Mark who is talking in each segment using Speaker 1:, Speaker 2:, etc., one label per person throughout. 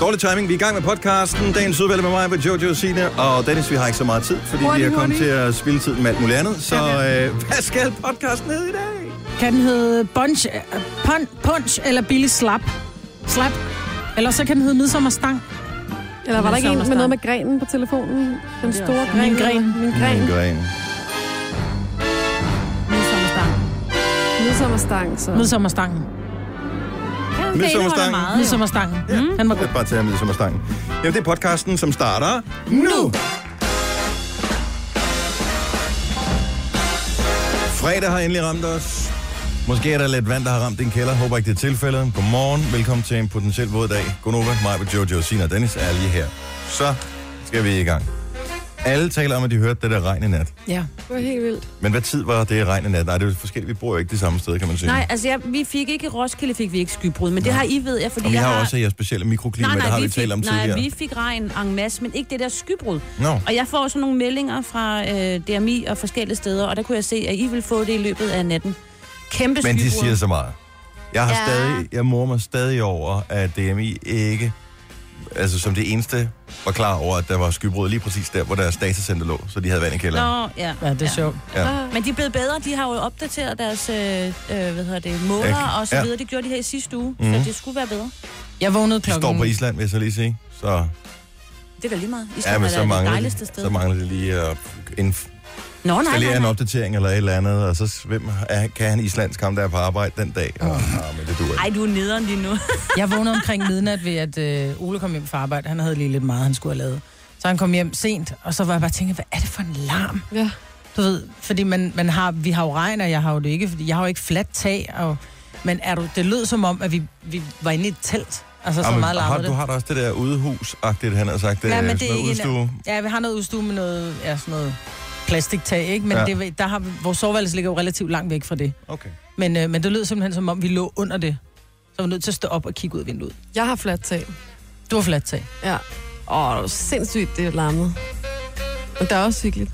Speaker 1: Dårlig timing. Vi er i gang med podcasten. Dagens udvalg med mig, med Jojo Sine og Dennis. Vi har ikke så meget tid, fordi
Speaker 2: Hurtig,
Speaker 1: vi er kommet
Speaker 2: hurtig.
Speaker 1: til at spille tid med alt muligt andet. Så øh, hvad skal podcasten hedde i dag?
Speaker 3: Kan den hedde bunch, punch, punch eller billig slap? Slap. Eller så kan den hedde midsommerstang.
Speaker 2: Eller var der ikke en med
Speaker 3: Midsommerstang.
Speaker 2: noget med grenen på telefonen? Den store
Speaker 3: også-
Speaker 2: gren.
Speaker 3: Min gren.
Speaker 2: Min gren.
Speaker 1: Min gren.
Speaker 3: Midsommerstang.
Speaker 2: Midsommerstang, så.
Speaker 3: Midsommerstangen.
Speaker 1: Midsommerstangen.
Speaker 3: Midsommerstangen. Ja. Mm. Han var
Speaker 1: Jeg
Speaker 3: god.
Speaker 1: vil bare tage med sommerstangen. Jamen, det er podcasten, som starter nu. Fredag har endelig ramt os. Måske er der lidt vand, der har ramt din kælder. Håber ikke, det er tilfældet. Godmorgen. Velkommen til en potentielt våd dag. Godnova, mig på Jojo, Sina og Dennis er lige her. Så skal vi i gang. Alle taler om, at de hørte det der regn i nat.
Speaker 3: Ja.
Speaker 2: Det var helt vildt.
Speaker 1: Men hvad tid var det regn i nat? Nej, det er jo forskelligt. Vi bor jo ikke det samme sted, kan man sige.
Speaker 4: Nej, altså jeg, vi fik ikke, i Roskilde fik vi ikke skybrud, men det har I ved jeg, fordi
Speaker 1: og vi
Speaker 4: jeg
Speaker 1: har, også jeres specielle mikroklima,
Speaker 4: Nej, nej,
Speaker 1: der har vi,
Speaker 4: vi,
Speaker 1: talt
Speaker 4: fik,
Speaker 1: om
Speaker 4: nej,
Speaker 1: tidligere.
Speaker 4: vi fik regn en masse, men ikke det der skybrud.
Speaker 1: Nå.
Speaker 4: Og jeg får sådan nogle meldinger fra øh, DMI og forskellige steder, og der kunne jeg se, at I vil få det i løbet af natten. Kæmpe
Speaker 1: Men de
Speaker 4: skybrud.
Speaker 1: siger så meget. Jeg har ja.
Speaker 4: Ja.
Speaker 1: stadig, jeg morer mig stadig over, at DMI ikke, altså som det eneste, var klar over, at der var skybrud lige præcis der, hvor deres datacenter lå, så de havde vand i kælderen.
Speaker 4: Nå, ja. Ah.
Speaker 3: Ja, det er sjovt.
Speaker 1: Ja.
Speaker 4: Men de er blevet bedre, de har jo opdateret deres øh, øh, hvad hedder det, måler
Speaker 1: Ja. Mhm.
Speaker 4: og så videre. Det gjorde de her i sidste uge, mm. så det skulle være bedre.
Speaker 3: Jeg vågnede
Speaker 1: De står
Speaker 3: klokken...
Speaker 1: på Island, vil jeg så lige sige. Så,
Speaker 4: Det er da lige meget. Island
Speaker 1: ja, men
Speaker 4: er da
Speaker 1: så
Speaker 4: det
Speaker 1: mangler,
Speaker 4: dejligste
Speaker 1: de,
Speaker 4: sted.
Speaker 1: så mangler de lige at installere
Speaker 4: Nå, nej, nej,
Speaker 1: en
Speaker 4: nej.
Speaker 1: opdatering eller et eller andet, og så hvem er, kan han islandsk ham, der er på arbejde den dag? Åh, oh, men det duer ikke.
Speaker 4: Ej, du er nederen lige nu.
Speaker 3: Jeg vågnede omkring midnat ved, at øh, Ole kom hjem fra arbejde. Han havde lige lidt meget, han skulle have lavet. Så han kom hjem sent, og så var jeg bare tænkt, hvad er det for en larm?
Speaker 2: Ja.
Speaker 3: Du ved, fordi man, man har, vi har jo regn, og jeg har jo det ikke, fordi jeg har jo ikke fladt tag. Og, men er du, det lød som om, at vi, vi var inde i et telt. Altså, så
Speaker 1: Jamen,
Speaker 3: meget
Speaker 1: har, du
Speaker 3: larmede det.
Speaker 1: har da også det der udehus-agtigt, han har sagt, øh, det,
Speaker 3: Ja,
Speaker 1: ja,
Speaker 3: men
Speaker 1: men
Speaker 3: det er
Speaker 1: det er
Speaker 3: ikke en-
Speaker 1: udstue.
Speaker 3: Ja, vi har noget udstue med noget, ja, sådan noget plastiktag, ikke? Men
Speaker 1: Ja.
Speaker 3: ja. det, der har, vi- vores soveværelse ligger jo relativt langt væk fra det.
Speaker 1: Okay.
Speaker 3: Men, øh, men det lød simpelthen som om, vi lå under det. Så var vi nødt til at stå op og kigge ud af vinduet.
Speaker 2: Jeg har fladt tag.
Speaker 3: Du har fladt tag.
Speaker 2: Ja. Åh, det var sindssygt, det larmede. Men der er også hyggeligt.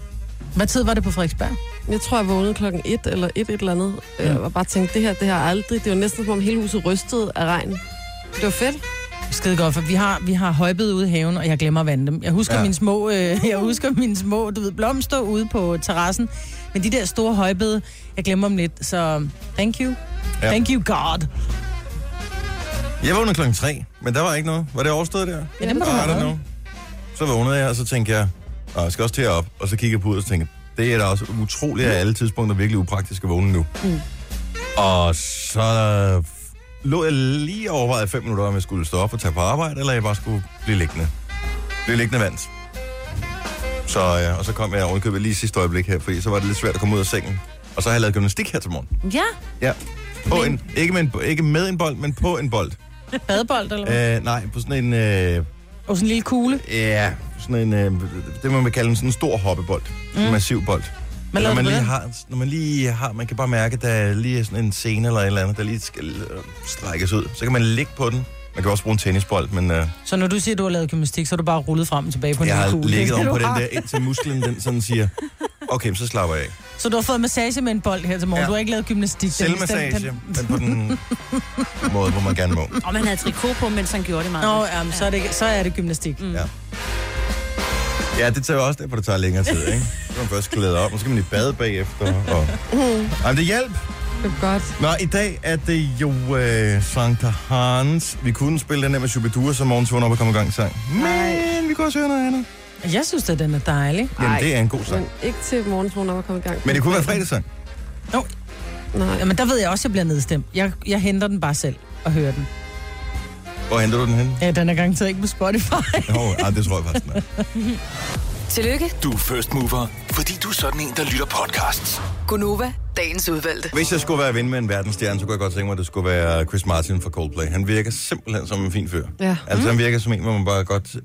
Speaker 3: Hvad tid var det på Frederiksberg?
Speaker 2: Jeg tror, jeg vågnede klokken et eller et, et eller andet. Jeg var bare tænkt, det her, det her aldrig. Det var næsten som om hele huset rystede af regn. Det var fedt.
Speaker 3: Skide godt, for vi har, vi har højbed ude i haven, og jeg glemmer at vande dem. Jeg husker
Speaker 1: Ja.
Speaker 3: ja. mine små, øh, jeg husker mine små, du ved, blomster ude på terrassen. Men de der store højbede, jeg glemmer dem lidt, så thank you.
Speaker 1: Ja.
Speaker 3: Ja. Thank you God.
Speaker 1: Jeg vågnede klokken 3, men der var ikke noget. Var det overstået der?
Speaker 3: Ja, den må du
Speaker 1: I
Speaker 3: have
Speaker 1: don't
Speaker 3: været.
Speaker 1: know. Så vågnede jeg, og så tænkte jeg, "Nå, jeg skal også til at op. Og så kiggede jeg på ud og tænkte, det er da også utroligt af alle tidspunkter virkelig upraktisk at vågne nu. Mm. Og så øh, lå jeg lige og overvejede i fem minutter, om jeg skulle stå op og tage på arbejde, eller jeg bare skulle blive liggende. Blive liggende vandt. Så, ja, og så kom jeg ovenkøbet lige i sidste øjeblik her, fordi så var det lidt svært at komme ud af sengen. Og så har jeg lavet gymnastik her til morgen.
Speaker 3: Øh.
Speaker 4: Ja,
Speaker 1: Ja. På en, ikke, med en, ikke med en bold, men på en bold.
Speaker 3: Badebold, eller hvad?
Speaker 1: Øh, nej, på sådan en... Øh,
Speaker 3: Og sådan en lille kugle.
Speaker 1: ja, sådan en... Øh, det må man kalde en sådan stor hoppebold. Mm. En massiv bold.
Speaker 3: Hvad
Speaker 1: når
Speaker 3: lavede
Speaker 1: man
Speaker 3: du på
Speaker 1: lige
Speaker 3: den?
Speaker 1: har, når man lige har, man kan bare mærke, at der lige er sådan en scene eller et eller andet, der lige skal øh, strækkes ud. Så kan man ligge på den. Man kan også bruge en tennisbold, men øh,
Speaker 3: Så når du siger, at du har lavet gymnastik, så er du bare rullet frem og tilbage på en
Speaker 1: jeg
Speaker 3: lille
Speaker 1: har
Speaker 3: kugle.
Speaker 1: ligget
Speaker 3: Det er
Speaker 1: om
Speaker 3: det,
Speaker 1: på
Speaker 3: du
Speaker 1: den
Speaker 3: har.
Speaker 1: der, indtil musklen den sådan siger, okay, så slapper jeg af.
Speaker 3: Så du har fået massage med en bold her til morgen.
Speaker 1: Ja.
Speaker 3: Ja. Du har ikke lavet gymnastik. Dennis. Den-
Speaker 1: Selvmassage,
Speaker 3: den-
Speaker 1: men på den måde, hvor man gerne må.
Speaker 4: og man havde trikot på, mens han gjorde det meget.
Speaker 3: Nå, ja, men så, er det, ikke- så er det gymnastik. Mm.
Speaker 1: Ja. Ja, det tager jo også derfor, det tager længere tid, ikke? Så kan man først klæde op, og så skal man lige bade bagefter. Og... Jamen, det hjælp.
Speaker 2: Det var godt.
Speaker 1: Nå, i dag er det jo øh, Santa Hans. Vi kunne spille den der med Shubidua, som morgens vågner op og kommer i gang sang. Men vi kunne også høre noget andet.
Speaker 3: Jeg synes, at den er dejlig.
Speaker 1: Jamen,
Speaker 2: Ej.
Speaker 1: det er en god sang.
Speaker 2: Men ikke til morgensmål, når jeg kom i gang.
Speaker 1: Men det kunne være fredagssang.
Speaker 2: Nej.
Speaker 3: Jamen, der ved jeg også, at jeg bliver nedstemt. Jeg, jeg henter den bare selv og hører den.
Speaker 1: Hvor henter du den hen?
Speaker 3: Ja, den er garanteret ikke på Spotify.
Speaker 1: Nå, ej, det tror jeg faktisk, den er.
Speaker 5: Tillykke,
Speaker 6: Du er first mover, fordi du er sådan en, der lytter podcasts.
Speaker 5: Gunova, dagens udvalgte.
Speaker 1: Hvis jeg skulle være ven med en verdensstjerne, så kunne jeg godt tænke mig, at det skulle være Chris Martin fra Coldplay. Han virker simpelthen som en fin fyr.
Speaker 2: Ja.
Speaker 1: Altså, han virker som en, hvor man bare godt...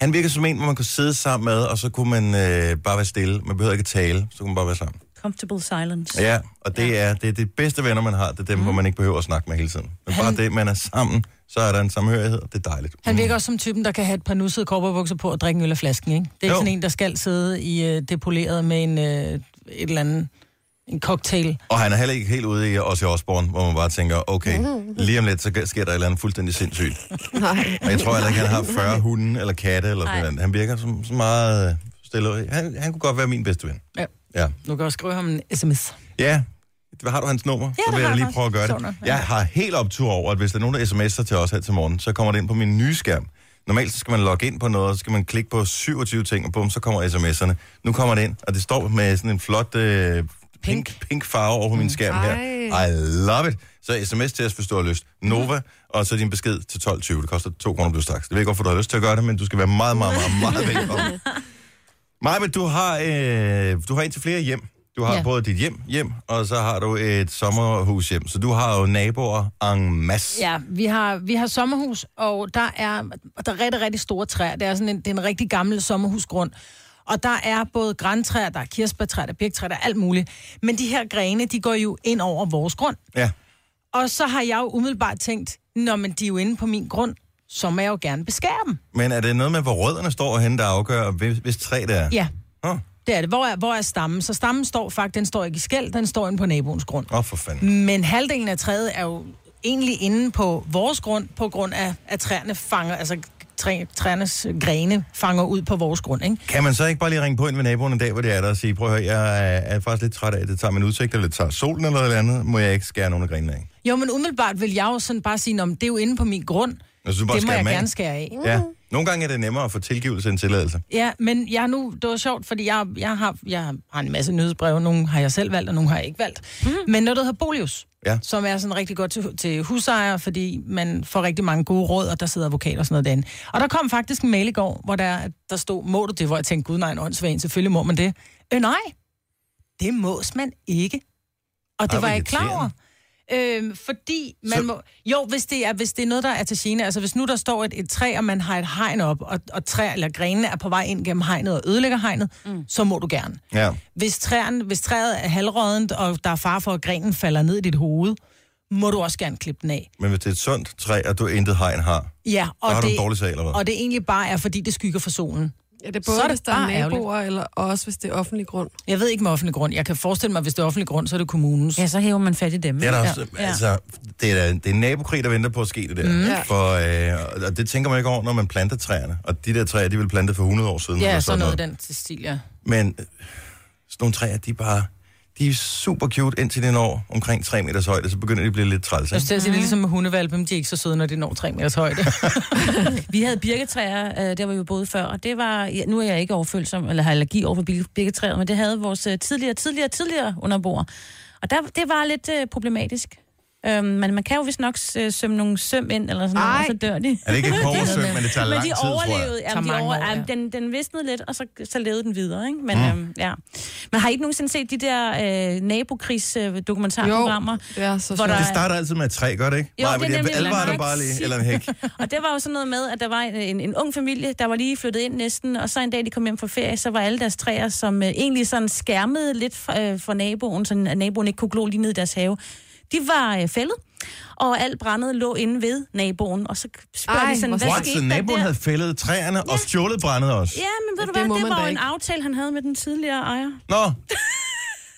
Speaker 1: Han virker som en, hvor man kunne sidde sammen med, og så kunne man øh, bare være stille. Man behøver ikke at tale, så kunne man bare være sammen.
Speaker 4: Comfortable silence.
Speaker 1: Ja, og det er det, er de bedste venner, man har. Det er dem, mm. hvor man ikke behøver at snakke med hele tiden. Men bare det, man er sammen, så er der en samhørighed, og det er dejligt.
Speaker 3: Han virker også som typen, der kan have et par nussede korperbukser på og drikke en øl af flasken, ikke? Det er ikke
Speaker 1: Jo.
Speaker 3: sådan en, der skal sidde i øh, det polerede med en, øh, et eller andet en cocktail.
Speaker 1: Og han er heller ikke helt ude i os i Osborne, hvor man bare tænker, okay, lige om lidt, så sker der et eller andet fuldstændig sindssygt.
Speaker 2: Nej.
Speaker 1: Og jeg tror heller ikke, han har 40 hunde eller katte eller sådan noget. Han virker som, så meget øh, stille. og- Han, han kunne godt være min bedste ven.
Speaker 3: Ja.
Speaker 1: Ja.
Speaker 3: Nu kan jeg også skrive ham en sms.
Speaker 1: Ja. Hvad har du hans nummer?
Speaker 3: Ja,
Speaker 1: så
Speaker 3: det
Speaker 1: vil jeg
Speaker 3: har jeg
Speaker 1: lige
Speaker 3: faktisk.
Speaker 1: prøve at gøre
Speaker 3: Sjovt nok,
Speaker 1: det.
Speaker 3: ja.
Speaker 1: Jeg har helt optur over, at hvis der er nogen, der sms'er til os her til morgen, så kommer det ind på min nye skærm. Normalt så skal man logge ind på noget, og så skal man klikke på 27 ting, og bum, så kommer sms'erne. Nu kommer det ind, og det står med sådan en flot øh, pink. pink farve over på
Speaker 3: Mm.
Speaker 1: min skærm her. I love it. Så sms til os, hvis du har lyst.
Speaker 3: Mm.
Speaker 1: Nova, og så din besked til 12.20. Det koster 2 kroner plus straks. Det ved jeg ikke, hvorfor du har lyst til at gøre det, men du skal være meget, meget, meget, meget velkommen. Maja, men du har, øh, du har indtil flere hjem. Du har ja.
Speaker 3: Ja.
Speaker 1: både dit hjem, hjem, og så har du et sommerhus hjem. Så du har jo naboer en masse.
Speaker 3: Ja, vi har, vi har sommerhus, og der er, der er rigtig, rigtig store træer. Det er sådan en, det er en rigtig gammel sommerhusgrund. Og der er både grantræer, der er kirsebærtræer, der er birktræer, der er alt muligt. Men de her grene, de går jo ind over vores grund.
Speaker 1: ja.
Speaker 3: Og så har jeg jo umiddelbart tænkt, når men de er jo inde på min grund, så må jeg jo gerne beskære dem.
Speaker 1: Men er det noget med, hvor rødderne står henne, der afgør, hvis, hvis træ det er?
Speaker 3: Ja,
Speaker 1: Åh, oh,
Speaker 3: det er det. Hvor er, hvor er stammen? Så stammen står faktisk, den står ikke i skæld, den står inde på naboens grund.
Speaker 1: oh, for fanden.
Speaker 3: Men halvdelen af træet er jo egentlig inde på vores grund, på grund af, at træerne fanger, altså træ, træernes grene fanger ud på vores grund, ikke?
Speaker 1: Kan man så ikke bare lige ringe på ind ved naboen en dag, hvor det er der, og sige, prøv at høre, jeg er, er faktisk lidt træt af, at det tager min udsigt, eller det tager solen eller noget andet, må jeg ikke skære nogen af grenene af?
Speaker 3: Jo, men umiddelbart vil jeg jo sådan bare sige, om det er jo inde på min grund.
Speaker 1: Altså, du bare
Speaker 3: Det må
Speaker 1: skærer
Speaker 3: jeg
Speaker 1: dem af?
Speaker 3: gerne skære af.
Speaker 1: Ja. Nogle gange er det nemmere at få tilgivelse end tilladelse.
Speaker 3: Ja, men jeg nu, det var sjovt, fordi jeg, jeg, har, jeg har en masse nyhedsbreve. Nogle har jeg selv valgt, og nogle har jeg ikke valgt. Mm. Men noget, der hedder Bolius,
Speaker 1: Ja.
Speaker 3: som er sådan rigtig godt til, til husejere, fordi man får rigtig mange gode råd, og der sidder advokater og sådan noget derinde. Og der kom faktisk en mail i går, hvor der, der stod, må du det? Hvor jeg tænkte, gud nej, en åndssvag, selvfølgelig må man det. Øh, nej, det mås man ikke. Og det
Speaker 1: Ej,
Speaker 3: Ej,
Speaker 1: hvor
Speaker 3: var jeg ikke klar over.
Speaker 1: irriterende.
Speaker 3: Øhm, fordi man
Speaker 1: Så-
Speaker 3: så... må... Jo, hvis det, er, hvis det er noget, der er til gene. Altså, hvis nu der står et, et træ, og man har et hegn op, og, og træ eller grenene er på vej ind gennem hegnet og ødelægger hegnet, mm. så må du gerne.
Speaker 1: Ja.
Speaker 3: Hvis, træen, hvis træet er halvrådent, og der er far for, at grenen falder ned i dit hoved, må du også gerne klippe den af.
Speaker 1: Men hvis det er et sundt træ, og du intet hegn har,
Speaker 3: Ja,
Speaker 1: og har
Speaker 3: og,
Speaker 1: det, du en
Speaker 3: det,
Speaker 1: dårlig sag, eller hvad?
Speaker 3: og det egentlig bare er, fordi det skygger for solen.
Speaker 2: Ja, det er
Speaker 3: Så
Speaker 2: både,
Speaker 3: er det
Speaker 2: hvis der er
Speaker 3: bare
Speaker 2: naboer, eller også hvis det er offentlig grund.
Speaker 3: Jeg ved ikke med offentlig grund. Jeg kan forestille mig, hvis det er offentlig grund, så er det kommunens.
Speaker 4: Ja, så hæver man fat i dem.
Speaker 1: Det er, der
Speaker 4: ikke?
Speaker 1: også, ja. altså, det er, da- det er en nabokrig, der venter på at ske det der. Mm. For, øh, og det tænker man ikke over, når man planter træerne. Og de der træer, de blev plantet for 100 år siden.
Speaker 3: Ja, sådan noget i den stil, ja.
Speaker 1: Men øh, sådan nogle træer, de er bare... De er super cute indtil den år omkring 3 meters højde, så begynder de at blive lidt træls.
Speaker 3: Jeg
Speaker 1: ikke?
Speaker 3: skulle til at sige, det er ligesom med hundevalpe, men de er ikke så søde, når de når 3 meters højde.
Speaker 4: Vi havde birketræer, øh, der var vi jo boede før, og det var, ja, nu er jeg ikke overfølsom, eller har allergi over for bir- birketræet, men det havde vores øh, tidligere, tidligere, tidligere underboer. Og der, det var lidt øh, problematisk. Øhm, men man kan jo vist nok øh, sømme nogle søm ind, eller sådan noget, og
Speaker 2: Ej.
Speaker 4: så dør de.
Speaker 1: Er det ikke et korsøm,
Speaker 3: med-
Speaker 1: men det tager
Speaker 4: Men
Speaker 1: lang tid,
Speaker 4: de
Speaker 1: tror jeg.
Speaker 4: overlevede,
Speaker 3: Tager
Speaker 4: jamen, de
Speaker 3: mange
Speaker 4: over,
Speaker 3: år, ja.
Speaker 4: jamen, den, den visnede lidt, og så, så levede den videre. Ikke? Men, mm. øhm, ja. Man har I ikke nogensinde set de der øh, nabokrigs-dokumentarprogrammer, øh,
Speaker 2: det er så
Speaker 4: hvor
Speaker 2: sjovt.
Speaker 4: der-
Speaker 1: Det starter altid med et træ, gør det ikke?
Speaker 4: Jo, det er
Speaker 1: men jeg
Speaker 4: nemlig
Speaker 1: alvarer
Speaker 4: en
Speaker 1: dig bare
Speaker 4: heks.
Speaker 1: lige, eller en hæk.
Speaker 4: Og det var jo sådan noget med, at der var en, en, en ung familie, der var lige flyttet ind næsten, og så en dag, de kom hjem fra ferie, så var alle deres træer, som øh, egentlig sådan skærmede lidt fra, øh, for naboen, så at naboen ikke kunne glo lige ned i deres have. De var øh, fældet, og alt brændet lå inde ved naboen, og så spørger
Speaker 2: Ej,
Speaker 4: de sådan,
Speaker 2: hvor
Speaker 4: hvad
Speaker 2: sødt.
Speaker 1: What? Så
Speaker 4: skete der
Speaker 1: naboen
Speaker 4: der?
Speaker 1: havde fældet træerne og stjålet brændet også?
Speaker 4: Ja, men ved du
Speaker 2: Det må
Speaker 4: hvad,
Speaker 2: man
Speaker 4: det var
Speaker 2: da
Speaker 4: jo en
Speaker 2: ikke.
Speaker 4: aftale, han havde med den tidligere ejer.
Speaker 1: Nå.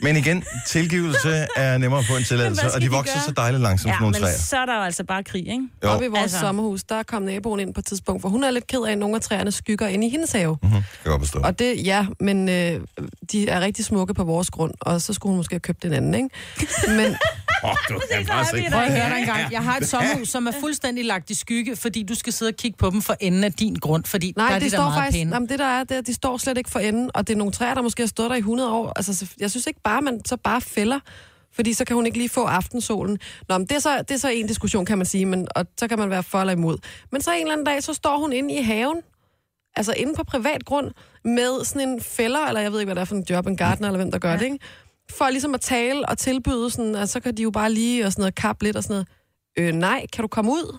Speaker 1: Men igen, tilgivelse er nemmere at få en tilladelse,
Speaker 4: Hvad skal
Speaker 1: og de
Speaker 4: de
Speaker 1: vokser
Speaker 4: gøre?
Speaker 1: så dejligt langsomt, ja,
Speaker 4: Ja,
Speaker 1: nogle
Speaker 4: men
Speaker 1: træer.
Speaker 4: så er der jo altså bare krig, ikke?
Speaker 1: Jo.
Speaker 2: Jo. Oppe i vores
Speaker 4: Altså.
Speaker 2: altså. sommerhus, der kom naboen ind på et tidspunkt, for hun er lidt ked af, at nogle af træerne skygger ind i hendes have.
Speaker 1: Mhm, Jeg kan godt forstå.
Speaker 2: Og det, ja, men øh, de er rigtig smukke på vores grund, og så skulle hun måske have købt en anden, ikke? Men
Speaker 1: Åh, du kan faktisk ikke.
Speaker 3: Prøv at høre dig engang. Jeg har et sommerhus, som er fuldstændig lagt i skygge, fordi du skal sidde og kigge på dem for enden af din grund, fordi
Speaker 2: nej,
Speaker 3: der er
Speaker 2: det de
Speaker 3: de der
Speaker 2: står
Speaker 3: meget
Speaker 2: faktisk...
Speaker 3: pæne.
Speaker 2: Jamen, det der er, det er, at de står slet ikke for enden, og det er nogle træer, der måske har stået der i 100 år. Altså, så- jeg synes ikke bare, man så bare fælder, fordi så kan hun ikke lige få aftensolen. Nå, men det er så, det er så en diskussion, kan man sige, men, og så kan man være for eller imod. Men så en eller anden dag, så står hun inde i haven, altså inde på privat grund, med sådan en fælder, eller jeg ved ikke, hvad det er for en job, en gardener, eller hvem der gør ja. det, ikke? For ligesom at tale og tilbyde sådan, at så kan de jo bare lige og sådan noget, kap lidt og sådan noget. Øh, nej, kan du komme ud?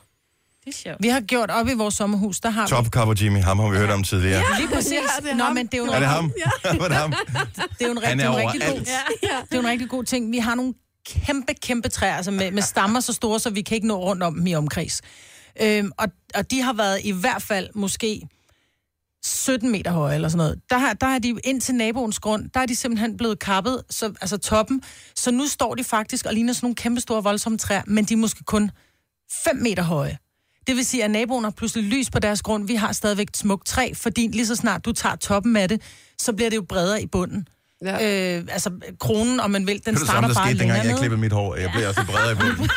Speaker 4: Det er sjovt.
Speaker 3: Vi har gjort op i vores sommerhus, der har
Speaker 1: Top Copper Jimmy, ham har vi hørt om tidligere.
Speaker 3: vi lige præcis...
Speaker 2: Ja, det er
Speaker 3: Nå,
Speaker 2: ham.
Speaker 3: men det er jo
Speaker 1: Er
Speaker 3: en,
Speaker 1: det ham? Ja. Var det ham?
Speaker 3: det er jo en
Speaker 1: Han
Speaker 3: rigtig,
Speaker 1: er
Speaker 3: en rigtig god,
Speaker 1: overalt.
Speaker 3: det er jo en rigtig god ting. Vi har nogle kæmpe, kæmpe træer, altså med, med stammer så store, så vi kan ikke nå rundt om dem i omkreds. Øhm, og, og de har været i hvert fald måske 17 meter høje eller sådan noget, der, har, der er de ind til naboens grund, der er de simpelthen blevet kappet, så, altså toppen, så nu står de faktisk og ligner sådan nogle kæmpe store voldsomme træer, men de er måske kun 5 meter høje. Det vil sige, at naboen har pludselig lys på deres grund. Vi har stadigvæk et smukt træ, fordi lige så snart du tager toppen af det, så bliver det jo bredere i bunden.
Speaker 2: Ja.
Speaker 3: Ja. Øh, altså kronen, om man vil, den
Speaker 1: Det er det samme,
Speaker 3: starter
Speaker 1: der
Speaker 3: bare
Speaker 1: skete, dengang
Speaker 3: længere
Speaker 1: jeg
Speaker 3: ned.
Speaker 1: klippede mit hår. Jeg blev også bredere i bunden.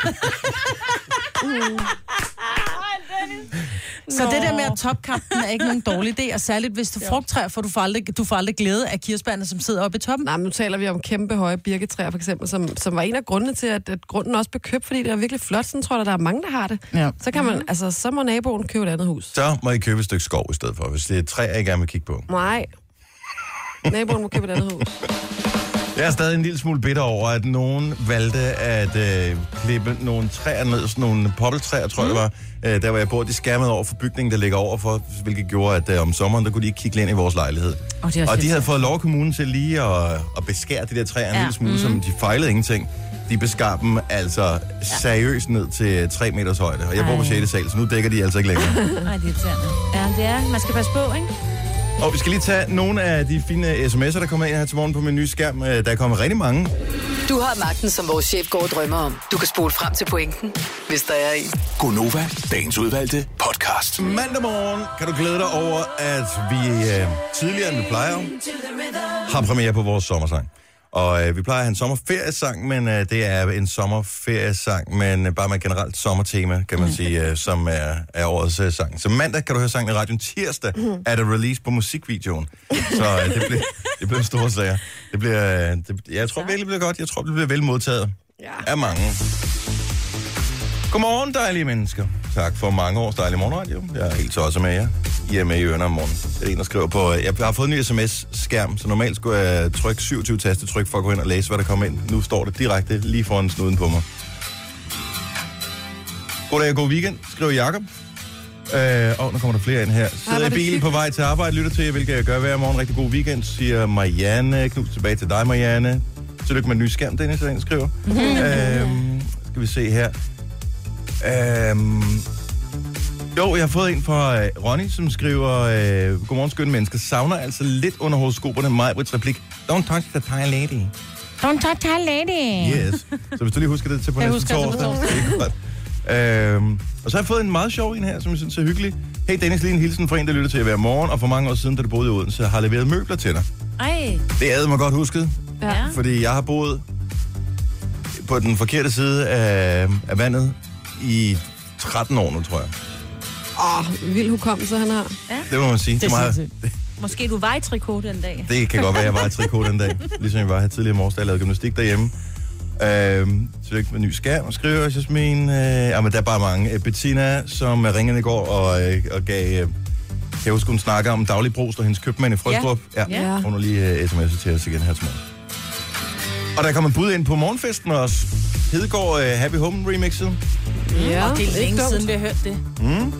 Speaker 3: Så det der med at topkampen er ikke nogen dårlig idé, og særligt hvis du frugttræer, for du får aldrig, du får aldrig glæde af kirsebærne, som sidder oppe i toppen.
Speaker 2: Nej, men nu taler vi om kæmpe høje birketræer, for eksempel, som, som var en af grundene til, at, at grunden også blev købt, fordi det er virkelig flot. Sådan tror jeg, der er mange, der har det.
Speaker 3: Ja.
Speaker 2: Så kan man, altså, så må naboen købe et andet hus.
Speaker 1: Så må I købe et stykke skov i stedet for, hvis det er træer, I gerne vil kigge på.
Speaker 2: Nej. Naboen må købe et andet hus.
Speaker 1: Jeg er stadig en lille smule bitter over, at nogen valgte at øh, klippe nogle træer ned, sådan nogle poppeltræer, tror jeg det var,
Speaker 4: Mm.
Speaker 1: øh, der hvor jeg bor. De skærmede over for bygningen, der ligger overfor, hvilket gjorde, at øh, om sommeren, der kunne de ikke kigge ind i vores lejlighed.
Speaker 4: Og det er også
Speaker 1: og de havde
Speaker 4: irriterende.
Speaker 1: fået lov af kommunen til lige at, at beskære de der træer en
Speaker 4: Ja. Mm.
Speaker 1: lille smule, som de fejlede ingenting. De beskar dem altså seriøst ned til 3 meters højde. Og jeg bor på
Speaker 4: Ej.
Speaker 1: 6. sal, så nu dækker de altså ikke længere.
Speaker 4: Nej, det er irriterende. Ja, det er. Man skal passe på, ikke?
Speaker 1: Og vi skal lige tage nogle af de fine sms'er, der kommer ind her til morgen på min nye skærm. Øh, Der er kommet rigtig mange.
Speaker 5: Du har magten, som vores chef går og drømmer om. Du kan spole frem til pointen, hvis der er en.
Speaker 6: Gonova, dagens udvalgte podcast.
Speaker 1: Mandag morgen kan du glæde dig over, at vi øh, tidligere end vi plejer, har premiere på vores sommersang. Og øh, vi plejer at have en sommerferiesang, men øh, det er en sommerferiesang, men øh, bare med et generelt sommertema, kan man sige, øh, som er, er årets øh, sang. Så mandag kan du høre sangen i radioen. Tirsdag er der release på musikvideoen. Så øh, det, bliver, det bliver en stor sager. Det bliver, øh, det, jeg tror virkelig, det bliver godt. Jeg tror, det bliver vel modtaget ja. af mange. Godmorgen, dejlige mennesker. Tak for mange års dejlige morgenradio. Jeg er helt tosset med jer. I er med i ørerne om morgenen. Det er en, der skriver på... øh, Jeg har fået en ny sms-skærm, så normalt skulle jeg trykke 27 tastetryk for at gå ind og læse, hvad der kommer ind. Nu står det direkte lige foran snuden på mig. Goddag, god weekend, skriver Jakob. Øh, og nu kommer der flere ind her.
Speaker 2: Ej, hvor
Speaker 1: Sidder
Speaker 2: er
Speaker 1: i
Speaker 2: det
Speaker 1: bilen på vej til arbejde, lytter til jer, hvilket jeg gør hver morgen. Rigtig god weekend, siger Marianne. Knus tilbage til dig, Marianne. Tillykke med den nye skærm, Dennis, der er en, der skriver. øhm, skal vi se her. Øhm, jo, jeg har fået en fra øh, Ronny, som skriver, øh, Godmorgen, skønne mennesker. Savner altså lidt under horoskoperne mig replik. Don't touch the Thai lady.
Speaker 3: Don't touch her lady.
Speaker 1: Yes. Så hvis du lige husker det til på
Speaker 3: Jeg
Speaker 1: næste
Speaker 3: husker det på
Speaker 1: torsdag. Det er godt. Øhm, og så har jeg fået en meget sjov en her, som jeg synes er hyggelig. Hey Dennis, lige en hilsen fra en, der lytter til hver morgen, og for mange år siden, da du boede i Odense, har leveret møbler til dig.
Speaker 4: Ej,
Speaker 1: Det havde mig godt husket,
Speaker 4: ja. ja.
Speaker 1: fordi jeg har boet på den forkerte side af, af vandet i 13 år nu, tror jeg.
Speaker 2: Åh, vild hukommelse, han har.
Speaker 1: Det må man sige.
Speaker 3: Det er
Speaker 1: meget-
Speaker 3: sindssygt.
Speaker 4: Måske du var i trikot den dag.
Speaker 1: Det kan godt være, at jeg var i trikot den dag. Ligesom jeg var her tidligere i morges, da jeg lavede gymnastik derhjemme. Øhm, tillykke med en ny skærm, skriver jeg, Jasmin. Øh, jamen, der er bare mange. Øh, Bettina, som øh, ringede i går og, øh, og gav... Øh, kan jeg huske, hun snakker om daglig brugst og hendes købmand i Frøstrup. Ja. ja.
Speaker 2: Ja.
Speaker 1: Hun har lige uh, sms'et til os igen her til morgen. Og der kommer bud ind på morgenfesten også. Hedegaard uh, Happy Home remixet.
Speaker 2: Ja,
Speaker 3: Og det er længe
Speaker 2: ikke dumt.
Speaker 3: siden, vi har hørt det.
Speaker 1: Mm.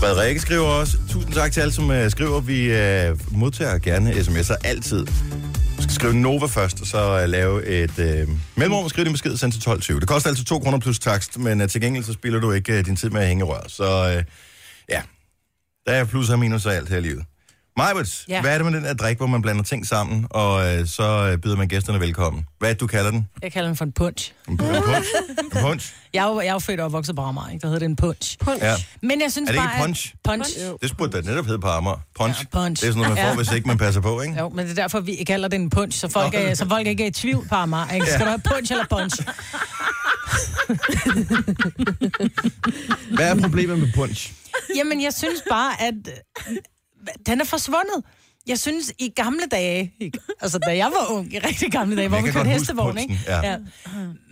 Speaker 1: Frederikke skriver også, tusind tak til alle, som øh, skriver. Vi øh, modtager gerne sms'er altid. Du skal skrive Nova først, og så øh, lave et øh, mellemrum og skrive din besked sendt til 12.20. Det koster altså 2 kroner plus takst, men øh, til gengæld så spiller du ikke øh, din tid med at hænge i rør. Så øh, ja, der er plus og minus af alt her i livet. Majbets, ja.
Speaker 3: Ja.
Speaker 1: hvad er det med den der drik, hvor man blander ting sammen, og øh, så øh, byder man gæsterne velkommen? Hvad er det, du kalder den?
Speaker 3: Jeg kalder den for en punch.
Speaker 1: En punch? En punch?
Speaker 3: Jeg er jo, jeg er jo født og opvokset på Amager, ikke? Der hedder det en punch.
Speaker 2: Punch.
Speaker 1: Ja.
Speaker 2: Ja.
Speaker 3: Men jeg synes
Speaker 1: Er det
Speaker 3: bare,
Speaker 1: ikke punch?
Speaker 3: At punch.
Speaker 2: Jo.
Speaker 1: Det burde da netop hedde på Amager. Punch.
Speaker 3: Ja, punch.
Speaker 1: Det er sådan noget, man får,
Speaker 3: Ja.
Speaker 1: hvis ikke man passer på, ikke?
Speaker 3: Jo, men det er derfor, vi kalder det en punch, så folk, er, så folk ikke er i tvivl på Amager. Ikke? Skal du have punch eller punch?
Speaker 1: Hvad er problemet med punch?
Speaker 3: Jamen, jeg synes bare, at øh, den er forsvundet. Jeg synes, i gamle dage, i- altså da jeg var ung, i rigtig gamle dage, hvor
Speaker 1: Jeg
Speaker 3: vi
Speaker 1: kan
Speaker 3: kørte
Speaker 1: godt huske
Speaker 3: hestevogn, ikke?
Speaker 1: punchen, ja.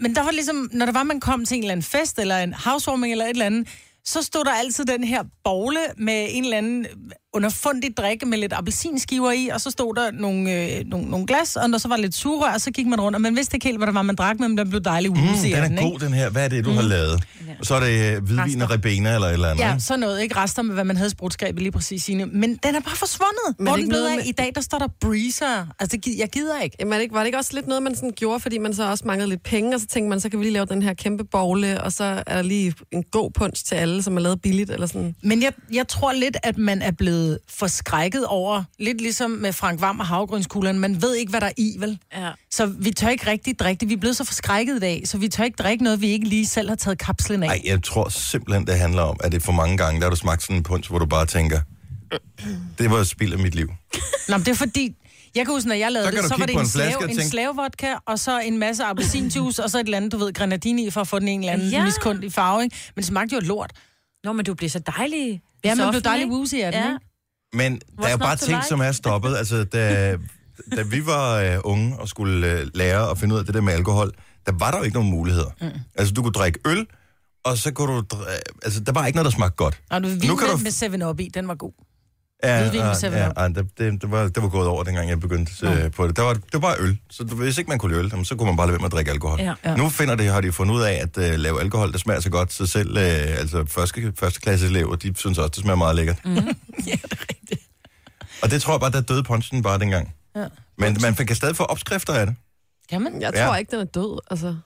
Speaker 3: Men der var ligesom, når der var, man kom til en eller anden fest, eller en housewarming, eller et eller andet, så stod der altid den her bogle med en eller anden øh, underfundig drikke med lidt appelsinskiver i, og så stod der nogle, øh, nogle, nogle glas, og når så var lidt surrør, og så gik man rundt, og man vidste ikke helt, hvad der var, man drak, men den blev dejlig
Speaker 1: Mm,
Speaker 3: woozy af
Speaker 1: den er
Speaker 3: ikke? Mm.
Speaker 1: god, den her. Hvad er det, du har lavet? Og så er det øh, hvidvin og ribena eller et eller andet.
Speaker 3: Ja,
Speaker 1: ikke?
Speaker 3: sådan noget. Ikke rester med, hvad man havde sprutskabet lige præcis, Signe. Men den er bare forsvundet. Men
Speaker 2: er
Speaker 3: Hvor
Speaker 2: det
Speaker 3: den
Speaker 2: ikke
Speaker 3: blevet af?
Speaker 2: noget med-
Speaker 3: I dag, der står der breezer. Altså, det, gi- jeg gider ikke.
Speaker 2: Jamen, er det ikke, var det ikke også lidt noget, man sådan gjorde, fordi man så også manglede lidt penge, og så tænkte man, så kan vi lige lave den her kæmpe bogle, og så er der lige en god punch til alle, som er lavet billigt, eller sådan.
Speaker 3: Men jeg, jeg tror lidt, at man er blevet blevet forskrækket over, lidt ligesom med Frank Vam og havgrønskuglerne, man ved ikke, hvad der er i, vel?
Speaker 4: Ja.
Speaker 3: Så vi tør ikke rigtig drikke det. Vi er blevet så forskrækket i dag, så vi tør ikke drikke noget, vi ikke lige selv har taget kapslen af.
Speaker 1: Nej, jeg tror simpelthen, det handler om, at det er for mange gange, der har du smagt sådan en punch, hvor du bare tænker, det var et spild af mit liv.
Speaker 3: Nå, men det er fordi, jeg kan huske, når jeg lavede
Speaker 1: Så kan
Speaker 3: det,
Speaker 1: du
Speaker 3: så var
Speaker 1: kigge
Speaker 3: det
Speaker 1: på
Speaker 3: en,
Speaker 1: en flaske
Speaker 3: slave,
Speaker 1: og
Speaker 3: en
Speaker 1: tænke-
Speaker 3: slavevodka, og så en masse appelsinjuice, og så et eller andet, du ved, grenadine i, for at få den en eller anden
Speaker 4: Ja.
Speaker 3: ja. miskund i farve, ikke? Men det smagte jo af lort.
Speaker 4: Nå, men du bliver så dejlig.
Speaker 3: Ja, man
Speaker 4: soften,
Speaker 3: blev dejlig
Speaker 4: ikke?
Speaker 3: woozy af den,
Speaker 4: Ja.
Speaker 3: ikke?
Speaker 1: Men der er jo
Speaker 4: snart
Speaker 1: bare
Speaker 4: du
Speaker 1: ting,
Speaker 4: like?
Speaker 1: som er stoppet. Altså, da, da vi var øh, unge og skulle øh, lære at finde ud af det der med alkohol, der var der jo ikke nogen muligheder. Mm. Altså, du kunne drikke øl, og så kunne du... Dri- altså, der var ikke noget, der smagte godt.
Speaker 3: Og du
Speaker 1: Nu kan
Speaker 3: vin
Speaker 1: du-
Speaker 3: med 7-Up i, den var god.
Speaker 1: Ja,
Speaker 3: Hvidvin med
Speaker 1: ja,
Speaker 3: 7-Up.
Speaker 1: ja, ja, det, det, det, var, det var gået over, dengang jeg begyndte øh, på det. Der var, det var bare øl. Så du, hvis ikke man kunne lide øl, jamen, så kunne man bare lade være med at drikke alkohol.
Speaker 4: Ja,
Speaker 3: ja.
Speaker 1: Nu finder det, har de fundet ud af, at øh, lave alkohol, der smager så godt, så selv øh, altså første, førsteklasseelever, de synes også, det smager meget lækkert. Mm.
Speaker 3: ja, det er rigtigt.
Speaker 1: Og det tror jeg bare, der døde punchen bare dengang.
Speaker 3: Ja.
Speaker 1: Men man kan stadig få opskrifter af det.
Speaker 3: Kan man?
Speaker 2: Jeg
Speaker 1: Ja.
Speaker 2: tror ikke, den er død, altså.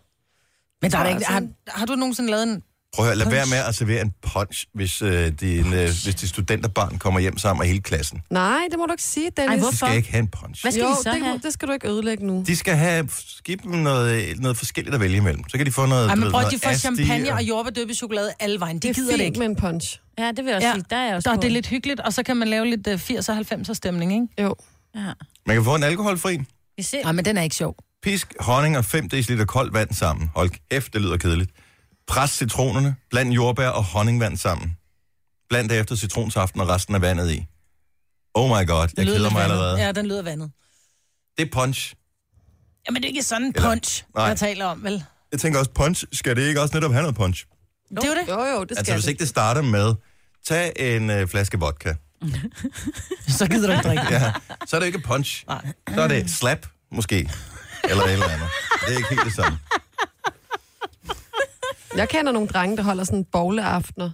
Speaker 3: Men der er da
Speaker 2: tror
Speaker 3: ikke,
Speaker 2: jeg
Speaker 3: har, har du nogensinde lavet en...
Speaker 1: Prøv at høre, lad
Speaker 3: Punch.
Speaker 1: være med at servere en punch, hvis, øh, din, øh, hvis de studenterbarn kommer hjem sammen med hele klassen.
Speaker 2: Nej, det må du ikke sige, Dennis.
Speaker 4: Ej,
Speaker 1: De
Speaker 4: hvorfor?
Speaker 1: skal ikke have en punch.
Speaker 4: Hvad skal
Speaker 2: jo,
Speaker 4: de så
Speaker 2: det,
Speaker 4: have?
Speaker 2: må- det skal du ikke ødelægge nu.
Speaker 1: De skal have give dem noget, noget forskelligt at vælge imellem. Så kan de få noget...
Speaker 3: Ej,
Speaker 1: du
Speaker 3: men
Speaker 1: ved,
Speaker 3: prøv,
Speaker 1: noget
Speaker 3: de får
Speaker 1: asti
Speaker 3: champagne og jordbærdøbe chokolade alle vejen. De
Speaker 2: Det
Speaker 3: det
Speaker 2: er
Speaker 3: gider det
Speaker 2: fint
Speaker 3: ikke.
Speaker 2: med en punch.
Speaker 4: Ja, det vil jeg også ja. sige. Der er jeg også
Speaker 3: og
Speaker 4: på.
Speaker 3: det er lidt hyggeligt, og så kan man lave lidt øh, 80'er og 90'er stemning, ikke?
Speaker 2: Jo.
Speaker 4: Ja.
Speaker 1: Man kan få en alkoholfri.
Speaker 4: Vi ser.
Speaker 3: Nej, men den er ikke sjov.
Speaker 1: Pisk honning og 5 dl koldt vand sammen. Hold kæft, det lyder kedeligt. Pres citronerne, bland jordbær og honningvand sammen. Bland derefter citronsaften og resten af vandet i. Oh my god, jeg
Speaker 3: lyder
Speaker 1: keder
Speaker 3: lidt
Speaker 1: mig
Speaker 3: vandet.
Speaker 1: allerede. Ja.
Speaker 3: Ja, den lyder vandet.
Speaker 1: Det er punch.
Speaker 3: Jamen, det er ikke sådan en
Speaker 1: Eller-
Speaker 3: punch,
Speaker 1: Nej.
Speaker 3: jeg taler om, vel?
Speaker 1: Jeg tænker også, punch, skal det ikke også netop have noget punch?
Speaker 3: Det er jo det.
Speaker 2: Jo, jo, det skal
Speaker 1: Altså, hvis
Speaker 2: det.
Speaker 1: ikke det starter med, tag en øh, flaske vodka.
Speaker 3: Så gider du ikke drikke. ja.
Speaker 1: Ja, så er det ikke punch.
Speaker 3: Nej.
Speaker 1: Så er det slap, måske. Eller et eller andet. Det er ikke helt det samme.
Speaker 2: Jeg kender nogle drenge, der holder sådan bowleaftener.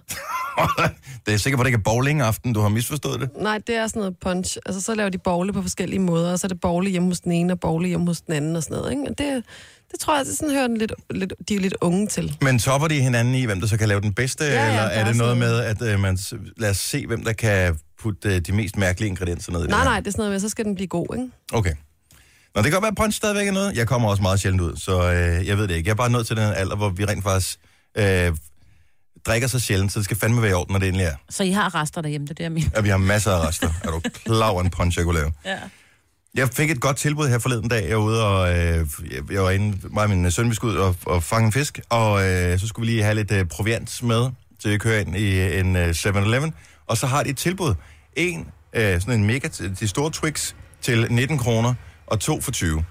Speaker 1: det er sikkert, at det ikke er bowling-aften, du har misforstået det.
Speaker 2: Nej, det er sådan noget punch. Altså, så laver de bowle på forskellige måder, og så er det bowle hjemme hos den ene, og bowle hjemme hos den anden og sådan noget. Ikke? Og Det, det tror jeg, det sådan hører den lidt, lidt, de er lidt unge til.
Speaker 1: Men topper de hinanden i, hvem der så kan lave den bedste? Ja,
Speaker 2: ja,
Speaker 1: eller
Speaker 2: der
Speaker 1: er
Speaker 2: er
Speaker 1: det
Speaker 2: sådan
Speaker 1: noget med,
Speaker 2: noget.
Speaker 1: at øh, man... s- Lad os se, hvem der kan putte øh, de mest mærkelige ingredienser ned i
Speaker 2: Nej,
Speaker 1: det her.
Speaker 2: nej, det er sådan noget med, så skal den blive god, ikke?
Speaker 1: Okay. Nå, det kan godt være, at punch stadigvæk er noget. Jeg kommer også meget sjældent ud, så øh, jeg ved det ikke. Jeg er bare nået til den her alder, hvor vi rent faktisk øh, drikker så sjældent, så det skal fandme være i orden, når det endelig er.
Speaker 4: Så I har rester derhjemme, det er det, jeg mener.
Speaker 1: At vi har masser af rester. er du klar over en punch, jeg kunne lave?
Speaker 4: Ja.
Speaker 1: Jeg fik et godt tilbud her forleden dag. Jeg var ude og... Øh, jeg, jeg var inde... Mig og min øh, søn, vi skulle ud og, og fange en fisk. Og øh, så skulle vi lige have lidt øh, proviant med til at køre ind i en øh, 7-Eleven. Og så har de et tilbud. En, øh, sådan en mega... De store Twix til 19 kroner, og to for 20.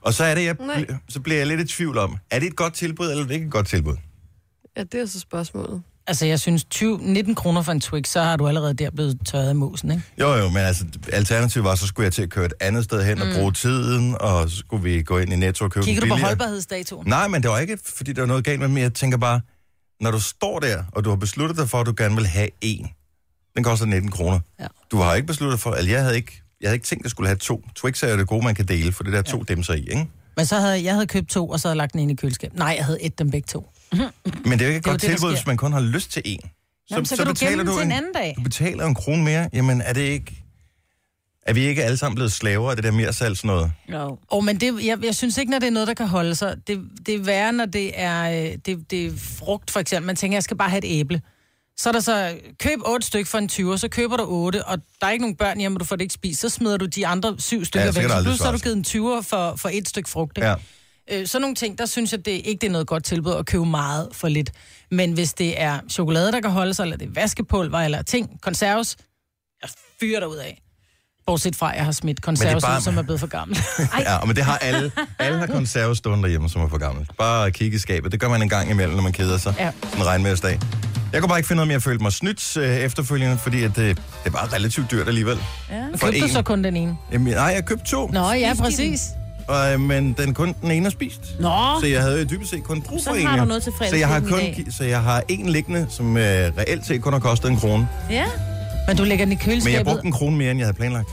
Speaker 1: Og så er det, jeg,
Speaker 2: Nej.
Speaker 1: så bliver jeg lidt i tvivl om, er det et godt tilbud, eller er det ikke et godt tilbud?
Speaker 2: Ja, det er så spørgsmålet.
Speaker 3: Altså, jeg synes, 20, 19 kroner for en Twix, så har du allerede der blevet tørret af mosen, ikke?
Speaker 1: Jo, jo, men altså, alternativet var, så skulle jeg til at køre et andet sted hen mm. og bruge tiden, og så skulle vi gå ind i Netto og købe
Speaker 3: Kigger
Speaker 1: den
Speaker 3: du på
Speaker 1: billigere.
Speaker 3: holdbarhedsdatoen?
Speaker 1: Nej, men det var ikke, fordi der var noget galt med dem. Jeg tænker bare, når du står der, og du har besluttet dig for, at du gerne vil have en, den koster 19 kroner.
Speaker 3: Ja.
Speaker 1: Du har ikke besluttet for, eller jeg havde ikke, jeg havde ikke tænkt, at jeg skulle have to. Twix er jo det gode, man kan dele, for det der to ja. dem sig i, ikke?
Speaker 3: Men så havde jeg havde købt to, og så havde lagt den ind i køleskabet. Nej, jeg havde et dem begge to.
Speaker 1: Men det er jo ikke et
Speaker 3: er jo
Speaker 1: godt
Speaker 3: det, der
Speaker 1: tilbud,
Speaker 3: sker.
Speaker 1: hvis man kun har lyst til en. Så,
Speaker 3: Jamen, så, kan du gemme den til en anden dag.
Speaker 1: Du betaler en krone mere. Jamen, er det ikke... Er vi ikke alle sammen blevet slaver af det der mere salg sådan noget?
Speaker 4: No.
Speaker 3: Og men det, jeg, jeg synes ikke, når det er noget, der kan holde sig. Det, det er værre, når det er, øh, det, det er frugt, for eksempel. Man tænker, jeg skal bare have et æble. Så er der så, køb otte stykker for en 20, så køber du otte, og der er ikke nogen børn hjemme, og du får det ikke spist. Så smider du de andre syv stykker
Speaker 1: Ja,
Speaker 3: ja,
Speaker 1: så kan
Speaker 3: væk.
Speaker 1: der
Speaker 3: Så
Speaker 1: aldrig
Speaker 3: pludselig har
Speaker 1: svare
Speaker 3: du
Speaker 1: sig.
Speaker 3: givet en 20 for, for et stykke frugt. Ikke?
Speaker 1: Ja.
Speaker 3: Øh, sådan nogle ting, der synes jeg det ikke det er noget godt tilbud at købe meget for lidt. Men hvis det er chokolade, der kan holde sig, eller det er vaskepulver, eller ting, konserves, jeg fyrer dig ud af. Bortset fra, at jeg har smidt konserves
Speaker 1: bare-
Speaker 3: bare... ud, som er blevet for gammel.
Speaker 1: Ja, men det har alle. Alle har konserve stående derhjemme, som er for gammelt. Bare kigge i skabet. Det gør man en gang imellem, når man keder sig.
Speaker 3: Ja.
Speaker 1: Sådan en regnværsdag. Jeg kunne bare ikke finde noget mere, jeg følte mig snydt øh, efterfølgende, fordi at, øh, det er bare relativt dyrt alligevel. Ja. For
Speaker 3: Købte du
Speaker 1: en.
Speaker 3: så kun den ene?
Speaker 1: Jamen, nej, jeg købte to,
Speaker 3: Nå, ja, præcis.
Speaker 1: og, øh, men den kun den ene er spist.
Speaker 4: Nå.
Speaker 1: Så jeg havde jo dybest set kun brug
Speaker 4: Så
Speaker 1: for en.
Speaker 4: har
Speaker 1: jo.
Speaker 4: du noget til
Speaker 1: så jeg har
Speaker 4: fredagsgrillen i
Speaker 1: kun, Så jeg har en liggende, som øh, reelt set kun har kostet en krone.
Speaker 4: Ja.
Speaker 3: Men du lægger den i
Speaker 1: Men jeg
Speaker 3: køleskabet.
Speaker 1: brugte en krone mere, end jeg havde planlagt.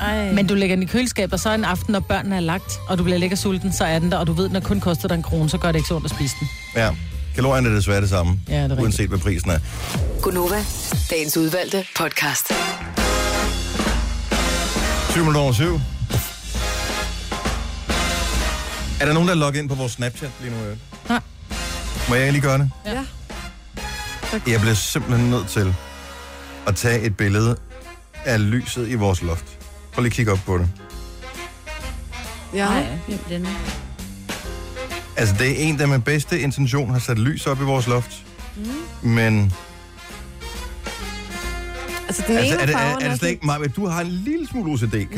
Speaker 4: Ej.
Speaker 3: Men du lægger den i køleskabet, og så en aften, når børnene er lagt, og du bliver lækker sulten, så er den der, og du ved, når kun koster dig en krone, så gør det ikke så ondt at spise den.
Speaker 1: Ja. Kalorierne er desværre det samme,
Speaker 3: Ja, det er rigtigt.
Speaker 1: uanset hvad prisen er.
Speaker 5: Gunova, dagens udvalgte podcast.
Speaker 1: 20 minutter over 7. Er der nogen, der er logget ind på vores Snapchat lige nu? i øvrigt?
Speaker 3: Nej.
Speaker 1: Må jeg lige gøre det?
Speaker 2: Ja. ja.
Speaker 1: Jeg bliver simpelthen nødt til at tage et billede af lyset i vores loft. Prøv lige at kigge op på det.
Speaker 2: ja.
Speaker 4: den.
Speaker 1: Altså, det er en, der med bedste intention har sat lys op i vores loft. Mm. Men
Speaker 2: Altså, den
Speaker 1: altså,
Speaker 2: ene
Speaker 1: er, det,
Speaker 2: farve
Speaker 1: er, er det slet ikke meget... Du har en lille smule OCD. Kan du slet ikke,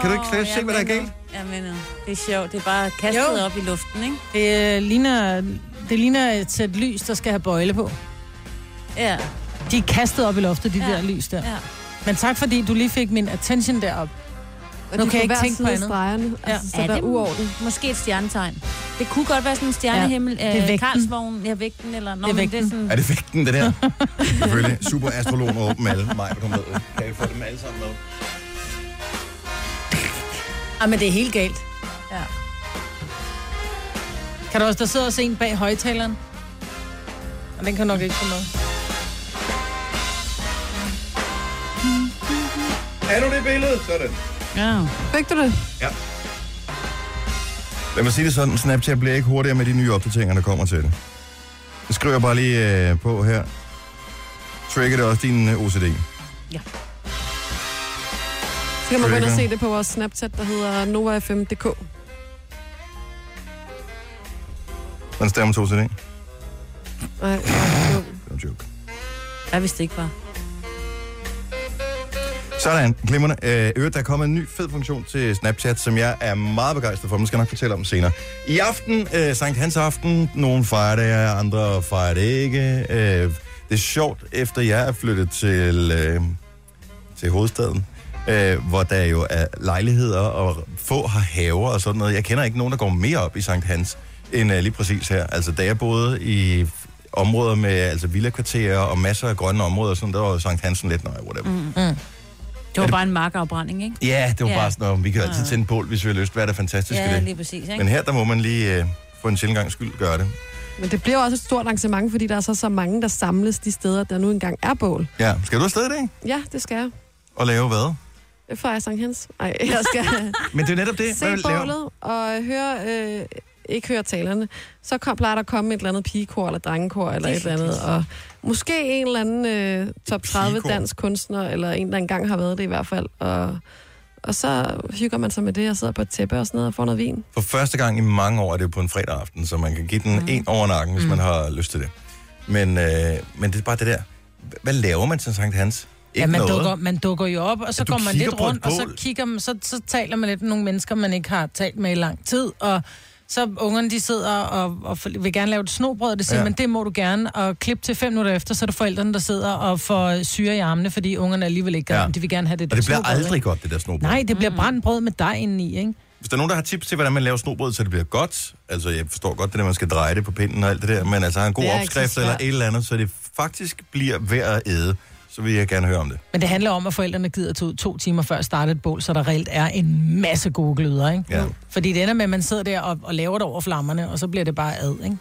Speaker 1: kan du ikke slet ikke se, hvad der er galt?
Speaker 4: Jeg mener, øh, det er sjovt. Det er bare kastet
Speaker 3: Jo.
Speaker 4: op i luften, ikke?
Speaker 3: Det øh, ligner, det ligner et sæt lys, der skal have bøjle på.
Speaker 4: Ja,
Speaker 3: De er kastet op i loftet, de ja.
Speaker 4: Ja.
Speaker 3: der lys der. Ja.
Speaker 4: ja.
Speaker 3: Men tak, fordi du lige fik min attention derop.
Speaker 2: Og
Speaker 3: Nu
Speaker 2: de
Speaker 3: kan jeg
Speaker 2: på
Speaker 3: ikke
Speaker 2: hver
Speaker 3: tænke på
Speaker 2: side af
Speaker 3: andet.
Speaker 2: Stregerne,
Speaker 3: Ja.
Speaker 2: altså, så
Speaker 4: Ja,
Speaker 2: der er
Speaker 4: det-
Speaker 2: uorden.
Speaker 4: Måske et stjernetegn. Det kunne godt være sådan en stjernehimmel.
Speaker 3: er
Speaker 4: Ja,
Speaker 3: vægten.
Speaker 4: øh, Karlsvogn, ja, vægten, eller... Nå,
Speaker 3: Det er
Speaker 4: men det er
Speaker 3: vægten.
Speaker 4: sådan...
Speaker 1: Er det vægten, det der? Selvfølgelig. Super astrologen og åben alle. Mig, du med. Kan vi få dem alle sammen med?
Speaker 3: Ej, Ah, men det er helt galt.
Speaker 4: Ja.
Speaker 3: Kan du også, der sidder også en bag højtaleren? Og den kan nok ikke få med.
Speaker 1: Er du det billede? Sådan.
Speaker 4: ja.
Speaker 2: Fik du det?
Speaker 1: Lad mig sige det sådan, Snapchat bliver ikke hurtigere med de nye opdateringer, der kommer til det. Det skriver jeg bare lige øh, på her. Trigger det også din øh, OCD.
Speaker 2: Så kan man gå ind og
Speaker 1: Trigger.
Speaker 2: se det på vores Snapchat, der hedder NovaFM.dk.
Speaker 1: Man stemmer til OCD. Det
Speaker 2: Nej, hvor dum.
Speaker 1: er en joke.
Speaker 4: Hvad hvis det ikke var?
Speaker 1: Sådan, glimrende. Øh, øvrigt, der er kommet en ny fed funktion til Snapchat, som jeg er meget begejstret for, men skal jeg nok fortælle om senere. I aften, øh, Sankt Hans aften, nogle fejrer det, andre fejrer det ikke. Øh, det er sjovt, efter jeg er flyttet til, øh, til hovedstaden, øh, hvor der jo er lejligheder, og få har haver og sådan noget. Jeg kender ikke nogen, der går mere op i Sankt Hans, end øh, lige præcis her. Altså, da jeg boede i områder med altså villakvarterer og masser af grønne områder, og sådan, der var jo Sankt Hansen lidt, nej, whatever. Mm.
Speaker 4: Det var bare en markafbrænding, ikke?
Speaker 1: Ja, det var ja.
Speaker 4: Ja.
Speaker 1: bare sådan noget. Vi kan jo altid tænde bål, hvis vi har lyst. Hvad er det fantastiske ja,
Speaker 4: Ja,
Speaker 1: det?
Speaker 4: lige præcis,
Speaker 1: Men
Speaker 4: ikke?
Speaker 1: her, der må man lige øh, for en sjældent gang skyld gøre det.
Speaker 2: Men det bliver jo også et stort arrangement, fordi der er så, så mange, der samles de steder, der nu engang er bål.
Speaker 1: Ja, skal du afsted i dag
Speaker 2: Ja, det skal jeg.
Speaker 1: og lave hvad?
Speaker 2: Det får jeg Sankt Hans. Nej, jeg skal
Speaker 1: Men det er netop det.
Speaker 2: se
Speaker 1: Hvad vil du lave?
Speaker 2: bålet og høre, øh, ikke høre talerne. Så kom, plejer der at komme et eller andet pigekor eller drengekor eller et eller andet. Og måske en eller anden øh, top 30
Speaker 1: pigekor.
Speaker 2: dansk kunstner, eller en, der engang har været det i hvert fald. Og, og så hygger man sig med det og sidder på et tæppe og sådan noget og får noget vin.
Speaker 1: For første gang i mange år er det jo på en fredag aften, så man kan give den mm. en over nakken, hvis mm. man har lyst til det. Men, øh, men det er bare det der. Hvad laver man til Sankt Hans? Ikke
Speaker 3: Ja, man
Speaker 1: noget.
Speaker 3: dukker, man dukker jo op, og så
Speaker 1: Ja, du
Speaker 3: går man
Speaker 1: kigger
Speaker 3: lidt
Speaker 1: på et
Speaker 3: rundt, og så,
Speaker 1: bål.
Speaker 3: kigger man, så, så taler man lidt med nogle mennesker, man ikke har talt med i lang tid, og så ungerne, de sidder og, og vil gerne lave et snobrød, og det siger
Speaker 1: Ja.
Speaker 3: ja. man, det må du gerne, og klip til fem minutter efter, så er det forældrene, der sidder og får syre i armene, fordi ungerne alligevel ikke
Speaker 1: Ja.
Speaker 3: ja. de vil gerne have det
Speaker 1: Og
Speaker 3: der
Speaker 1: det bliver
Speaker 3: snobrød, ikke?
Speaker 1: aldrig godt, det der snobrød.
Speaker 3: Nej, det bliver brandbrød med dig indeni, ikke?
Speaker 1: Hvis der er nogen, der har tips til, hvordan man laver snobrød, så det bliver godt. Altså, jeg forstår godt det der, man skal dreje det på pinden og alt det der, men altså har en god
Speaker 2: Det er ikke så
Speaker 1: opskrift eller
Speaker 2: svært.
Speaker 1: et eller andet, så det faktisk bliver værd at æde, så vil jeg gerne høre om det.
Speaker 3: Men det handler om, at forældrene gider tage ud to timer før at starte et bål, så der reelt er en masse gode gløder, ikke?
Speaker 1: Ja.
Speaker 3: Fordi det ender med, at man sidder der og, og laver det over flammerne, og så bliver det bare ad, ikke?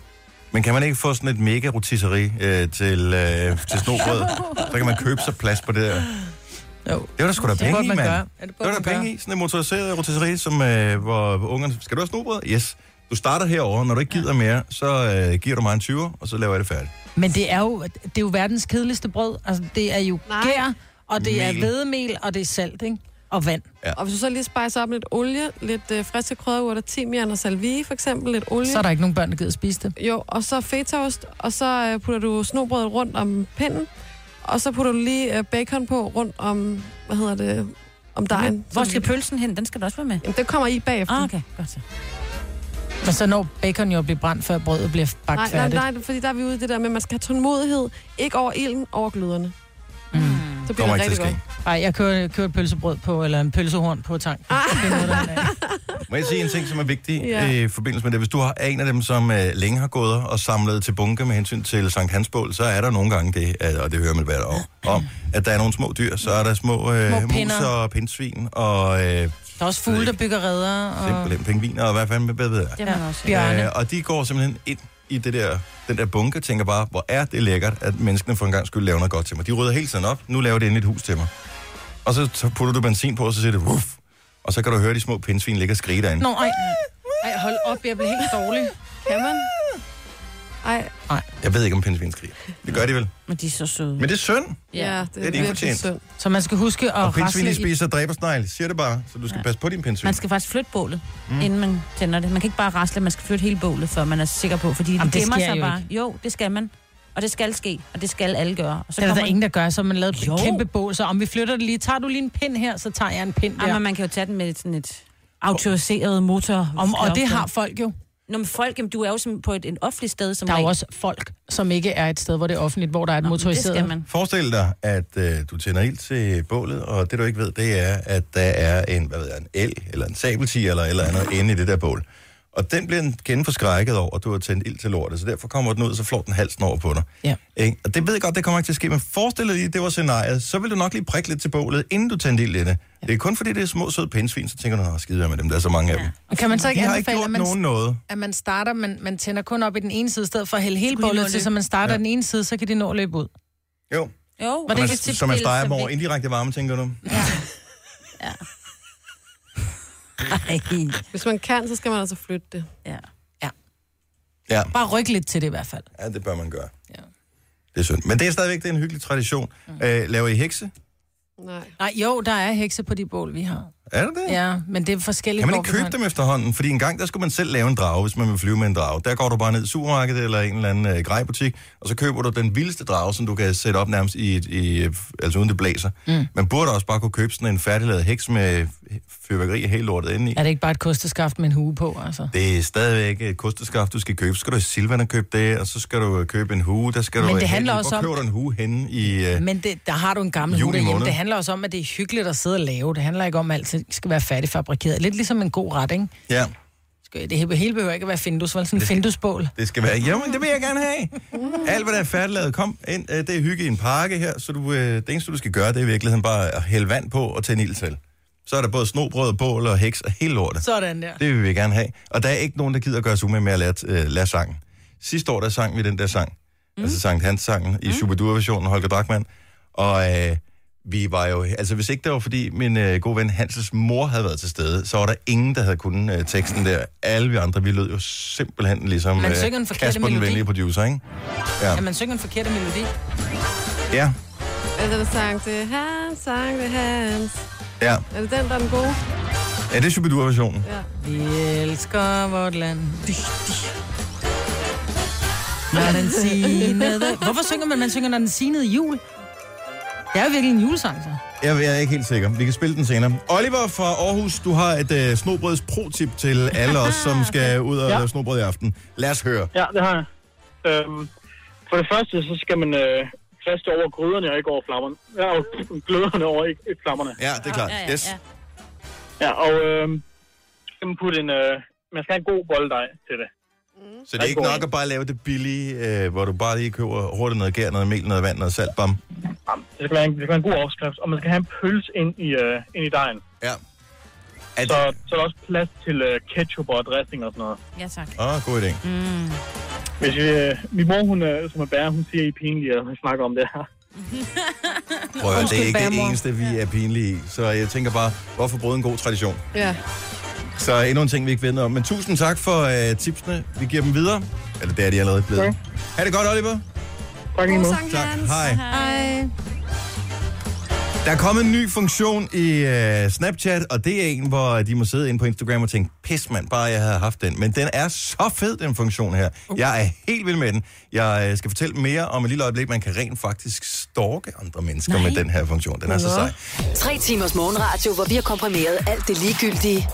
Speaker 1: Men kan man ikke få sådan et mega rotisserie øh, til, øh, til snobrød? så kan man købe sig plads på det der.
Speaker 3: Jo.
Speaker 1: Det var der sgu da
Speaker 3: Det
Speaker 1: penge
Speaker 3: burde
Speaker 1: i,
Speaker 3: man
Speaker 1: mand.
Speaker 3: gøre. Ja,
Speaker 1: Det
Speaker 3: det burde
Speaker 1: var der
Speaker 3: man
Speaker 1: penge
Speaker 3: gøre.
Speaker 1: i. Sådan en motoriseret rotisserie, som, øh, hvor ungerne... Skal du have snobrød? Yes. Du starter herover. Når du ikke gider mere, så øh, giver du mig en 20'er, og så laver jeg det færdigt.
Speaker 3: Men det er jo, det er jo verdens kedeligste brød. Altså, det er jo
Speaker 2: Nej.
Speaker 3: gær, og det er
Speaker 1: Mel.
Speaker 3: hvedemel, og det er salt, ikke? Og vand.
Speaker 2: Og hvis du så lige spejser op med lidt olie, lidt øh, friske krydderurter, timian og salvie for eksempel, lidt olie.
Speaker 3: Så er der ikke nogen børn, der gider spise det.
Speaker 2: Jo, og så fetaost, og så øh, putter du snobrødet rundt om pinden, og så putter du lige øh, bacon på rundt om, hvad hedder det, om dejen.
Speaker 4: Hvor skal pølsen hen? Den skal du også være med.
Speaker 2: Jamen, det kommer i bagefter.
Speaker 4: Ah, okay, godt så.
Speaker 3: Men så når bacon jo at blive brændt, før brødet bliver bagt
Speaker 2: nej, nej,
Speaker 3: færdigt.
Speaker 2: nej, fordi der er vi ude i det der med, at man skal have tålmodighed, ikke over ilden, over gløderne. Mm. Så
Speaker 1: Det
Speaker 2: bliver
Speaker 1: kommer
Speaker 2: det
Speaker 1: ikke til at
Speaker 2: rigtig
Speaker 1: ske.
Speaker 2: godt.
Speaker 3: Nej, jeg kører, kører et pølsebrød på, eller en pølsehorn på tanken. Det er noget, der er en af.
Speaker 1: Må jeg sige en ting, som er vigtig ja.
Speaker 2: Ja.
Speaker 1: øh, i forbindelse med det? Hvis du har en af dem, som øh, længe har gået og samlet til bunke med hensyn til Sankt Hansbål, så er der nogle gange det, at, og det hører man hvert år om, at der er nogle små dyr. Så er der små, øh,
Speaker 3: Små
Speaker 1: mus
Speaker 3: pinder.
Speaker 1: og pindsvin og øh,
Speaker 3: Der er også fugle, der bygger redder, og
Speaker 1: simpelthen pingviner og hvad fanden hvad ved jeg.
Speaker 4: Det var også.
Speaker 3: bjørne.
Speaker 1: Øh, og de går simpelthen ind i det der, den der bunke og tænker bare, hvor er det lækkert, at menneskene for en gang skulle lave noget godt til mig. De rydder hele tiden op, nu laver det endelig et hus til mig. Og så t- putter du benzin på, og så siger det, wuff, og så kan du høre de små pindsvin ligge og skrige derinde.
Speaker 3: Nå, ej. Ej, hold op, jeg blev helt dårlig.
Speaker 2: Kan man? Ej,
Speaker 1: Jeg ved ikke, om pindsvin skriger. Det gør de vel.
Speaker 4: Men de er så søde.
Speaker 1: Men det er synd.
Speaker 2: ja, det,
Speaker 1: er de
Speaker 2: virkelig
Speaker 1: fortjent.
Speaker 2: synd.
Speaker 3: Så man skal huske
Speaker 1: Og
Speaker 3: at rasle
Speaker 1: pindsvin, de
Speaker 3: i...
Speaker 1: spiser dræbersnegle. Siger det bare, så du skal passe på din pindsvin.
Speaker 4: Man skal faktisk flytte bålet, mm. inden man tænder det. Man kan ikke bare rasle, man skal flytte hele bålet, før man er sikker på, fordi
Speaker 3: Jamen,
Speaker 4: Jamen,
Speaker 3: det
Speaker 4: det gemmer
Speaker 3: sker
Speaker 4: sig
Speaker 3: jo
Speaker 4: jo bare. Ikke. Jo, det skal man. Og det skal ske, og det skal alle gøre. Og så
Speaker 3: Det er der
Speaker 4: kommer...
Speaker 3: ingen, der gør, så man lavede
Speaker 4: Jo.
Speaker 3: et kæmpe bål. Så om vi flytter det lige, tager du lige en pind her, så tager jeg en pind der.
Speaker 4: Ej, men man kan jo tage den med sådan et autoriseret motor.
Speaker 3: Om, og det har folk jo.
Speaker 4: Nå, men folk, jamen, du er jo som på et, et offentligt sted, som
Speaker 3: Der er jo
Speaker 4: regel.
Speaker 3: også folk, som ikke er et sted, hvor det er offentligt, hvor der er et
Speaker 4: Nå, men
Speaker 3: motoriseret.
Speaker 4: Det skal man.
Speaker 1: Forestil dig, at øh, du tænder ild til bålet, og det du ikke ved, det er, at der er en, hvad ved jeg, en el, eller en sabeltiger, eller et eller andet inde i det der bål. Og den bliver en kende forskrækket over, at du har tændt ild til lortet, så derfor kommer den ud, og så flår den halsen over på dig.
Speaker 3: Ja.
Speaker 1: Ikke? Og det ved jeg godt, det kommer ikke til at ske, men forestil dig, lige, det var scenariet, så vil du nok lige prikke lidt til bålet, inden du tændte ild i det. Ja. Det er kun fordi, det er små søde pindsvin, så tænker du, at skide være med dem, der er så mange af dem.
Speaker 3: Og Kan man så ikke
Speaker 1: De har ikke
Speaker 3: anbefale,
Speaker 1: gjort
Speaker 3: at
Speaker 1: nogen
Speaker 3: man,
Speaker 1: noget.
Speaker 3: at man starter, man, man tænder kun op i den ene side, i stedet for at hælde hele
Speaker 4: Skulle de nå
Speaker 3: bålet
Speaker 4: at
Speaker 3: til,
Speaker 4: løbe?
Speaker 3: så man starter
Speaker 1: Ja.
Speaker 3: ja. den ene side, så kan de nå at løbe ud.
Speaker 1: Jo, så
Speaker 4: Jo, og
Speaker 1: man,
Speaker 4: kan
Speaker 1: så man
Speaker 4: tilstilles
Speaker 1: steger dem
Speaker 4: som
Speaker 1: over
Speaker 4: det-
Speaker 1: indirekte varme, tænker du.
Speaker 2: Hvis man kan, så skal man altså flytte det.
Speaker 4: Ja.
Speaker 1: Ja.
Speaker 3: Bare ryk lidt til det i hvert fald.
Speaker 1: Ja, det bør man gøre.
Speaker 3: Ja.
Speaker 1: Det er synd. Men det er stadigvæk det er en hyggelig tradition. Mm. Øh, laver I hekse?
Speaker 2: Nej.
Speaker 3: Nej, jo, der er hekse på de bål, vi har.
Speaker 1: Er det det?
Speaker 3: Ja, men det er forskelligt.
Speaker 1: Kan man
Speaker 3: hvor
Speaker 1: ikke
Speaker 3: vi
Speaker 1: købe
Speaker 3: har-
Speaker 1: dem efterhånden? Fordi en gang, der skulle man selv lave en drage, hvis man ville flyve med en drage. Der går du bare ned i supermarkedet eller en eller anden øh, grejbutik, og så køber du den vildeste drage, som du kan sætte op nærmest i, et- i øh, altså uden det blæser. Mm. Man burde også bare kunne købe sådan en færdiglavet heks med fyrværkeri og helt lortet inde i.
Speaker 3: Er det ikke bare et kosteskaft med en hue på, altså?
Speaker 1: Det er stadigvæk et kosteskaft, du skal købe. Så skal du i Silvan og købe det, og så skal du øh, købe en hue. Der skal
Speaker 3: Men
Speaker 1: du
Speaker 3: det
Speaker 1: øh,
Speaker 3: handler
Speaker 1: hen-
Speaker 3: også
Speaker 1: Hvor
Speaker 3: om-
Speaker 1: køber du en hue henne i... Øh,
Speaker 3: Men det, der har du en gammel
Speaker 1: Juni
Speaker 3: hue derhjemme.
Speaker 1: måned.
Speaker 3: Det handler også om, at det er hyggeligt at sidde og lave. Det handler ikke om, at alt skal være færdigfabrikeret. Lidt ligesom en god ret, ikke?
Speaker 1: ja.
Speaker 3: Skal- Det hele behøver ikke at være findus, vel? Sådan en findusbål.
Speaker 1: Det skal være, jamen det vil jeg gerne have. Alt, hvad der er færdiglavet, kom ind. Øh, Det er hygge i en pakke her, så du, øh, det eneste, du skal gøre, det er i virkeligheden bare at hælde vand på og tænde ild til. Så er der både snobrød og bål og heks og hele lortet.
Speaker 3: Sådan der.
Speaker 1: Det vil vi gerne have. Og der er ikke nogen, der gider gøre sig umage med at lære, øh, lære sangen. Sidste år, der sang vi den der sang.
Speaker 3: Mhm.
Speaker 1: Mm. Altså Sankt Hans-sangen i mm. Superdur-versionen af Holger Drachmann. Og øh, vi var jo... Altså, hvis ikke det var, fordi min øh, gode ven Hanses mor havde været til stede, så var der ingen, der havde kunnet øh, teksten der. Alle vi andre, vi lød jo simpelthen ligesom...
Speaker 3: Man synger den forkerte
Speaker 1: Kasper, den
Speaker 3: melodi.
Speaker 1: venlige producer, ikke?
Speaker 3: At man synger en forkert melodi.
Speaker 1: Ja,
Speaker 2: Er det den sang til Hans, sang til Hans?
Speaker 1: ja.
Speaker 2: Er det den, der er den gode?
Speaker 1: Ja, det er Superdur-versionen.
Speaker 2: Ja.
Speaker 3: Vi elsker vort land. Når den sinede... Hvorfor synger man, man synger, når den sinede jul? Det er jo virkelig en julesang, så.
Speaker 1: Jeg, jeg er ikke helt sikker. Vi kan spille den senere. Oliver fra Aarhus, du har et øh, snobrøds pro-tip til alle os, som skal ud og ja.
Speaker 7: Ja.
Speaker 1: lave snobrød i aften. Lad os høre.
Speaker 7: Ja, det har jeg. Øhm, for det første, så skal man øh, fast over gryderne og ikke over flammerne. Ja, og gløderne over ikke, ikke flammerne.
Speaker 1: Ja, det er klart. Yes.
Speaker 7: Ja, og øh, skal man putte en... Øh, man skal have en god bolddej til det.
Speaker 1: Så det er ikke nok at bare lave det billige, øh, hvor du bare lige køber hurtigt noget gær, noget mel, noget vand, noget salt. Bam.
Speaker 7: Jamen, Det skal, være en, det skal være en god opskrift, og man skal have en pølse ind i, øh, ind i dejen.
Speaker 1: Ja. Er
Speaker 7: Så,
Speaker 1: det...
Speaker 7: så er der også plads til øh, ketchup og dressing og sådan noget.
Speaker 4: Ja, tak. Mm.
Speaker 1: Åh, oh, god idé.
Speaker 7: Hvis vi, øh, min mor, hun, øh, som er bærer, hun siger, I er pinlige, at vi snakker om det her.
Speaker 1: Prøv at høre, det er
Speaker 3: Undskyld,
Speaker 1: ikke det
Speaker 3: bæremor.
Speaker 1: eneste, vi er pinlige i. Så jeg tænker bare, hvorfor bryde en god tradition?
Speaker 2: ja.
Speaker 1: Så endnu en ting, vi ikke ved noget om. Men tusind tak for øh, tipsene. Vi giver dem videre. Eller det er de allerede blevet. Ha' det godt, Oliver.
Speaker 7: Tak lige
Speaker 2: God
Speaker 7: måde.
Speaker 2: sang,
Speaker 1: Tak.
Speaker 2: Hans.
Speaker 1: Hej.
Speaker 2: Hej.
Speaker 1: Der er kommet en ny funktion i øh, Snapchat, og det er en, hvor de må sidde inde på Instagram og tænke, pis mand, bare jeg havde haft den. Men den er så fed, den funktion her. Jeg er helt vild med den. Jeg øh, skal fortælle mere om et lille øjeblik. Man kan rent faktisk stalke andre mennesker Nej. med den her funktion. Den er så sej.
Speaker 5: Tre timers morgenradio, hvor vi har komprimeret alt det ligegyldige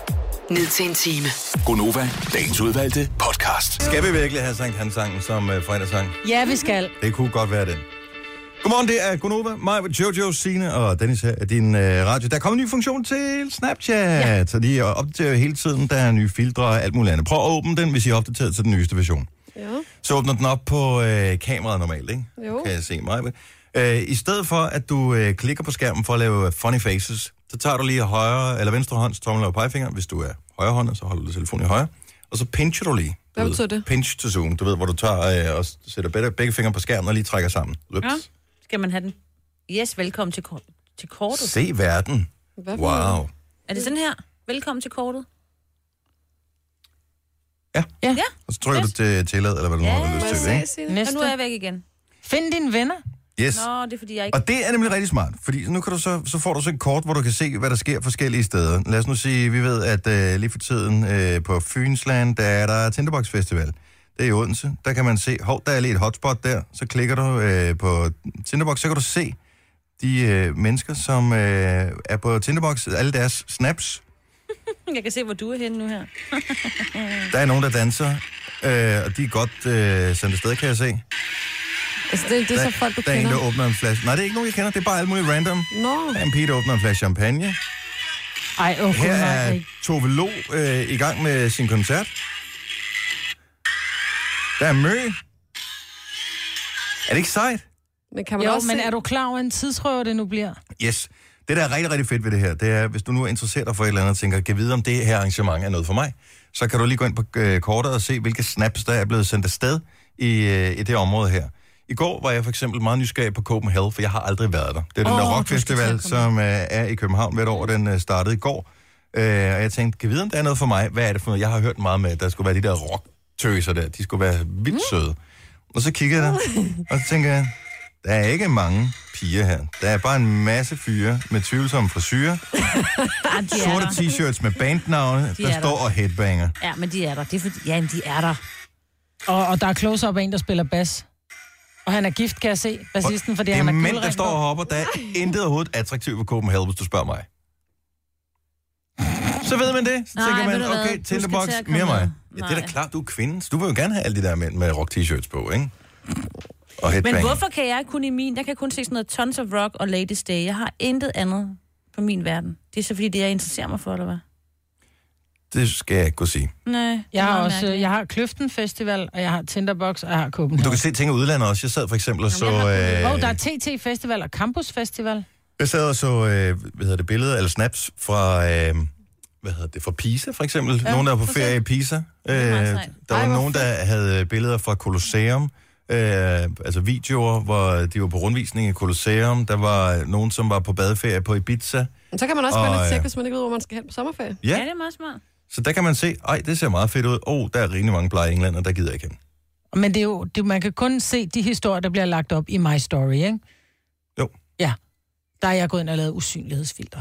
Speaker 5: ned til en time.
Speaker 6: Gonova, dagens udvalgte podcast.
Speaker 1: Skal vi virkelig have Sankt Hans sangen som øh, fredagssang?
Speaker 3: Ja, vi skal.
Speaker 1: Det kunne godt være den. Godmorgen, det er Gunova, mig, Jojo, Sine og Dennis her af din øh, radio. Der kommer en ny funktion til Snapchat, ja. så de opdaterer hele tiden. Der er nye filtre og alt muligt andet. Prøv at åbne den, hvis I er opdateret til den nyeste version.
Speaker 2: Ja.
Speaker 1: Så åbner den op på øh, kameraet normalt, ikke?
Speaker 2: Jo.
Speaker 1: Kan jeg se mig. Øh, I stedet for, at du øh, klikker på skærmen for at lave øh, funny faces, så tager du lige højre eller venstre hånds tommel og pegefinger. Hvis du er højrehåndet, så holder du telefonen i højre. Og så pincher du lige. Du
Speaker 2: Hvad
Speaker 1: ved,
Speaker 2: betyder det?
Speaker 1: Pinch to zoom. Du ved, hvor du tager øh, og s- sætter begge, begge fingre på skærmen og lige trækker sammen. Ups.
Speaker 4: Ja. Skal man have den? Yes, velkommen til, kor- til kortet.
Speaker 1: Se verden.
Speaker 2: Hvad for noget?
Speaker 1: Wow.
Speaker 4: Er det sådan her? Velkommen til kortet.
Speaker 1: Og så trykker du til tillad, eller hvad du nu
Speaker 4: Ja,
Speaker 1: har
Speaker 2: Må jeg
Speaker 1: lyst til.
Speaker 2: se,
Speaker 1: Ikke?
Speaker 2: Signe?
Speaker 4: Og nu er
Speaker 3: Næste.
Speaker 4: jeg væk igen.
Speaker 3: Find dine venner.
Speaker 1: Yes.
Speaker 4: Nå, det er fordi, jeg ikke...
Speaker 1: Og det er nemlig rigtig smart, fordi nu kan du så, så får du så et kort, hvor du kan se, hvad der sker forskellige steder. Lad os nu sige, vi ved, at øh, lige for tiden øh, på Fynsland, der er der Tinderbox Festival. Det er i Odense. Der kan man se, hov, der er lige et hotspot der. Så klikker du øh, på Tinderbox, så kan du se de øh, mennesker, som øh, er på Tinderbox, alle deres snaps.
Speaker 4: Jeg kan se, hvor du er henne nu her.
Speaker 1: Der er nogen, der danser, øh, og de er godt øh, sendt afsted, kan jeg se.
Speaker 2: Altså, det, det er
Speaker 1: Der,
Speaker 2: så folk, du
Speaker 1: der er en,
Speaker 2: kender.
Speaker 1: der åbner en flaske. Nej, det er ikke nogen, jeg kender. Det er bare alt muligt random.
Speaker 2: Nå,
Speaker 1: Der er en pige, der åbner en flaske champagne.
Speaker 3: Ej, åh,
Speaker 1: Her
Speaker 3: nej,
Speaker 1: er
Speaker 3: ikke.
Speaker 1: Tove Lo øh, i gang med sin koncert. Der er Mø. Er det ikke sejt?
Speaker 2: men kan man
Speaker 3: Jo,
Speaker 2: også
Speaker 3: men
Speaker 2: se...
Speaker 3: er du klar over en tidsrøver, det nu bliver?
Speaker 1: Yes. Det, der er rigtig, rigtig fedt ved det her, det er, hvis du nu er interesseret dig for et eller andet, og tænker, kan jeg vide, om det her arrangement er noget for mig, så kan du lige gå ind på øh, kortet og se, hvilke snaps, der er blevet sendt afsted i, øh, i det område her. I går var jeg for eksempel meget nysgerrig på Copenhagen, for jeg har aldrig været der. Det er den oh,
Speaker 3: Åh, du
Speaker 1: der
Speaker 3: skal til
Speaker 1: rockfestival,
Speaker 3: at
Speaker 1: som
Speaker 3: komme
Speaker 1: øh, er i København hvert år, den øh, startede i går. Øh, og jeg tænkte, kan jeg vide, om der er noget for mig? Hvad er det for noget? Jeg har hørt meget med, at der skulle være de der rocktøser der. De skulle være vildt
Speaker 3: Mm.
Speaker 1: søde. Og så kigger jeg der, og så tænker jeg, der er ikke mange piger her. Der er bare en masse fyre med tvivlsomme frisyrer,
Speaker 4: Ja, de er
Speaker 1: sorte
Speaker 4: der.
Speaker 1: t-shirts med bandnavne,
Speaker 4: De
Speaker 1: der, der
Speaker 4: er der.
Speaker 1: står og headbanger.
Speaker 4: Ja, men de er der. Det er fordi... Ja, men de er der.
Speaker 3: Og, og der er close-up af en, der spiller bas. Og han er gift, kan jeg se, bassisten, fordi
Speaker 1: Det er
Speaker 3: han er
Speaker 1: mænd, der
Speaker 3: guldring
Speaker 1: står og hopper. Der er intet overhovedet attraktivt ved Copenhagen, hvis du spørger mig. Så ved man det. Så
Speaker 4: Nej,
Speaker 1: tænker
Speaker 4: ved
Speaker 1: man,
Speaker 4: du hvad? Du
Speaker 1: okay,
Speaker 4: skal
Speaker 1: Tinderbox,
Speaker 4: til at komme
Speaker 1: mere mig.
Speaker 4: med.
Speaker 1: Ja, det er da
Speaker 4: Nej.
Speaker 1: klart, du er kvinde. så Du vil jo gerne have alle de der mænd med rock-t-shirts på, ikke? Og
Speaker 4: Men
Speaker 1: headbanger.
Speaker 4: hvorfor kan jeg kun i min... Jeg kan kun se sådan noget Tons of Rock og Ladies Day. Jeg har intet andet på min verden. Det er så fordi, det er, jeg interesserer mig for, eller hvad?
Speaker 1: Det skal jeg ikke kunne sige.
Speaker 4: Nej, det er
Speaker 3: Jeg har
Speaker 4: meget
Speaker 3: også,
Speaker 4: mærkeligt.
Speaker 3: jeg har Kløften Festival, og jeg har Tinderbox, og jeg har
Speaker 1: Men Du
Speaker 3: Copenhagen.
Speaker 1: kan se ting i udlandet også. Jeg sad for eksempel og så...
Speaker 4: jeg har
Speaker 1: øh,
Speaker 3: Åh, der er TT Festival og Campus Festival.
Speaker 1: Jeg sad og så, øh, hvad hedder det, billede eller snaps fra, øh, hvad hedder det, fra Pisa for eksempel. Ja, nogen, der var på
Speaker 4: for
Speaker 1: ferie i Pisa. Øh,
Speaker 4: er meget
Speaker 1: der
Speaker 4: sejt.
Speaker 1: var Ej, nogen, der havde billeder fra Colosseum. Øh, altså videoer, hvor de var på rundvisning i Colosseum. Der var nogen, som var på badeferie på Ibiza.
Speaker 2: Men Så kan man også
Speaker 1: Og,
Speaker 2: bare lidt
Speaker 1: øh,
Speaker 2: tjekke, hvis man ikke ved, hvor man skal hen på sommerferie.
Speaker 4: Ja,
Speaker 1: Ja,
Speaker 4: det er meget smart.
Speaker 1: så der kan man se, ej, det ser meget fedt ud. Åh, oh, der er rigtig mange blege englænder, der gider jeg ikke hen.
Speaker 3: Men det er jo, det, man kan kun se de historier, der bliver lagt op i My Story, ikke?
Speaker 1: Jo.
Speaker 3: Ja. Der er jeg gået ind og lavet usynlighedsfilter.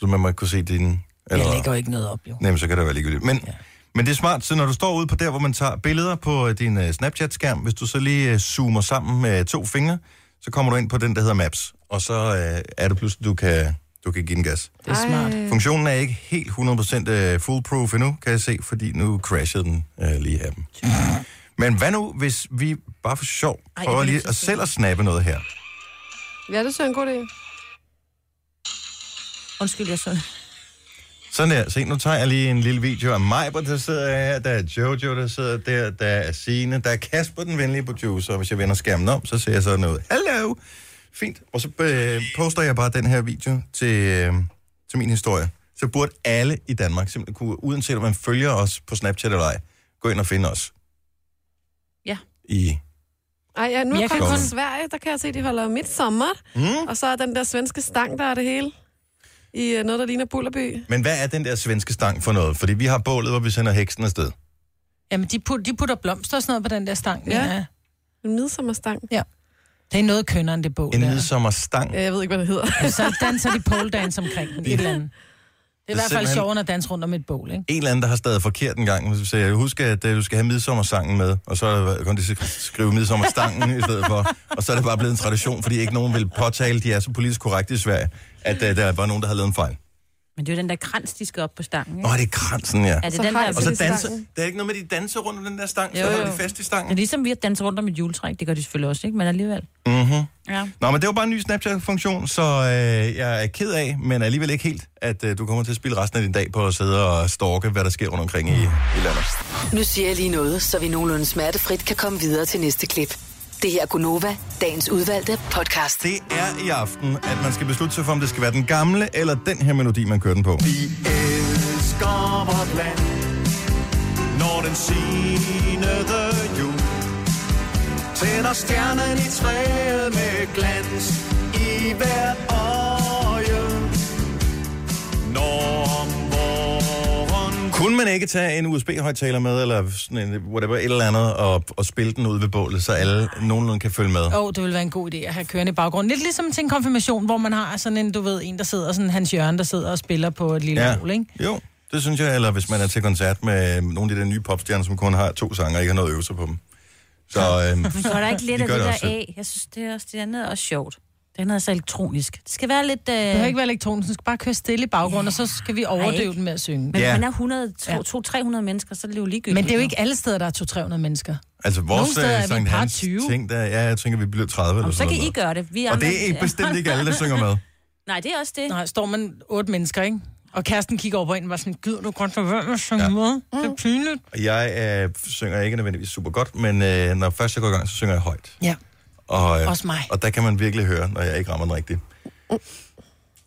Speaker 1: Så man må kunne se din...
Speaker 3: Jeg lægger jo ikke noget op, jo.
Speaker 1: Nej, men så kan det være ligegyldigt. Men, ja.
Speaker 3: Ja.
Speaker 1: men det er smart, så når du står ude på der, hvor man tager billeder på øh, din øh, Snapchat-skærm, hvis du så lige øh, zoomer sammen med to fingre, så kommer du ind på den, der hedder Maps, og så øh, er det pludselig, du kan, du kan give den gas.
Speaker 3: Det er smart.
Speaker 1: Funktionen er ikke helt 100% øh, foolproof endnu, kan jeg se, fordi nu crashede den øh, lige af dem. Men hvad nu, hvis vi bare for sjov
Speaker 4: jeg
Speaker 1: prøver
Speaker 4: kan
Speaker 1: lige
Speaker 4: ikke
Speaker 1: at
Speaker 4: se
Speaker 1: selv at snappe noget her?
Speaker 2: Ja, det synes jeg er en god idé.
Speaker 4: Undskyld, jeg så...
Speaker 1: Sådan der. Se, nu tager jeg lige en lille video af mig, der sidder her. Der er Jojo, der sidder der. Der er Sine. Der er Kasper, den venlige producer. Hvis jeg vender skærmen om, så ser jeg sådan noget. Hallo! Fint. Og så øh, poster jeg bare den her video til, øh, til min historie. Så burde alle i Danmark simpelthen kunne, uanset om man følger os på Snapchat eller ej, gå ind og finde os.
Speaker 4: Ja.
Speaker 1: I...
Speaker 2: Ej, ja, nu er
Speaker 3: Men
Speaker 2: jeg
Speaker 3: jeg kan
Speaker 2: kommet til
Speaker 1: kun-
Speaker 2: Sverige, der kan jeg se, at de holder midsommer.
Speaker 1: Mm.
Speaker 2: Og så er den der svenske stang, der er det hele. I øh, noget, der ligner Bullerby.
Speaker 1: Men hvad er den der svenske stang for noget? Fordi vi har bålet, hvor vi sender heksen afsted.
Speaker 3: Jamen, de, put, de putter blomster og sådan noget på den der stang.
Speaker 2: Ja.
Speaker 3: Ja. ja.
Speaker 2: En midsommerstang.
Speaker 3: Det er noget kønnere end det bål.
Speaker 1: En
Speaker 3: der. Øh,
Speaker 1: midsommerstang.
Speaker 2: Ja, Jeg ved ikke, hvad det hedder.
Speaker 3: Så danser de pole dance omkring den. Et eller andet. Det er i hvert fald
Speaker 1: simpelthen-
Speaker 3: sjovere, end at danse rundt om et bål, ikke?
Speaker 1: en eller anden, der har stadig forkert en gang, så siger jeg, husk, at øh, du skal have midsommersangen med, og så kan de sk- skrive midsommerstangen i stedet for. Og så er det bare blevet en tradition, fordi ikke nogen vil påtale, de er så politisk korrekte i Sverige, at øh, der var nogen, der havde lavet en fejl.
Speaker 4: Men det er jo den der krans, de skal op på stangen,
Speaker 1: Nå,
Speaker 4: ikke?
Speaker 1: det er kransen, ja.
Speaker 4: Er det
Speaker 2: Så
Speaker 4: den der...
Speaker 2: hejser
Speaker 1: Og så
Speaker 2: det er
Speaker 1: danser,
Speaker 2: stangen.
Speaker 1: der er ikke noget med, at de danser rundt om den der stang, så
Speaker 4: Jo,
Speaker 1: holder
Speaker 4: jo.
Speaker 1: de fast i
Speaker 4: Det er
Speaker 1: stangen.
Speaker 4: ligesom vi at danse rundt om et juletræ. Det gør de selvfølgelig også, ikke? Men alligevel.
Speaker 1: Mm-hmm.
Speaker 4: Ja.
Speaker 1: Nå, men det var bare en ny Snapchat-funktion, så øh, jeg er ked af, men alligevel ikke helt, at øh, du kommer til at spille resten af din dag på at sidde og stalke, hvad der sker rundt omkring i, i landet.
Speaker 5: Nu siger jeg lige noget, så vi nogenlunde smertefrit kan komme videre til næste klip. Det her er Gunova, dagens udvalgte podcast.
Speaker 1: Det er i aften, at man skal beslutte sig for, om det skal være den gamle eller den her melodi, man kører den på.
Speaker 8: Vi elsker vort land, når den sinede jul tænder stjernen i træet med glans i hvert øje. Når om vores
Speaker 1: Kunne man ikke tage en USB-højtaler med, eller sådan en, whatever, et eller andet, og, og spille den ud ved bålet, så alle nogenlunde kan følge med?
Speaker 3: Åh, oh, det ville være en god idé at have kørende i baggrunden. Lidt ligesom til en konfirmation, hvor man har sådan en, du ved, en, der sidder, sådan Hans Jørgen, der sidder og spiller på et lille ja. mål, ikke?
Speaker 1: Jo, det synes jeg. Eller hvis man er til koncert med nogle af de der nye popstjerner, som kun har to sanger og ikke har noget øvelse på dem. Så øhm,
Speaker 4: Så er der ikke lidt
Speaker 1: De
Speaker 4: af
Speaker 1: gør
Speaker 4: det,
Speaker 1: det
Speaker 4: der
Speaker 1: også selv.
Speaker 4: af. Jeg synes, det er også det andet er også sjovt. Det andet er så elektronisk. Det skal være lidt... Øh,
Speaker 3: Det behøver ikke være elektronisk, den skal bare køre stille i baggrunden, og så skal vi
Speaker 4: Ej,
Speaker 3: overdøve
Speaker 4: ikke?
Speaker 3: den med at synge.
Speaker 4: men
Speaker 1: Ja.
Speaker 4: yeah. man er 100, to- to- 300 mennesker, så er det jo ligegyldigt.
Speaker 3: Men det er jo ikke alle steder, der er 200-300 mennesker.
Speaker 1: altså vores
Speaker 3: steder er
Speaker 1: øh,
Speaker 3: vi
Speaker 1: Sankt
Speaker 3: et par
Speaker 1: Hans
Speaker 3: 20.
Speaker 1: ting, der, ja, jeg tænker, vi bliver 30 eller
Speaker 4: Om, så
Speaker 1: sådan
Speaker 4: kan
Speaker 1: noget.
Speaker 4: I gøre det. Vi
Speaker 1: og
Speaker 4: andre-
Speaker 1: det er bestemt ikke alle, der synger med.
Speaker 4: Nej, det er også det.
Speaker 3: Nej, står man otte mennesker, ikke? Og kæresten kigger over på en og var sådan, gider du godt for hvem at synge
Speaker 1: Ja.
Speaker 3: ja. med? Det
Speaker 4: Mm.
Speaker 3: er pinligt.
Speaker 1: Og Jeg øh, synger ikke nødvendigvis super godt, men øh, når først jeg går i gang, så synger jeg højt.
Speaker 3: Ja,
Speaker 1: Og, øh,
Speaker 3: Også mig.
Speaker 1: Og der kan man virkelig høre, når jeg ikke rammer den rigtigt.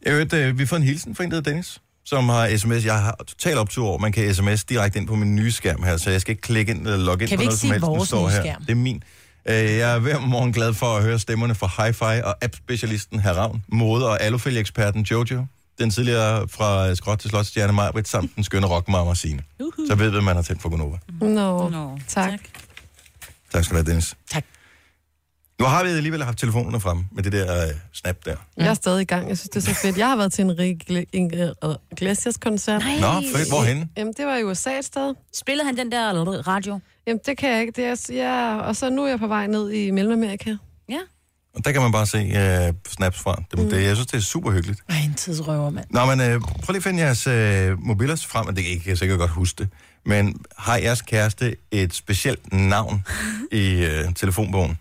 Speaker 1: Jeg ved, øh, vi får en hilsen fra en, der hedder Dennis, som har sms. Jeg har total optur over, man kan sms direkte ind på min nye skærm her, så jeg skal ikke klikke ind eller logge ind
Speaker 3: Kan
Speaker 1: på
Speaker 3: vi ikke
Speaker 1: noget, som
Speaker 3: sige
Speaker 1: helst, den
Speaker 3: vores
Speaker 1: står
Speaker 3: nye
Speaker 1: her.
Speaker 3: skærm?
Speaker 1: Det er min. Øh, Jeg er hver morgen glad for at høre stemmerne fra Hi-Fi og app-specialisten Herr Ravn, mode- og alufælge-eksperten Jojo, den tidligere fra øh, Skråt til Slotstjerne Majbrit, samt den skønne rockmammer Signe.
Speaker 4: Uhu.
Speaker 1: Så ved vi, at man har tændt for Gunova.
Speaker 2: Nå,
Speaker 4: Mm. Nå,
Speaker 2: tak. tak.
Speaker 1: Tak skal du have, Dennis.
Speaker 3: tak.
Speaker 1: Nu har vi alligevel haft telefonerne frem med det der øh, snap der.
Speaker 2: Jeg er stadig i gang. Jeg synes, det er så fedt. Jeg har været til en Enrique Iglesias-koncert.
Speaker 1: Nå, fedt. Hvorhenne?
Speaker 2: Jamen, det var i USA et sted.
Speaker 4: Spillede han den der radio?
Speaker 2: Jamen, det kan jeg ikke. Det er, s- ja, og så nu er jeg på vej ned i Mellemamerika.
Speaker 4: Ja.
Speaker 1: Og der kan man bare se øh, snaps fra. Det, mm. det, jeg synes, det er super hyggeligt.
Speaker 3: Ej, en tidsrøver, mand.
Speaker 1: Nå, men øh, prøv lige at finde jeres øh, mobiler frem. Det kan jeg sikkert godt huske det. Men har jeres kæreste et specielt navn i øh, telefonbogen?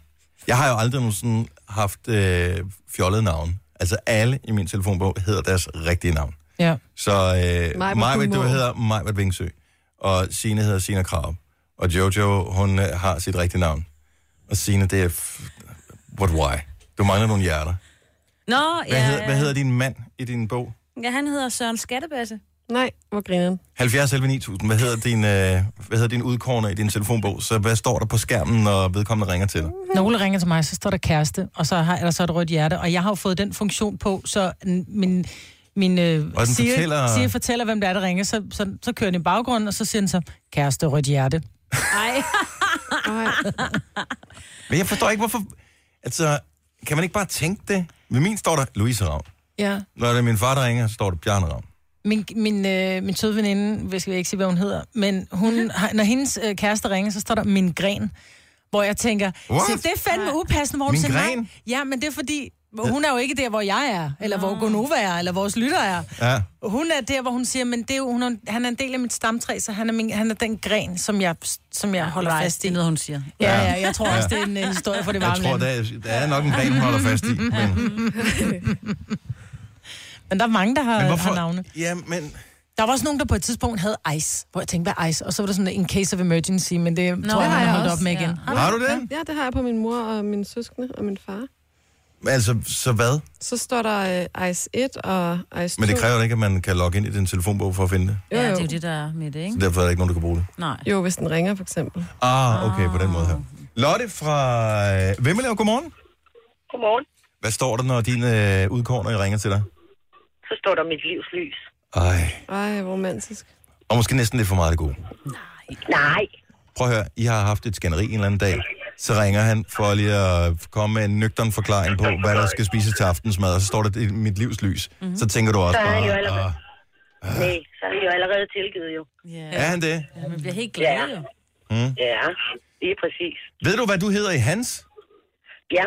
Speaker 1: Jeg har jo aldrig nogensinde haft øh, fjollet navn. Altså alle i min telefonbog hedder deres rigtige navn.
Speaker 3: Ja.
Speaker 1: Så øh,
Speaker 2: Maj-Brit,
Speaker 1: Majbet,
Speaker 2: du
Speaker 1: du
Speaker 2: må.
Speaker 1: hedder Majbet Vingsø. Og Sine hedder Sina Krav. Og Jojo, hun øh, har sit rigtige navn. Og Sine, det er... F- what why? Du mangler nogle hjerter.
Speaker 4: Nå,
Speaker 1: Hvad,
Speaker 4: ja,
Speaker 1: ja, hedder,
Speaker 4: ja.
Speaker 1: hvad hedder din mand i din bog?
Speaker 4: Ja, han hedder Søren Skattebasse.
Speaker 2: Nej, hvor griner
Speaker 1: 70 11 9000. Hvad hedder din, øh, hvad hedder din udkorner i din telefonbog? Så hvad står der på skærmen, når vedkommende ringer til dig?
Speaker 3: Nogle ringer til mig, så står der kæreste, og så har eller så er det rødt hjerte. Og jeg har jo fået den funktion på, så n- min, min øh,
Speaker 1: Og den fortæller-
Speaker 3: Siri fortæller, hvem der er, der ringer. Så, så, så kører den i baggrunden, og så siger den så, kæreste, rødt hjerte.
Speaker 4: Nej.
Speaker 1: Men jeg forstår ikke, hvorfor... Altså, kan man ikke bare tænke det? Ved min står der Louise Ravn.
Speaker 3: Ja.
Speaker 1: Når det er min far, der ringer, så står der Bjarne Ravn.
Speaker 3: Min, min, øh, min søde veninde, hvis vi ikke sige, hvad hun hedder, men hun, har- når hendes øh, kæreste ringer, så står der min gren, hvor jeg tænker,
Speaker 1: What?
Speaker 3: se, det er fandme upassende, hvor du
Speaker 1: Min
Speaker 3: siger, nej.
Speaker 1: gren?
Speaker 3: Ja, men det er fordi, hun er jo ikke der, hvor jeg er, eller hvor Gonova er, eller vores lytter er.
Speaker 1: Ja.
Speaker 3: Hun er der, hvor hun siger, men det er jo, hun er, han er en del af mit stamtræ, så han er, min, han er den gren, som jeg, som jeg holder
Speaker 4: Right,
Speaker 3: fast i.
Speaker 4: det er noget, hun siger.
Speaker 3: Ja, ja, jeg tror også, det er en, en historie for det
Speaker 1: Jeg
Speaker 3: varme
Speaker 1: tror,
Speaker 3: land.
Speaker 1: der er, der er nok en regel, hun holder fast i. Men,
Speaker 3: Men der er mange, der har,
Speaker 1: men
Speaker 3: har navne.
Speaker 1: hvorfor? Ja, men...
Speaker 3: Der var også nogen, der på et tidspunkt havde ice, hvor jeg tænkte, hvad ice? Og så var der sådan en case of emergency, men det Nå, tror
Speaker 4: det
Speaker 3: jeg,
Speaker 4: har
Speaker 3: man
Speaker 2: jeg
Speaker 3: har holdt op
Speaker 4: også,
Speaker 3: med
Speaker 4: ja.
Speaker 3: igen.
Speaker 1: Har du det?
Speaker 2: Ja, det har jeg på min mor og mine søskende og min far.
Speaker 1: Altså, så hvad?
Speaker 2: Så står der øh, Ice 1 og Ice 2.
Speaker 1: Men det kræver da ikke, at man kan logge ind i din telefonbog for at finde det.
Speaker 2: Jo,
Speaker 4: Ja, det er jo
Speaker 2: jo.
Speaker 4: det, der er med det, ikke?
Speaker 1: Så derfor er der ikke nogen, der kan bruge det.
Speaker 4: Nej.
Speaker 2: jo, hvis den ringer, for eksempel.
Speaker 1: Ah, okay, på den måde her. Lotte fra øh, Vemmelev, godmorgen.
Speaker 9: Godmorgen.
Speaker 1: Hvad står der, når din øh, udkorner ringer til dig?
Speaker 9: Så står der mit livs lys.
Speaker 1: Ej,
Speaker 2: Ej, hvor romantisk.
Speaker 1: og måske næsten lidt for meget af det gode.
Speaker 9: Nej.
Speaker 1: Prøv at høre, I har haft et skænderi en eller anden dag. Så ringer han for lige at komme med en nøgtern forklaring på, hvad der skal spises til aftensmad, og så står der "Det er mit livs lys. Mm-hmm. Så tænker du også
Speaker 9: Mhm. Der er jo
Speaker 1: bare,
Speaker 9: allerede-
Speaker 1: ah,
Speaker 9: Nej, så er han jo allerede tilgivet jo.
Speaker 1: "Ah, er han det?
Speaker 4: Ja, man bliver helt glad,
Speaker 9: Ja.
Speaker 4: jo.
Speaker 9: Ja, lige præcis.
Speaker 1: Mm. Ved du, hvad du hedder i hans?
Speaker 9: Ja,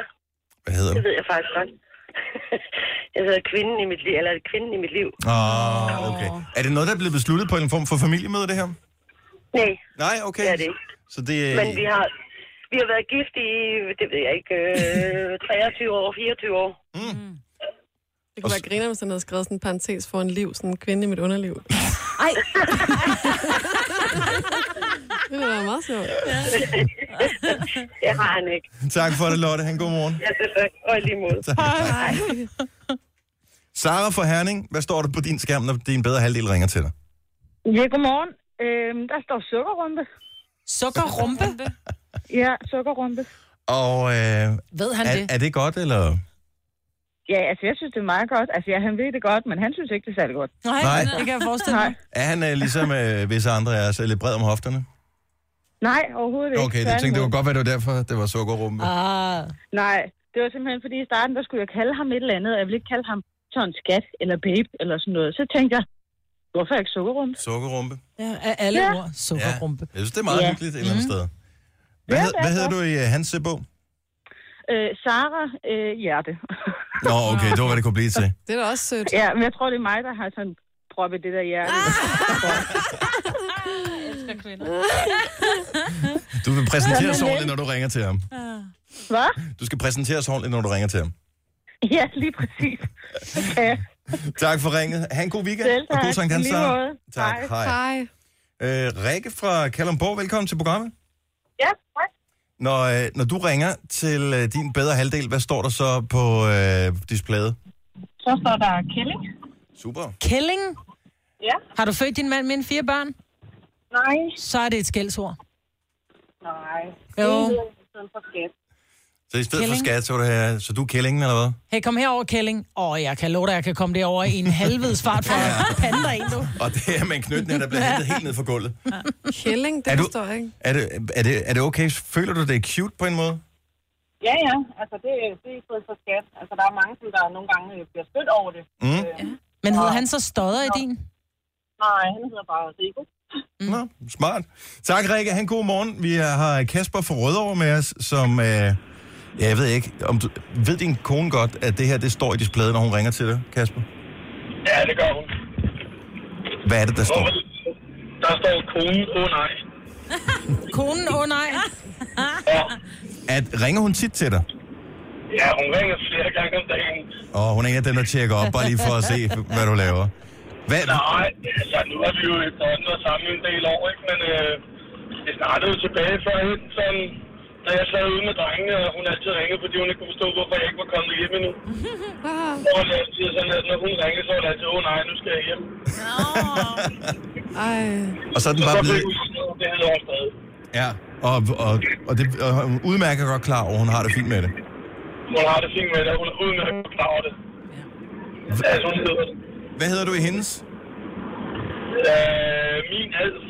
Speaker 1: Hvad hedder du?
Speaker 9: det ved jeg faktisk godt. jeg hedder kvinden i mit liv, eller kvinden i mit liv.
Speaker 1: Åh, oh, okay. Er det noget, der er blevet besluttet på en form for familiemøde, det her?
Speaker 9: Nej,
Speaker 1: Nej, okay.
Speaker 9: Det er det ikke.
Speaker 1: Så det er...
Speaker 9: men vi har, vi har været gift i, det ved jeg ikke, øh, 23 år, 24 år.
Speaker 2: Det kunne være griner, hvis han havde skrevet sådan en parentes for en liv, sådan en kvinde i mit underliv.
Speaker 4: Ej,
Speaker 2: Det ville være meget sjovt.
Speaker 9: Det har han ikke.
Speaker 1: Tak for det, Lotte. Han, god morgen.
Speaker 9: Ja, det er og i lige mod.
Speaker 1: Sara fra Herning, hvad står der på din skærm, når din bedre halvdel ringer til dig?
Speaker 10: Ja, godmorgen. Øhm, der står sukkerrumpe.
Speaker 3: Sukkerrumpe?
Speaker 10: Ja, sukkerrumpe.
Speaker 1: Og øh,
Speaker 3: Ved han
Speaker 1: er,
Speaker 3: det?
Speaker 1: er det godt, eller...
Speaker 10: Ja, altså jeg synes, det er meget godt. Altså ja, han ved det godt, men han synes ikke, det er særlig godt.
Speaker 1: Nej, Nej. det
Speaker 3: kan jeg forestille
Speaker 10: mig.
Speaker 1: Er han øh, ligesom øh, visse andre af os, øh, lidt bred om hofterne?
Speaker 10: Nej, overhovedet ikke.
Speaker 1: Okay, det tænkte det kunne godt være, det var derfor, det var sukkerrumpe.
Speaker 3: Ah.
Speaker 10: Nej, det var simpelthen, fordi i starten, der skulle jeg kalde ham et eller andet, og jeg ville ikke kalde ham sådan skat eller babe eller sådan noget. Så tænkte jeg, hvorfor ikke sukkerrumpe?
Speaker 1: Sukkerrumpe.
Speaker 3: Ja, af alle
Speaker 10: Ja.
Speaker 3: ja. ord, sukkerrumpe.
Speaker 1: Jeg synes, det er meget
Speaker 10: Ja.
Speaker 1: ja. hyggeligt et eller andet
Speaker 10: Mhm.
Speaker 1: sted. Hvad,
Speaker 10: Ja,
Speaker 1: hed,
Speaker 10: det er
Speaker 1: hvad hedder
Speaker 10: godt.
Speaker 1: du i uh, hans bog?
Speaker 10: Øh, Sara øh, Hjerte.
Speaker 1: Nå, okay, det var, hvad det kunne blive til.
Speaker 2: Det er da også sødt.
Speaker 10: Ja, men jeg tror, det er mig, der har sådan proppet det der hjerte.
Speaker 4: Jeg elsker kvinder.
Speaker 1: Du vil
Speaker 10: Sådan
Speaker 1: præsentere os
Speaker 10: lidt.
Speaker 1: ordentligt, når du ringer til ham.
Speaker 10: Hvad?
Speaker 1: Du skal præsentere os ordentligt, når du ringer til ham.
Speaker 10: Ja, lige præcis. Okay.
Speaker 1: Tak for ringet. Ha' en god weekend.
Speaker 10: Selv
Speaker 1: Og god
Speaker 10: tak.
Speaker 1: Sankt Hans
Speaker 10: I lige måde.
Speaker 1: Aften. Tak.
Speaker 10: Hej.
Speaker 1: Hej.
Speaker 2: Hej.
Speaker 1: Øh, Rikke fra Kalundborg, velkommen til programmet.
Speaker 10: Ja, tak.
Speaker 1: Når, øh, når du ringer til øh, din bedre halvdel, hvad står der så på øh, displayet?
Speaker 10: Så står der Killing.
Speaker 1: Super.
Speaker 3: Kælling?
Speaker 10: Ja.
Speaker 3: Har du født din mand med en fire børn?
Speaker 10: Nej.
Speaker 3: Så er det et skældsord.
Speaker 10: Nej.
Speaker 3: Jo.
Speaker 1: Så i stedet
Speaker 3: Kælling.
Speaker 1: for skat, så, vil du have, så du er kællingen, eller hvad?
Speaker 3: Hey, kom herover, Kælling. Åh, jeg kan love dig, jeg kan komme derover i en helvedes fart for at pande dig ind, du.
Speaker 1: Og det er med en knytnæve, der bliver hentet helt ned fra gulvet.
Speaker 2: Kælling, det
Speaker 1: Er du-
Speaker 2: forstår jeg ikke.
Speaker 1: Er det, er, det, er det okay? Føler du, det er cute på en måde?
Speaker 10: Ja, ja. Altså, det, det er i stedet for skat. Altså, der er mange, som der nogle gange øh, bliver stødt over det.
Speaker 1: Mm.
Speaker 3: Men hedder han så stodder i din?
Speaker 10: Nej, han hedder bare Rico.
Speaker 1: Mm. Nå, smart. Tak, Rikke. Han god morgen. Vi har Kasper fra Rødovre med os, som... Øh, ja, jeg ved ikke, om du, ved din kone godt, at det her det står i displayen, når hun ringer til dig, Kasper?
Speaker 7: Ja, det gør hun.
Speaker 1: Hvad er det, der står?
Speaker 7: Der står kone, åh oh, nej.
Speaker 3: Konen? Åh, oh, nej.
Speaker 1: At, ringer hun tit til dig?
Speaker 7: Ja, hun ringer flere gange om dagen.
Speaker 1: Og hun er en af dem, der tjekker op, bare lige for at se, hvad du laver. Hvad,
Speaker 7: Nej, altså nu er vi jo efterhånden og sammen en del år, ikke? Men øh, det startede jo tilbage før, ikke? sådan, da jeg sad ude med drengene, og hun altid ringede, fordi hun ikke kunne forstå, hvorfor jeg ikke var kommet hjem endnu.
Speaker 2: Ah,
Speaker 7: Og det er altid sådan, at når hun ringede, så var det altid, åh nej, nu skal jeg hjem.
Speaker 2: ej.
Speaker 1: og så er den
Speaker 7: Så
Speaker 1: bare
Speaker 7: blev
Speaker 1: blevet...
Speaker 7: hun forstået, at det havde hun stadig.
Speaker 1: Ja, og, og, og, det, og hun udmærker godt klar over, at hun har det fint med det.
Speaker 7: Hun har det fint med det, og hun er udmærket klar over det. Altså, hun hedder det.
Speaker 1: Hvad hedder du i hendes?
Speaker 7: Øh, min alf.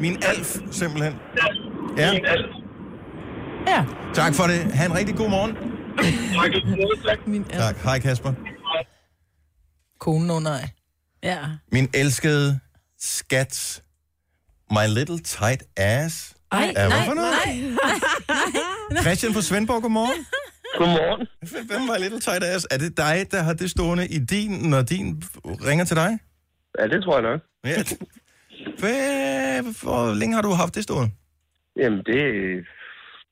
Speaker 1: Min Alf, simpelthen.
Speaker 7: Ja.
Speaker 1: Ja.
Speaker 7: Min alf.
Speaker 3: Ja.
Speaker 1: Tak for det. Ha' en rigtig god morgen.
Speaker 7: Tak, i måde, tak.
Speaker 2: Min alder.
Speaker 1: Tak. Hej, Kasper.
Speaker 3: Konen? Åh, oh, nej.
Speaker 4: Ja.
Speaker 1: Min elskede skat. My little tight ass.
Speaker 2: Ej,
Speaker 1: Ja, hvorfor noget? Christian fra Svendborg, godmorgen.
Speaker 7: Godmorgen.
Speaker 1: Hvem var little tight ass? Er det dig, der har det stående i din, når din ringer til dig?
Speaker 7: Ja, det tror jeg nok.
Speaker 1: Ja. Hvad, hvor længe har du haft det stående?
Speaker 7: Jamen, det er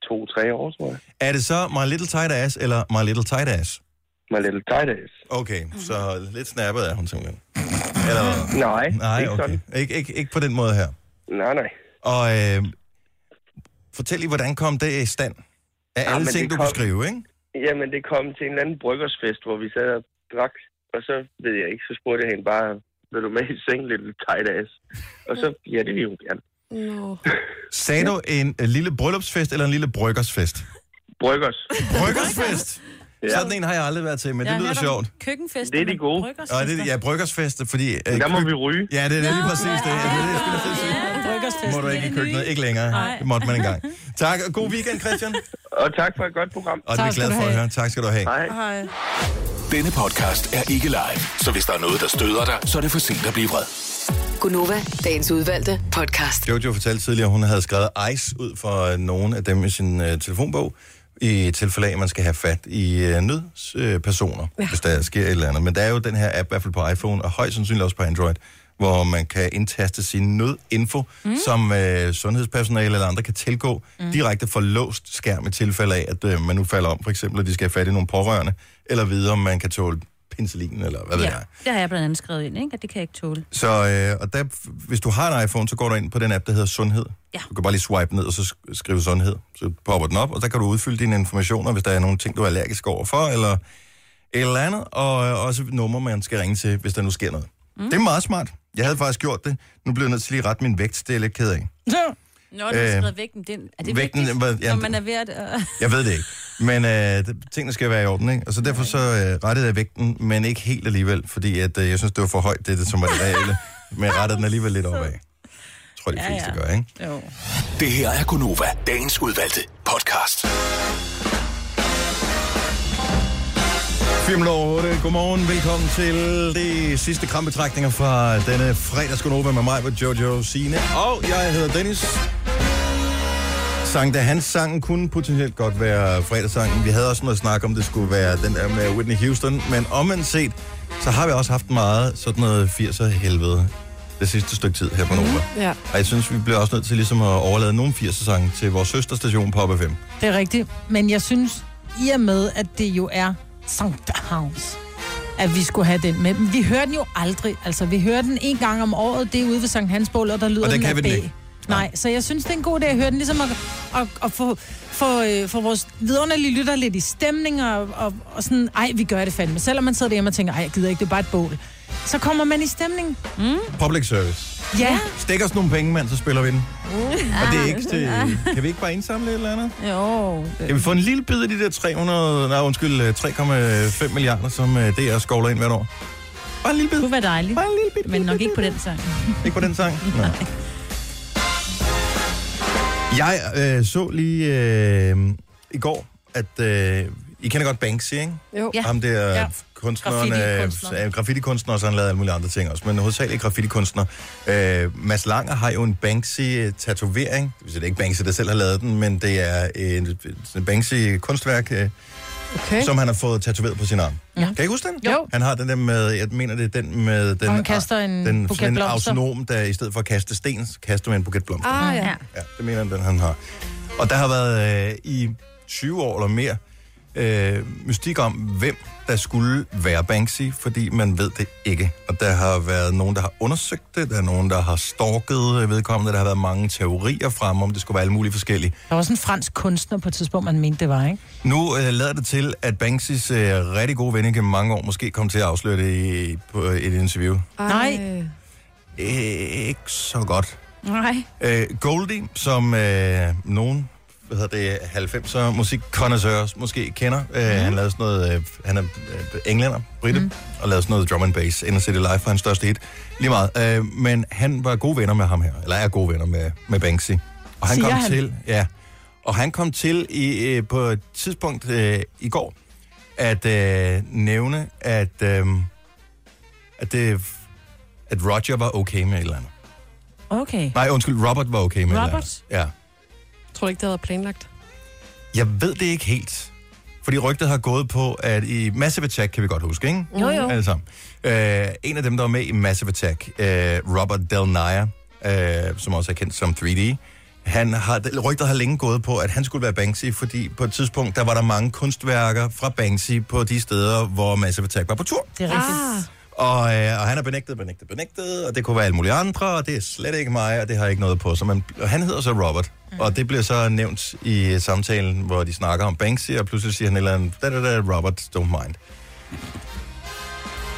Speaker 7: to-tre år, tror jeg.
Speaker 1: Er det så My Little Tight Ass eller My Little Tight Ass?
Speaker 7: My little tight ass.
Speaker 1: Okay, så lidt snappet er hun simpelthen. Eller,
Speaker 7: Nej,
Speaker 1: nej,
Speaker 7: ikke
Speaker 1: okay.
Speaker 7: sådan.
Speaker 1: Ikke, ikke, ikke på den måde her.
Speaker 7: Nej, nej.
Speaker 1: Og øh, fortæl lige, hvordan kom det i stand? Af alle
Speaker 7: men
Speaker 1: ja, ting,
Speaker 7: det
Speaker 1: du
Speaker 7: kom-
Speaker 1: kunne skrive, ikke?
Speaker 7: Jamen, det kom til en eller anden bryggersfest, hvor vi sad og drak, og så ved jeg ikke, så spurgte jeg hende bare, vil du med i seng, lille tight ass? Og så, ja, det vil hun gerne.
Speaker 2: Nå.
Speaker 1: Sagde du en øh, lille bryllupsfest eller en lille bryggersfest?
Speaker 7: Bryggers.
Speaker 1: Bryggersfest!
Speaker 7: Ja.
Speaker 1: Sådan en har jeg aldrig været til, men det lyder sjovt.
Speaker 4: Køkkenfest.
Speaker 7: Det er de gode.
Speaker 1: Og det, ja, bryggersfest, fordi... Øh,
Speaker 7: Der må
Speaker 1: køk-
Speaker 7: vi ryge.
Speaker 1: Ja, det er lige præcis det. Ja, det, er det, jeg skulle til at sige.
Speaker 3: Bryggersfest.
Speaker 1: må du ikke i køkkenet. Ikke længere.
Speaker 4: Nej.
Speaker 1: Det måtte man engang. Tak, og god weekend, Christian.
Speaker 7: Og tak for et godt program.
Speaker 1: Og det er vi
Speaker 3: Tak skal
Speaker 1: glade
Speaker 3: du
Speaker 1: for at
Speaker 3: have.
Speaker 1: høre. Tak skal du have.
Speaker 7: Hej.
Speaker 6: Denne podcast er ikke live, så hvis der er noget, der støder dig, så er det for sent at blive vred.
Speaker 5: Gunova, dagens udvalgte podcast.
Speaker 1: Jojo fortalte tidligere, at hun havde skrevet ice ud for øh, nogle af dem i sin øh, telefonbog, i tilfælde af, at man skal have fat i øh, nødspersoner, øh, personer, hvis der sker et eller andet. Men der er jo den her app, i hvert fald på iPhone, og højst sandsynligt også på Android, hvor man kan indtaste sin nødinfo, mm. som øh, sundhedspersonale eller andre kan tilgå mm. direkte fra låst skærm i tilfælde af, at øh, man nu falder om, for eksempel, og de skal have fat i nogle pårørende, eller vide, om man kan tåle penicillin, eller hvad ved
Speaker 4: Ja,
Speaker 1: jeg.
Speaker 4: det har jeg blandt andet skrevet ind, ikke? At det kan jeg ikke tåle.
Speaker 1: Så øh, og der, hvis du har en iPhone, så går du ind på den app, der hedder Sundhed.
Speaker 4: Ja.
Speaker 1: Du kan bare lige swipe ned og så sk- skrive Sundhed. Så popper den op, og der kan du udfylde dine informationer, hvis der er nogle ting, du er allergisk overfor, eller et eller andet, og øh, også nummer, man skal ringe til, hvis der nu sker noget. Mm. Det er meget smart. Jeg havde faktisk gjort det. Nu bliver jeg nødt til lige at rette min vægt. Det er jeg lidt ked af.
Speaker 3: Så.
Speaker 4: Nå, du har
Speaker 1: Øh,
Speaker 4: skrevet vægten. Den, er
Speaker 1: vægten,
Speaker 4: det vægten, vigtigt,
Speaker 1: den var- ja,
Speaker 4: når
Speaker 1: den-
Speaker 4: man er ved at... Øh,
Speaker 1: Jeg ved det ikke. Men øh, det- tingene skal være i orden, ikke? Og så derfor så øh, rettede jeg vægten, men ikke helt alligevel, fordi at, øh, jeg synes, det var for højt, det, det som var det reelle. Men jeg rettede den alligevel lidt opad. Tror de fleste gør, ikke?
Speaker 3: Jo.
Speaker 6: Det her er Gunova, dagens udvalgte podcast.
Speaker 1: 5 over 8. Godmorgen. Velkommen til de sidste krampetrækninger fra denne fredagskonova med mig, hvor Jojo Sine. Og jeg hedder Dennis. Sang, da hans sangen kunne potentielt godt være fredagssangen. Vi havde også noget snak om, det skulle være den der med Whitney Houston. Men omvendt set, så har vi også haft meget sådan noget 80'er helvede det sidste stykke tid her på Nova.
Speaker 3: Mhm.
Speaker 2: Ja.
Speaker 1: Og jeg synes, vi bliver også nødt til ligesom at overlade nogle 80'er sange til vores søsterstation på OP5.
Speaker 3: Det er rigtigt, men jeg synes, i og med, at det jo er Sankthans, at vi skulle have den med. Men vi hører den jo aldrig. Altså, vi hører den en gang om året, det er ude ved Sankt Hans Bål, og der lyder
Speaker 1: Og der
Speaker 3: den
Speaker 1: kan
Speaker 3: af
Speaker 1: vi den
Speaker 3: B.
Speaker 1: ikke.
Speaker 3: Nej, så jeg synes, det er en god dag at høre den, ligesom at, at, at få, få, øh, få vores vidunderlige lytter lidt i stemning, og, og, og sådan, ej, vi gør det fandme. Selvom man sidder derhjemme og tænker, ej, jeg gider ikke, det er bare et bål. Så kommer man i stemning. Mm.
Speaker 1: Public service.
Speaker 3: Ja.
Speaker 1: Stik os nogle penge, mand, så spiller vi den.
Speaker 3: Mm.
Speaker 1: Og det er ikke til... Kan vi ikke bare indsamle et eller andet?
Speaker 3: Jo.
Speaker 1: Kan vi få en lille bid af de der 300... Nej, undskyld, øh, 3,5 milliarder, som øh, DR skovler ind hvert år? Bare en lille bid. Det
Speaker 4: kunne være dejligt.
Speaker 1: Bare en lille bid.
Speaker 4: Men nok ikke på den sang.
Speaker 1: Ikke på den sang? Nej. Jeg øh, så lige øh, i går, at... Øh, I kender godt Banksy, ikke?
Speaker 2: Jo.
Speaker 1: Ja. Ham der ja. kunstneren,
Speaker 2: Graffiti-kunstner.
Speaker 1: graffiti-kunstner. graffiti-kunstner, og så har han lavet alle mulige andre ting også, men hovedsageligt graffiti-kunstner. Øh, Mads Langer har jo en Banksy-tatovering. Det vil sige, det er ikke Banksy, der selv har lavet den, men det er en, en Banksy-kunstværk, øh,
Speaker 2: Okay.
Speaker 1: som han har fået tatoveret på sin arm. Ja. Kan I huske den?
Speaker 3: Jo.
Speaker 1: Han har den der med, jeg mener det er den med den,
Speaker 3: Og han kaster en
Speaker 1: den,
Speaker 3: buket
Speaker 1: sådan en
Speaker 3: blomster.
Speaker 1: autonom, der i stedet for at kaste sten, kaster med en buket blomster.
Speaker 2: Ah, ja.
Speaker 1: Ja, det mener han, den han har. Og der har været øh, i 20 år eller mere øh, mystik om, hvem der skulle være Banksy, fordi man ved det ikke. Og der har været nogen, der har undersøgt det, der er nogen, der har stalket øh, vedkommende, der har været mange teorier frem om det skulle være alle mulige forskellige.
Speaker 3: Der var også en fransk kunstner på et tidspunkt, man mente, det var, ikke?
Speaker 1: Nu øh, lader det til, at Banksys øh, rigtig gode ven gennem mange år måske kom til at afsløre det i, på et interview.
Speaker 3: Nej.
Speaker 1: Øh, ikke så godt.
Speaker 4: Nej.
Speaker 1: Øh, Goldie, som øh, nogen hvad hedder det, 90'er musikkonnoisseurs måske kender. Øh,
Speaker 11: Mhm.
Speaker 1: Han lavede sådan noget, øh, han er øh, englænder, britte, mm. og lavede sådan noget drum and bass. Inner City Life var hans største hit. Lige meget. Øh, men han var gode venner med ham her, eller er gode venner med, med Banksy. Og han
Speaker 11: Siger
Speaker 1: kom
Speaker 11: han?
Speaker 1: til, ja, og han kom til i, øh, på et tidspunkt øh, i går at øh, nævne, at, øh, at, det, at Roger var okay med et eller andet.
Speaker 4: Okay.
Speaker 1: Nej, undskyld, Robert var okay med det.
Speaker 2: Robert?
Speaker 1: Ja.
Speaker 2: Tror du ikke, det havde været planlagt?
Speaker 1: Jeg ved det ikke helt. Fordi rygtet har gået på, at i Massive Attack, kan vi godt huske, ikke?
Speaker 2: Jo, jo.
Speaker 1: Alle sammen. Øh, en af dem, der var med i Massive Attack, øh, Robert Del Naya, øh, som også er kendt som 3D, han har, det- rygtet har længe gået på, at han skulle være Banksy, fordi på et tidspunkt, der var der mange kunstværker fra Banksy på de steder, hvor Massive Attack var på tur.
Speaker 3: Det er rigtigt.
Speaker 1: Og, øh, og han er benægtet, benægtet, benægtet, og det kunne være alle mulige andre, og det er slet ikke mig, og det har ikke noget på. Så man, og han hedder så Robert, mm. og det bliver så nævnt i øh, samtalen, hvor de snakker om Banksy, og pludselig siger han et eller andet, da, da, da, Robert, don't mind.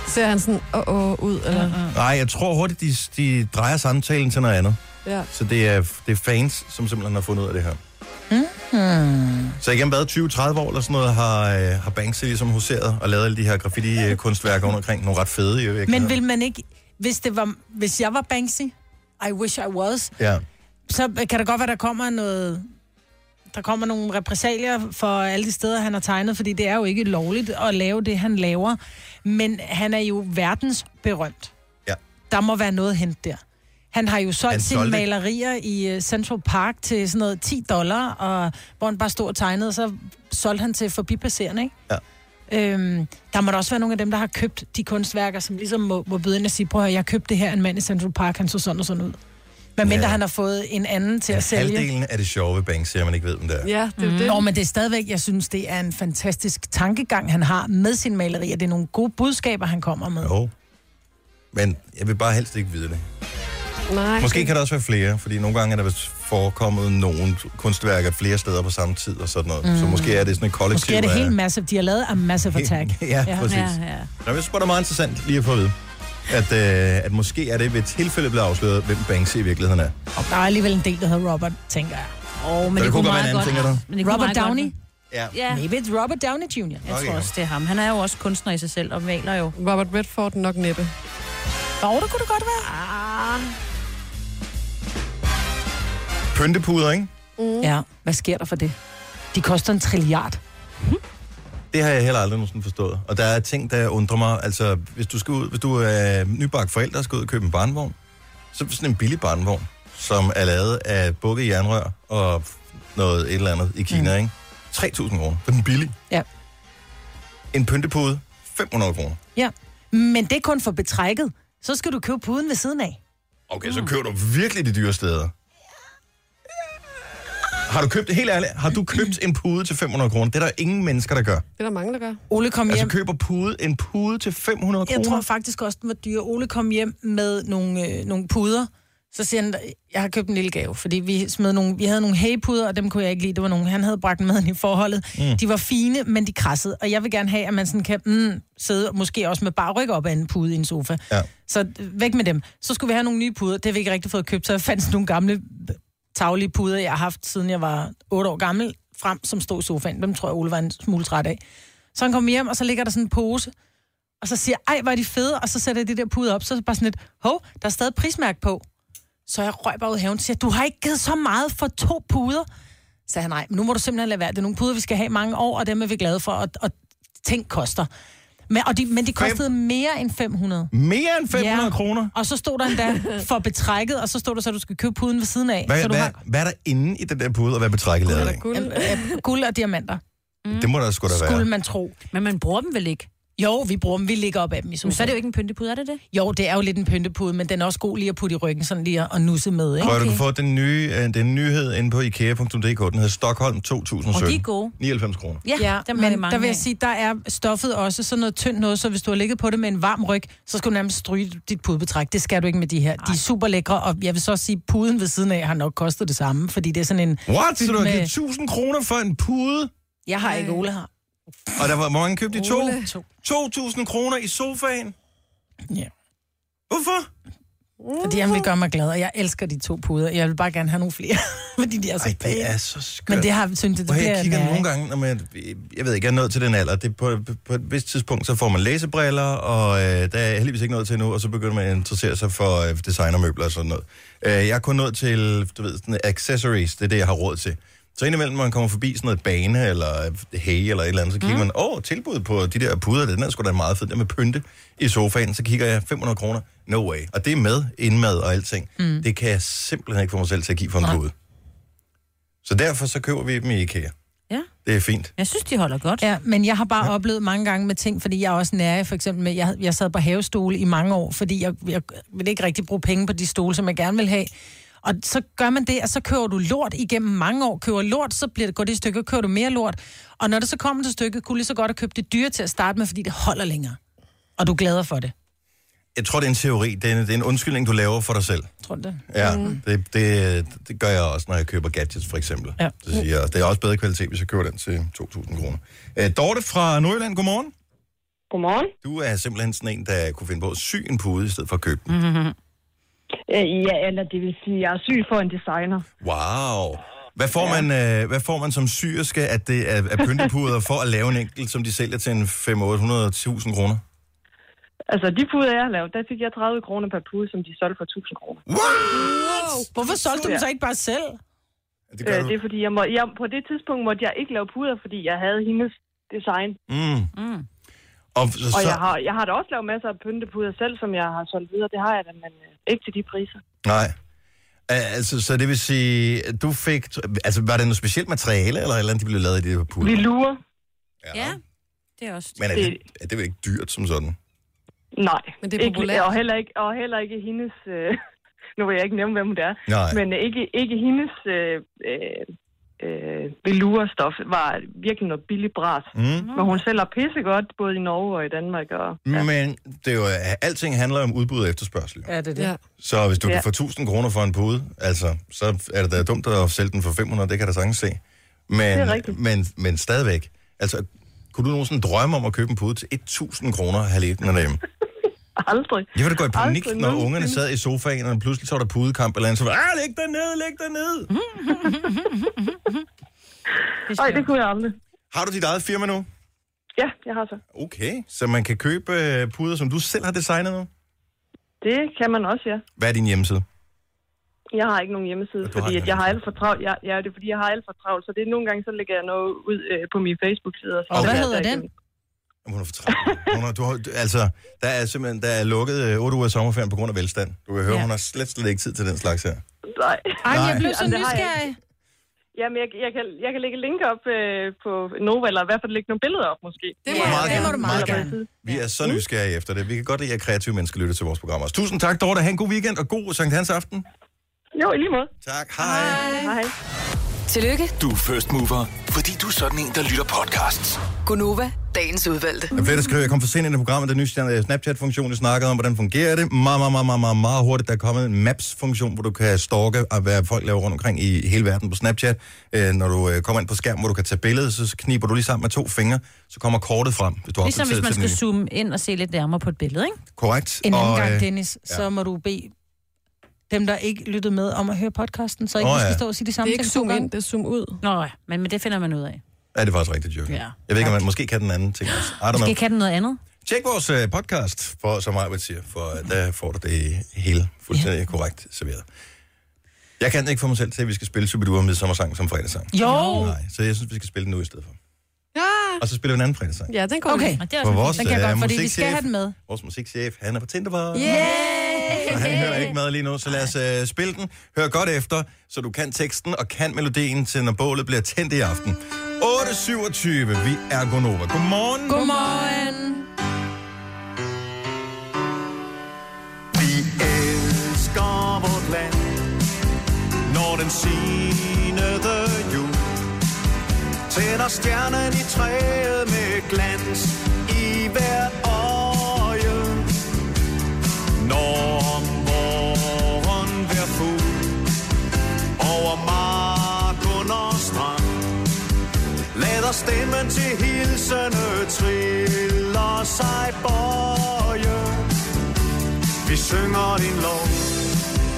Speaker 2: Ser han sådan, åh, oh, oh, ud, eller? Uh-uh.
Speaker 1: Nej, jeg tror hurtigt, de, de drejer samtalen til noget andet.
Speaker 2: Ja.
Speaker 1: Så det er, det er fans, som simpelthen har fundet ud af det her.
Speaker 3: Mm.
Speaker 1: Så igennem hvad, 20-30 år eller sådan noget, har, øh, har Banksy ligesom huseret og lavet alle de her graffiti-kunstværker rundt omkring. Nogle ret fede i øvrigt.
Speaker 3: Men vil man ikke, hvis, det var, hvis jeg var Banksy, I wish I was,
Speaker 1: Ja.
Speaker 3: så kan der godt være, der kommer noget... Der kommer nogle repræsalier for alle de steder, han har tegnet, fordi det er jo ikke lovligt at lave det, han laver. Men han er jo verdensberømt.
Speaker 1: Ja.
Speaker 3: Der må være noget at hente der. Han har jo solgt
Speaker 1: Han
Speaker 3: sine
Speaker 1: solgte-
Speaker 3: malerier i øh, Central Park til sådan noget 10 dollar, og hvor han bare stod og tegnede, og så solgte han til forbipasserende, ikke?
Speaker 1: Ja.
Speaker 3: Øhm, der må da også være nogle af dem, der har købt de kunstværker, som ligesom må, må byde ind og sige, prøv at høre, jeg købte det her af en mand i Central Park, han så sådan og sådan ud. Hvad mindre
Speaker 1: Ja.
Speaker 3: han har fået en anden til at sælge.
Speaker 1: Halvdelen af det sjove ved Banksy, at man ikke ved, hvem det er.
Speaker 2: Ja, det er
Speaker 3: det. Nå, men det er stadigvæk, jeg synes, det er en fantastisk tankegang, han har med sin malerier. Det er nogle gode budskaber, han kommer med.
Speaker 1: Jo. Men jeg vil bare helst ikke vide det.
Speaker 2: Nej.
Speaker 1: Måske kan der også være flere, fordi nogle gange er der vist forekommet nogle kunstværker flere steder på samme tid og sådan noget. Mm. Så
Speaker 3: Mm.
Speaker 1: måske er det sådan et kollektiv.
Speaker 3: Måske er det
Speaker 1: af-
Speaker 3: helt massive. De har lavet en massive attack.
Speaker 1: Ja, præcis.
Speaker 3: ja.
Speaker 1: Nå, men jeg synes bare, det er meget interessant lige at få at vide, at, øh, at måske er det ved et tilfælde blevet afsløret, hvem Banksy i virkeligheden er.
Speaker 3: Og der er alligevel en del, der hedder Robert, tænker jeg. Åh, oh,
Speaker 1: det kunne godt være en anden, tænker du?
Speaker 3: Robert Downey?
Speaker 1: Ja.
Speaker 4: ja.
Speaker 3: Maybe it's Robert Downey Jr. Jeg
Speaker 4: okay,
Speaker 3: tror
Speaker 4: tror også, det er ham. Han er jo også kunstner i sig selv og maler jo.
Speaker 2: Robert Redford nok næppe.
Speaker 3: Nå, det kunne det godt være.
Speaker 4: Ah.
Speaker 1: Pyntepuder, ikke?
Speaker 3: Mm. Ja, hvad sker der for det? De koster en trilliard.
Speaker 1: Det har jeg heller aldrig nogensinde forstået. Og der er ting, der undrer mig. Altså, hvis du, skal ud, hvis du er nybagt forældre og skal ud og købe en barnvogn, så er det sådan en billig barnvogn, som er lavet af bukket jernrør og noget et eller andet i Kina, mm. ikke? 3.000 kroner. Det er den billig.
Speaker 3: Ja.
Speaker 1: En pyntepude, 500 kroner.
Speaker 3: Ja, men det er kun for betrækket. Så skal du købe puden ved siden af.
Speaker 1: Okay,
Speaker 3: Mm.
Speaker 1: så køber du virkelig de dyre steder. Har du købt, helt ærligt, har du købt en pude til 500 kroner? Det er der ingen mennesker, der gør.
Speaker 2: Det er der mange, der gør.
Speaker 3: Ole kom
Speaker 1: Altså
Speaker 3: hjem.
Speaker 1: køber pude, en pude til 500
Speaker 3: Jeg
Speaker 1: kroner?
Speaker 3: tror faktisk også, den var dyr. Ole kom hjem med nogle, øh, nogle puder. Så siger han, jeg har købt en lille gave, fordi vi, smed nogle, vi havde nogle haypuder, og dem kunne jeg ikke lide. Det var nogle, han havde bragt med i forholdet.
Speaker 11: Mm.
Speaker 3: Mm. De var fine, men de krassede. Og jeg vil gerne have, at man sådan kan mm, sidde, måske også med bare ryg op af en pude i en sofa.
Speaker 1: Ja.
Speaker 3: Så øh, væk med dem. Så skulle vi have nogle nye puder. Det har vi ikke rigtig fået købt, så jeg fandt sådan nogle gamle øh, taglige puder, jeg har haft, siden jeg var 8 år gammel, frem, som stod i sofaen. Dem tror jeg, Ole var en smule træt af. Så han kom hjem, og så ligger der sådan en pose, og så siger jeg, ej, hvor er de fede, og så sætter jeg de der puder op, så er det bare sådan lidt, hov, der er stadig prismærke på. Så jeg røg bare ud i haven og siger, du har ikke givet så meget for to puder. Så sagde han, nej, men nu må du simpelthen lade være. Det er nogle puder, vi skal have i mange år, og dem er vi glade for, og, og ting koster. Men, og de, men de kostede mere end 500.
Speaker 1: Mere end 500 kroner?
Speaker 3: Og så stod der endda for betrækket, og så stod der så, at du skal købe puden ved siden af.
Speaker 1: Hvad,
Speaker 3: så du
Speaker 1: hvad,
Speaker 3: har
Speaker 1: hvad er der inde i den der pude, og hvad er betrækket lavet af?
Speaker 3: guld, øh, guld og diamanter.
Speaker 1: Det må der sgu da
Speaker 3: Mm. Skulle
Speaker 1: være.
Speaker 3: man tro.
Speaker 4: Men man bruger dem vel ikke?
Speaker 3: Jo, vi bruger dem. Vi ligger op af dem i sofaen.
Speaker 4: Men så er det jo ikke en pyntepude, er det det?
Speaker 3: Jo, det er jo lidt en pyntepude, men den er også god lige at putte i ryggen, sådan lige at, at nusse med, ikke?
Speaker 1: Prøv at du kan få den nye øh, den nyhed inde på ikea.dk. Den hedder Stockholm 2017.
Speaker 3: Og de er gode.
Speaker 1: 99 kroner.
Speaker 4: Ja, dem har
Speaker 3: men
Speaker 4: vi mange
Speaker 3: der vil
Speaker 4: af.
Speaker 3: jeg sige, der er stoffet også sådan noget tyndt noget, så hvis du har ligget på det med en varm ryg, så skal du nærmest stryge dit pudebetræk. Det skal du ikke med de her. De er super lækre, og jeg vil så også sige, puden ved siden af har nok kostet det samme, fordi det er sådan en...
Speaker 1: What? Så
Speaker 3: fyldt
Speaker 1: du har
Speaker 3: med-
Speaker 1: givet 1000 kroner for en pude?
Speaker 3: Jeg har ikke, Ole har.
Speaker 1: Og der var, hvor mange købte de to?
Speaker 3: Ole. To.
Speaker 1: 2.000 kroner i sofaen?
Speaker 3: Ja.
Speaker 1: Hvorfor?
Speaker 3: Fordi han vil gøre mig glad, og jeg elsker de to puder. Jeg vil bare gerne have nogle flere, fordi de er så
Speaker 1: Ej, det
Speaker 3: pæne.
Speaker 1: er så skønt.
Speaker 3: Men det har synes jeg, det
Speaker 1: Hvor
Speaker 3: bliver øh,
Speaker 1: jeg kigger
Speaker 3: værre,
Speaker 1: nogle
Speaker 3: ikke?
Speaker 1: gange, når man, jeg ved ikke, jeg er nået til den alder. Det, på, på et vist tidspunkt, så får man læsebriller, og øh, der er jeg heldigvis ikke nået til endnu, og så begynder man at interessere sig for øh, designermøbler og sådan noget. Øh, jeg er kun nået til, du ved, sådan accessories, det er det, jeg har råd til. Så indimellem, når man kommer forbi sådan noget bane, eller øh, hage, eller et eller andet, så kigger mm. man, åh, tilbud på de der puder, den er sgu da meget fed, den med pynte i sofaen, så kigger jeg 500 kroner, no way. Og det er med, indmad og alting. Mm. Det kan jeg simpelthen ikke få mig selv til at give for en pude. Så derfor så køber vi dem i IKEA.
Speaker 4: Ja.
Speaker 1: Det er fint.
Speaker 4: Jeg synes, de holder godt.
Speaker 3: Ja, men jeg har bare ja. oplevet mange gange med ting, fordi jeg er også nære, for eksempel med, jeg, jeg sad på havestole i mange år, fordi jeg, jeg ville ikke rigtig bruge penge på de stole, som jeg gerne vil have. Og så gør man det, og så kører du lort igennem mange år. Kører lort, så bliver det, går det i stykker, kører du mere lort. Og når det så kommer til stykket, kunne du lige så godt have købt det dyre til at starte med, fordi det holder længere. Og du glæder for det.
Speaker 1: Jeg tror, det er en teori. Det er en, det er en undskyldning, du laver for dig selv.
Speaker 3: Tror du det?
Speaker 1: Ja, mm. det, det, det gør jeg også, når jeg køber gadgets, for eksempel.
Speaker 3: Ja.
Speaker 1: Så siger jeg, det er også bedre kvalitet, hvis jeg køber den til 2.000 kroner. Øh, Dorte fra Nordjylland, godmorgen.
Speaker 12: Godmorgen.
Speaker 1: Du er simpelthen sådan en, der kunne finde på at sy en pude, i stedet for at købe den.
Speaker 12: Øh, Ja, eller det vil sige, jeg er syg for en designer.
Speaker 1: Wow. Hvad får, ja. man, øh, hvad får man som syerske, at det er, er pyntepuder for at lave en enkelt, som de sælger til en 500-800.000 kroner?
Speaker 12: Altså, de puder, jeg har lavet, der fik jeg 30 kroner per pude, som de solgte for 1000 kroner.
Speaker 1: Wow!
Speaker 3: Hvorfor solgte du dem
Speaker 12: Ja.
Speaker 3: så ikke bare selv?
Speaker 1: Det,
Speaker 12: øh, det er fordi, jeg må, jeg, på det tidspunkt måtte jeg ikke lave puder, fordi jeg havde hendes design.
Speaker 1: Mm.
Speaker 12: Mm.
Speaker 1: Og, så,
Speaker 12: Og jeg har, jeg har da også lavet masser af pyntepuder selv, som jeg har solgt videre. Det har jeg da, men øh, ikke til de priser.
Speaker 1: Nej. Øh, Altså, så det vil sige, at du fik... Altså, var det noget specielt materiale, eller et eller andet, de blev lavet i det her puder?
Speaker 12: Velour?
Speaker 1: Ja.
Speaker 4: ja. Det er også.
Speaker 1: Men er det, er det vel ikke dyrt som sådan?
Speaker 3: Mm.
Speaker 12: Nej.
Speaker 2: Men det er populært.
Speaker 12: Ikke, og, heller ikke, og heller ikke hendes... Øh, nu vil jeg ikke nævne, hvem hun er.
Speaker 1: Nej.
Speaker 12: Men ikke, ikke hendes øh, øh, øh, velurstof var virkelig noget billigt bras.
Speaker 1: Mm.
Speaker 12: Men hun sælger pissegodt, både i Norge og i Danmark. Og,
Speaker 1: Ja. Men det er jo, øh, alting handler om udbud og efterspørgsel.
Speaker 3: Ja, det er
Speaker 12: det. Ja.
Speaker 1: Så hvis du ja.
Speaker 12: Ja.
Speaker 1: kan få 1000 kroner for en pude, altså, så er det da dumt at sælge den for 500, det kan jeg da sagtens se. Men,
Speaker 12: Det er rigtigt.
Speaker 1: men, men stadigvæk, altså, kunne du nogensinde drømme om at købe en pude til 1000 kroner og have liggende derhjemme?
Speaker 12: Aldrig.
Speaker 1: Jeg ville da gå i panik,
Speaker 12: Aldrig
Speaker 1: når
Speaker 12: nogensinde.
Speaker 1: ungerne sad i sofaen, og pludselig så var der pudekamp eller andet, så var ah, læg dig ned, læg dig ned!
Speaker 12: Nej, det kunne jeg aldrig.
Speaker 1: Har du dit eget firma nu?
Speaker 12: Ja, jeg har så.
Speaker 1: Okay, så man kan købe øh, puder, som du selv har designet nu?
Speaker 12: Det kan man også, ja.
Speaker 1: Hvad er din hjemmeside?
Speaker 12: Jeg har ikke nogen hjemmeside,
Speaker 1: Og du har
Speaker 12: fordi
Speaker 1: ikke
Speaker 12: at jeg har alt for travlt. Jeg, ja, det er fordi, jeg har alt for travlt, så det er nogle gange, så lægger jeg noget ud øh, på min Facebook-side. Og, så
Speaker 1: Og hvad
Speaker 12: er
Speaker 1: hedder
Speaker 12: der
Speaker 1: den?
Speaker 12: ikke-
Speaker 1: Hun er for travlt. Hun er, du har, du- altså, der er simpelthen der er lukket øh, 8 uger af sommerferien på grund af velstand. Du kan høre, ja. hun har slet, slet ikke tid til den slags her.
Speaker 12: Nej.
Speaker 1: Ej, jeg
Speaker 3: blev så
Speaker 12: Jamen, det har jeg
Speaker 3: nysgerrig.
Speaker 12: ikke. Jamen, jeg, jeg, kan, jeg kan lægge link op øh, på Nova, eller i hvert fald lægge nogle billeder op, måske.
Speaker 3: Det må Ja, jeg- det det må gerne. du meget gerne.
Speaker 1: Vi er så nysgerrige efter det. Vi kan godt lide, at kreative mennesker lytter til vores program også. Tusind tak, Dorte. Ha' en god weekend og god Sankt Hans aften.
Speaker 12: Jo, i lige måde.
Speaker 1: Tak. Hej.
Speaker 12: Hej.
Speaker 5: Tillykke,
Speaker 6: Du er first mover, fordi du er sådan en, der lytter podcasts.
Speaker 5: Gunova, dagens udvalgte.
Speaker 1: Der er flere, der skriver, jeg kom for sent ind i programmet, den nye stjerne- Snapchat-funktion, jeg snakkede om, hvordan fungerer det. Meget, meget, meget, meget, meget, meget hurtigt. Der er kommet en Maps-funktion, hvor du kan stalke, og hvad folk laver rundt omkring i hele verden på Snapchat. Øh, når du øh, kommer ind på skærmen, hvor du kan tage billedet, så kniber du lige sammen med to fingre, så kommer kortet frem, hvis du har
Speaker 4: Ligesom hvis
Speaker 1: opdateret
Speaker 4: man
Speaker 1: til den
Speaker 4: skal
Speaker 1: nye.
Speaker 4: zoome ind og se lidt nærmere på et billede, ikke?
Speaker 1: Korrekt.
Speaker 3: En anden
Speaker 1: Og,
Speaker 3: gang,
Speaker 1: øh,
Speaker 3: Dennis, så må du bede dem, der ikke lyttede med, om at høre podcasten, så ikke
Speaker 1: Åh,
Speaker 3: oh, ja.
Speaker 1: ja.
Speaker 3: skal stå og sige de samme
Speaker 4: Det er ikke
Speaker 3: ting to
Speaker 4: zoom ind,
Speaker 3: gange.
Speaker 2: Det er zoom ud.
Speaker 4: Nå, ja, men, men det finder man ud af.
Speaker 1: Ja, det er faktisk rigtigt, Jørgen.
Speaker 4: Ja.
Speaker 1: Jeg ved ikke, om man måske kan den anden ting også. I don't
Speaker 4: Skal
Speaker 1: know.
Speaker 4: ikke have den noget andet?
Speaker 1: Tjek vores øh, podcast, for, som Arvind siger, for øh, der får du det hele fuldstændig korrekt serveret. Jeg kan ikke få mig selv til, at vi skal spille Superduper med sommersang som fredagssang.
Speaker 3: Jo. Ah.
Speaker 1: Nej, så jeg synes, vi skal spille den nu i stedet for.
Speaker 2: Ja.
Speaker 1: Og så spiller vi en anden fredagssang.
Speaker 2: Ja, den går
Speaker 3: Okay,
Speaker 2: lige.
Speaker 1: For vores,
Speaker 3: den kan jeg
Speaker 1: øh,
Speaker 3: godt, fordi vi skal
Speaker 1: musikchef-
Speaker 3: have den med.
Speaker 1: Vores musikchef, han er på Tinderbar.
Speaker 3: Yeah!
Speaker 1: Og han hører ikke med lige nu, så lad os øh, spille den. Hør godt efter, så du kan teksten og kan melodien til, når bålet bliver tændt i aften. 8.27, vi er Gonova. Godmorgen.
Speaker 3: Godmorgen.
Speaker 8: Vi elsker vort land, når den sinede jul tænder stjernen i træet med glans i hvert øje. Når om våren hver fugl over mark under strand lader stemmen til hilsene triller sig bøje. Vi synger din lov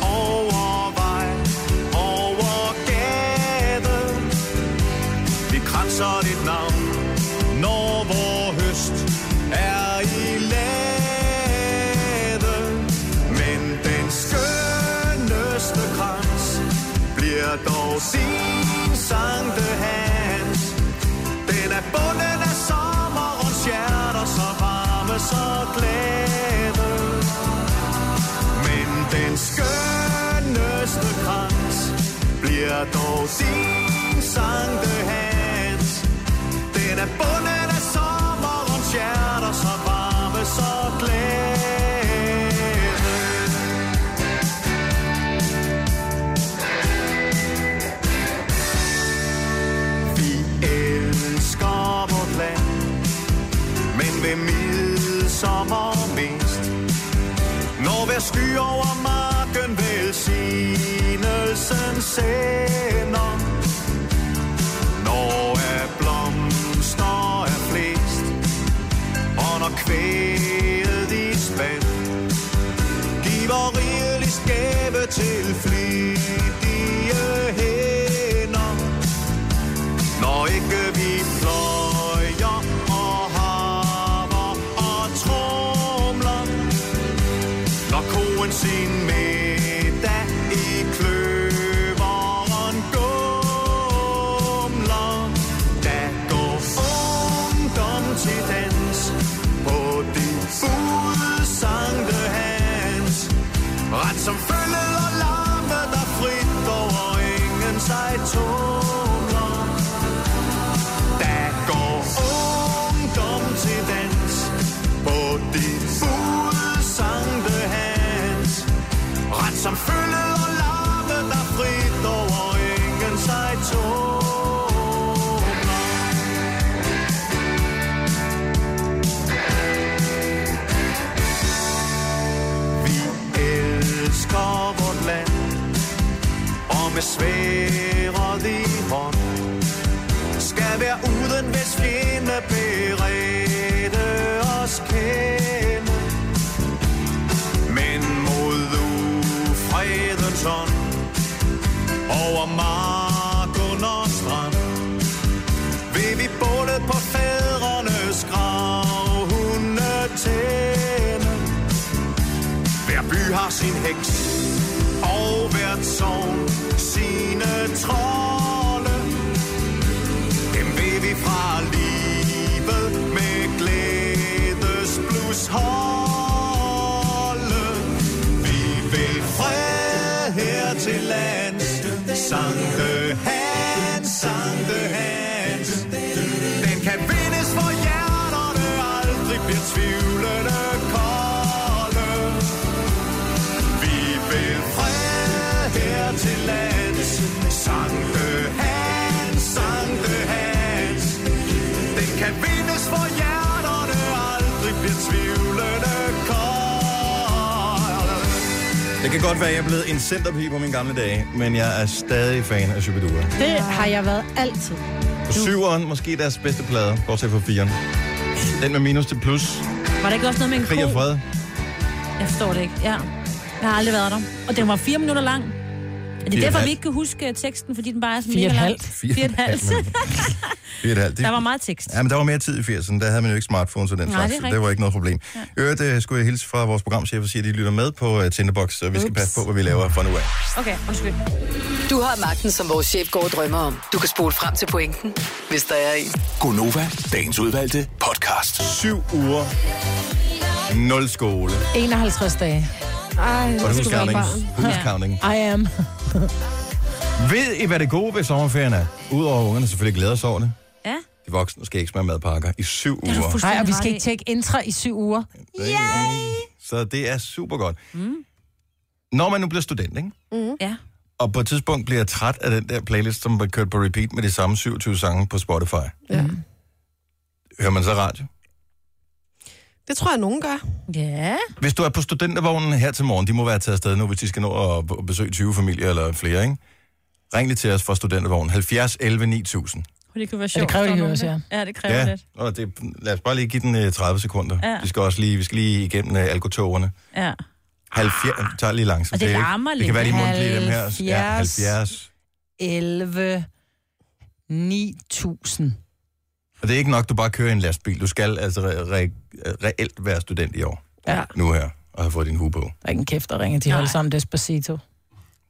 Speaker 8: over vej, over gade. Vi kranser dit navn, når vor høst er i lade. Men den skønneste krans bliver dog sin sankte hans. Den er bunden af sommerens hjerter, så varme, så glade. Men den skønneste krans bliver dog sin sankte hans. Den er bundet af sommerens hjerter, så varme, så glæde. Vi elsker vort land, men ved midsommer mest når hver sky over marken velsignelsen sender. Når er blomster er flest, og når kvædet i spand giver rigelig skæve til flittige hænder. Når ikke vi pløjer og harver og tromler, når koen sin middag i kløveren gumler, da går ungdom til dans på de fuldsangte hans. Ret som følget og lampe, der frit over engen sig tumler. Da går ungdom til dans på de fuldsangte hans. Ret som følge og larme, der frit over engen sig tåler. Vi elsker vort land, og med sværet i hånd skal være uden hvis fjende berette os kende. Men mod ufredens hånd, over mark under strand, vil vi både kan vindes for hjernerne, aldrig bliver tvivlende kolde. Vi vil fred her til lands, Sanke Hans, Sanke Hans. Den kan vindes for hjernerne, aldrig bliver tvivlende kolde.
Speaker 1: Det kan godt være, at jeg er blevet en centerpige på mine gamle dage, men jeg er stadig fan af Shubidua.
Speaker 11: Det har jeg været altid.
Speaker 1: På syveren, måske deres bedste plade, bortset fra firen. Den med minus til plus.
Speaker 4: Var der ikke også noget med en
Speaker 1: Krig og
Speaker 4: ko?
Speaker 1: fred.
Speaker 4: Jeg forstår det ikke, ja. Jeg har aldrig været der. Og den var fire minutter lang. Er
Speaker 1: Fire
Speaker 4: det derfor,
Speaker 1: og
Speaker 4: vi
Speaker 1: halv.
Speaker 4: ikke kan huske øh, teksten, fordi den bare er sådan
Speaker 1: Fire
Speaker 4: mega
Speaker 1: og
Speaker 4: lang?
Speaker 1: halvt. Fire
Speaker 4: Fire og et
Speaker 1: og et
Speaker 4: halvt.
Speaker 1: halvt, Det er det halvt. Det-
Speaker 4: Der var meget tekst.
Speaker 1: Ja, men der var mere tid i 80'erne. Der havde man jo ikke smartphones og den
Speaker 4: Nej,
Speaker 1: slags.
Speaker 4: det er
Speaker 1: så det var
Speaker 4: rigtigt.
Speaker 1: ikke noget problem. Ja. Øvrigt øh, skulle jeg hilse fra vores programchef og sige, at de lytter med på uh, Tinderbox, så vi skal passe på, hvad vi laver fra nu af.
Speaker 4: Okay, undskyld.
Speaker 5: Du har magten, som vores chef går og drømmer om. Du kan spole frem til pointen, hvis der er en.
Speaker 6: Gonova, dagens udvalgte podcast.
Speaker 1: Syv uger. Nul skole.
Speaker 3: 51 dage.
Speaker 11: Ej,
Speaker 1: Og who's counting? Who's counting?
Speaker 3: I am.
Speaker 1: Ved I, hvad det gode ved sommerferien er? Udover at ungerne selvfølgelig glæder sig over det.
Speaker 4: Ja.
Speaker 1: De voksne skal ikke smage madpakker i syv uger.
Speaker 3: Nej, og vi skal ikke tjekke intra i syv uger.
Speaker 1: Så det er super godt. Mm. Når man nu bliver student, ikke?
Speaker 4: Mm. Ja.
Speaker 1: og på et tidspunkt bliver jeg træt af den der playlist, som var kørt på repeat med de samme 27 sange på Spotify.
Speaker 2: Ja.
Speaker 1: Hører man så radio?
Speaker 2: Det tror jeg, nogen gør.
Speaker 4: Ja.
Speaker 1: Hvis du er på studentervognen her til morgen, de må være taget afsted nu, hvis de skal nå at b- besøge 20 familier eller flere, ikke? Ring lige til os fra studentervognen. 70 11 9000.
Speaker 4: Det kunne være
Speaker 3: Ja,
Speaker 4: sjovt.
Speaker 3: det kræver,
Speaker 4: hvis
Speaker 3: de
Speaker 4: der var
Speaker 3: høres,
Speaker 4: nogen, der- Ja, det kræver lidt.
Speaker 1: og det, lad os bare lige give den øh, 30 sekunder.
Speaker 4: Ja.
Speaker 1: Vi skal også lige, vi skal lige igennem øh, algotogerne.
Speaker 4: Ja.
Speaker 1: 70, jeg tager lige langsomt.
Speaker 4: Og det
Speaker 1: er ikke-
Speaker 4: larmer
Speaker 1: Det
Speaker 4: lidt.
Speaker 1: kan være, de er mundtlige, dem her. Ja, 70.
Speaker 3: 70. 11, 9000.
Speaker 1: Og det er ikke nok, du bare kører i en lastbil. Du skal altså re- re- reelt være student i år.
Speaker 3: Ja.
Speaker 1: Nu her, og have fået din hue på.
Speaker 3: Der er ingen kæft, der ringer. De holder sammen Despacito.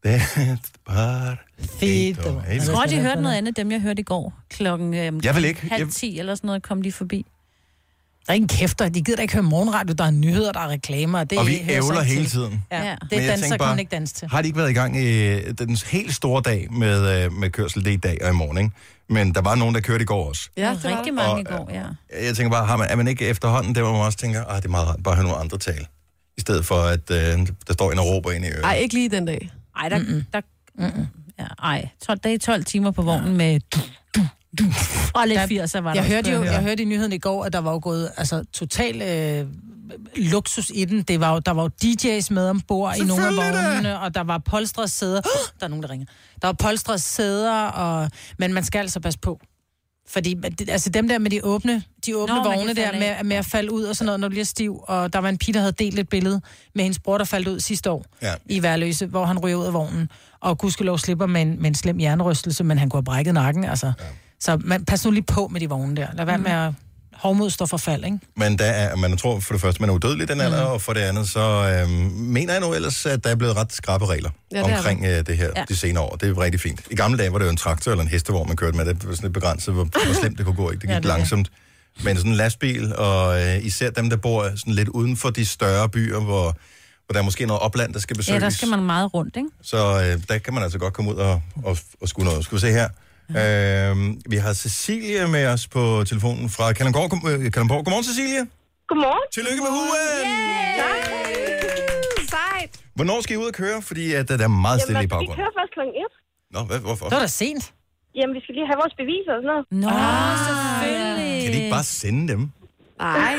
Speaker 1: Despacito.
Speaker 4: Jeg tror, de hørte noget andet, dem jeg hørte i går. Klokken øh,
Speaker 3: Jeg vil ikke.
Speaker 4: halv
Speaker 3: Jeg-
Speaker 4: ti eller sådan noget, kom de forbi.
Speaker 3: Der er ingen kæfter. De gider da ikke høre morgenradio. Der er nyheder, der er reklamer. Det
Speaker 1: Og vi
Speaker 3: hører sig
Speaker 1: ævler
Speaker 3: ikke
Speaker 1: hele
Speaker 3: til.
Speaker 1: tiden.
Speaker 3: Ja.
Speaker 4: Ja.
Speaker 3: ja.
Speaker 1: Men
Speaker 3: Det
Speaker 1: jeg
Speaker 3: danser
Speaker 1: tænker
Speaker 3: kan
Speaker 1: bare,
Speaker 3: man ikke danse til.
Speaker 1: Har de ikke været i gang i øh, den helt store dag med, øh, med kørsel, det er i dag og i morgen, ikke? Men der var nogen, der kørte i går også.
Speaker 4: Ja, det var rigtig mange i går, ja.
Speaker 1: Jeg tænker bare, har man, er man ikke efterhånden der, hvor man også tænker, ah, det er meget rart, bare at høre nogle andre tale. I stedet for, at øh, der står en og råber ind i øret.
Speaker 2: Ej, ikke lige den dag.
Speaker 4: Ej, der... Mm-mm. der mm-mm. Ja, ej, 12, det er 12 timer på vognen ja. med... Du, du, du. Og lidt 80'er var
Speaker 3: Jeg
Speaker 4: der
Speaker 3: hørte
Speaker 4: også,
Speaker 3: jo,
Speaker 4: kunne
Speaker 3: jeg hørte i nyheden i går, at der var jo gået altså, total øh, luksus i den. Det var jo, der var jo DJ's med ombord i nogle af
Speaker 11: Selvfølgelig da.
Speaker 3: vognene, og der var polstrede sæder. der er nogen, der ringer. Der var polstrede sæder, og, men man skal altså passe på. Fordi men det- altså dem der med de åbne, de åbne
Speaker 11: Nå,
Speaker 3: Nå,
Speaker 11: man
Speaker 3: vogne
Speaker 11: kan
Speaker 3: der
Speaker 11: falde
Speaker 3: med, med at falde ud og sådan noget, når du bliver stiv. Og der var en pige, der havde delt et billede med hendes bror, der faldt ud sidste år
Speaker 1: Ja.
Speaker 3: i Værløse, hvor han ryger ud af vognen. Og gudskelov slipper med en, med en slem jernrystelse, men han kunne have brækket nakken. Altså. Ja. Så man, pas nu lige på med de vogne der. Lad være med at hovmod står for fald, ikke?
Speaker 1: Men der er, man tror for det første, man er udødelig i den alder,
Speaker 6: Mhm.
Speaker 1: og for det andet, så øh, mener jeg nu ellers, at der er blevet ret skrappe regler
Speaker 6: Ja, det er
Speaker 1: omkring øh, det her
Speaker 6: Ja.
Speaker 1: ja. de senere år. Det er rigtig fint. I gamle dage var det jo en traktor eller en hestevogn, man kørte med. Det var sådan lidt begrænset, hvor, hvor slemt det kunne gå. Ikke? Det gik
Speaker 6: Ja,
Speaker 1: ja,
Speaker 6: det
Speaker 1: det
Speaker 6: er.
Speaker 1: langsomt. Men sådan en lastbil, og øh, især dem, der bor sådan lidt uden for de større byer, hvor, hvor der er måske noget opland, der skal
Speaker 4: Ja,
Speaker 1: besøges.
Speaker 4: der skal man meget rundt, ikke?
Speaker 1: Så øh, der kan man altså godt komme ud og, og, og skue noget. Skal vi se her.
Speaker 3: Mhm.
Speaker 1: Øh, vi har Cecilie med os på telefonen fra Kalundborg. Kom- øh, Kalundborg. Godmorgen, Cecilie.
Speaker 13: Godmorgen.
Speaker 1: Tillykke med huen.
Speaker 13: Tak. Sejt.
Speaker 1: Hvornår skal I ud og køre? Fordi at, øh, der er meget stille i
Speaker 13: Jamen, altså, vi
Speaker 1: baggrunden.
Speaker 13: kører først klokken 1.
Speaker 1: Nå, hvad, hvorfor?
Speaker 3: Det var da sent.
Speaker 13: Jamen, vi skal lige have vores beviser og sådan noget. Ah,
Speaker 4: Nå, selvfølgelig.
Speaker 1: Kan de ikke bare sende dem?
Speaker 3: Nej.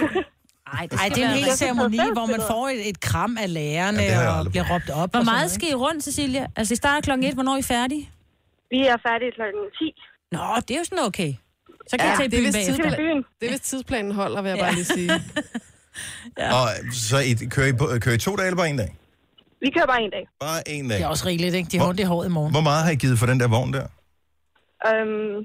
Speaker 4: Ej,
Speaker 3: Ej, det er en hel ceremoni, hvor man får et, et kram af lærerne
Speaker 4: Ja, det har jeg
Speaker 3: ja, og
Speaker 4: aldrig
Speaker 3: bliver råbt op.
Speaker 4: Hvor
Speaker 3: og sådan
Speaker 4: meget
Speaker 3: noget,
Speaker 4: skal I rundt, Cecilia? Altså, I starter klokken 1. Hvornår er I færdige?
Speaker 13: Vi er færdige klokken 10.
Speaker 4: Nå, det er jo sådan okay. Så kan ja, I tage i
Speaker 2: det, er
Speaker 4: byen
Speaker 2: vist
Speaker 4: bagefter.
Speaker 2: tidsplan, det er hvis tidsplanen holder, vil jeg bare
Speaker 4: Ja.
Speaker 2: lige sige.
Speaker 1: Ja. Og øh, så I, kører, I, på- kører I to dage eller bare en dag?
Speaker 13: Vi kører bare en dag.
Speaker 1: Bare en
Speaker 3: ikke?
Speaker 1: dag.
Speaker 3: Det er også rigeligt, ikke? De har ondt i håret i morgen.
Speaker 1: Hvor meget har I givet for den der vogn der?
Speaker 13: Øhm,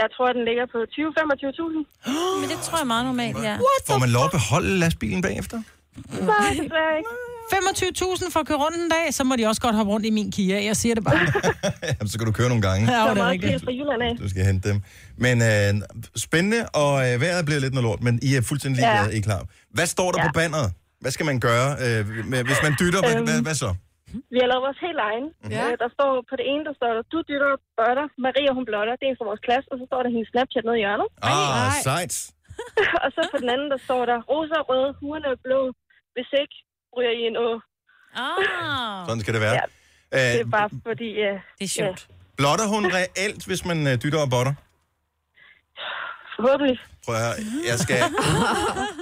Speaker 13: jeg tror, den ligger på 20-25.000.
Speaker 4: Men det tror jeg er meget normalt, ja.
Speaker 1: Får man lov at beholde lastbilen bagefter?
Speaker 13: Nej, desværre ikke.
Speaker 3: 25.000 for at køre rundt en dag, så må de også godt hoppe rundt i min Kia. Jeg siger det bare.
Speaker 1: Jamen, så kan du køre nogle gange.
Speaker 3: Ja, det er
Speaker 13: Helt
Speaker 3: rigtigt.
Speaker 13: fra Jylland af.
Speaker 1: Du skal hente dem. Men øh, spændende, og øh, vejret bliver lidt noget lort, men I er fuldstændig
Speaker 13: Ja.
Speaker 1: ligeglade, ja. I er klar. Hvad står der ja.
Speaker 13: Ja.
Speaker 1: på banneret? Hvad skal man gøre? Øh, med, hvis man dytter, hvad,
Speaker 13: Øhm.
Speaker 1: hvad, hvad så?
Speaker 13: Vi har lavet vores helt egen.
Speaker 1: Mhm.
Speaker 13: Ja. Der står på det ene, der står der, du dytter og bøtter, Maria hun blotter, det er fra vores klasse, og så står der hendes Snapchat nede i hjørnet.
Speaker 1: Ah, sejt.
Speaker 13: og så på den anden, der står der, rosa og røde, hurene er blå, hvis ikke, ryger I en å.
Speaker 4: Ah.
Speaker 1: Sådan skal det være. Ja,
Speaker 13: det er bare fordi... Uh,
Speaker 4: det
Speaker 13: er sjovt. Ja,
Speaker 1: Blotter hun reelt, hvis man øh, dytter og botter?
Speaker 13: forhåbentlig.
Speaker 1: Prøv at høre, jeg skal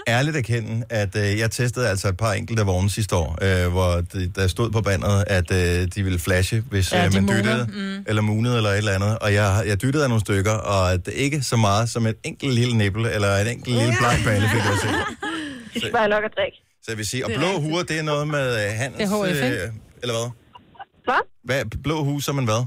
Speaker 1: ærligt erkende, at øh, jeg testede altså et par enkelte vogne sidste år, øh, hvor det, der stod på banderet, at øh, de ville flashe, hvis
Speaker 14: Ja,
Speaker 1: øh,
Speaker 14: de
Speaker 1: man
Speaker 14: muner.
Speaker 1: dyttede, mm. eller munede, eller et eller andet. Og jeg, jeg dyttede af nogle stykker, og det er ikke så meget som et enkelt lille nipple, eller en enkelt lille bleg bane, fik jeg set.
Speaker 13: Det skal være nok at drikke.
Speaker 1: Så jeg vil sige, og
Speaker 13: Det er
Speaker 1: blå huer, det er noget med øh, handels...
Speaker 13: Det er HF, ikke?
Speaker 1: eller hvad?
Speaker 13: Hvad?
Speaker 1: hvad? Blå hue, som en hvad?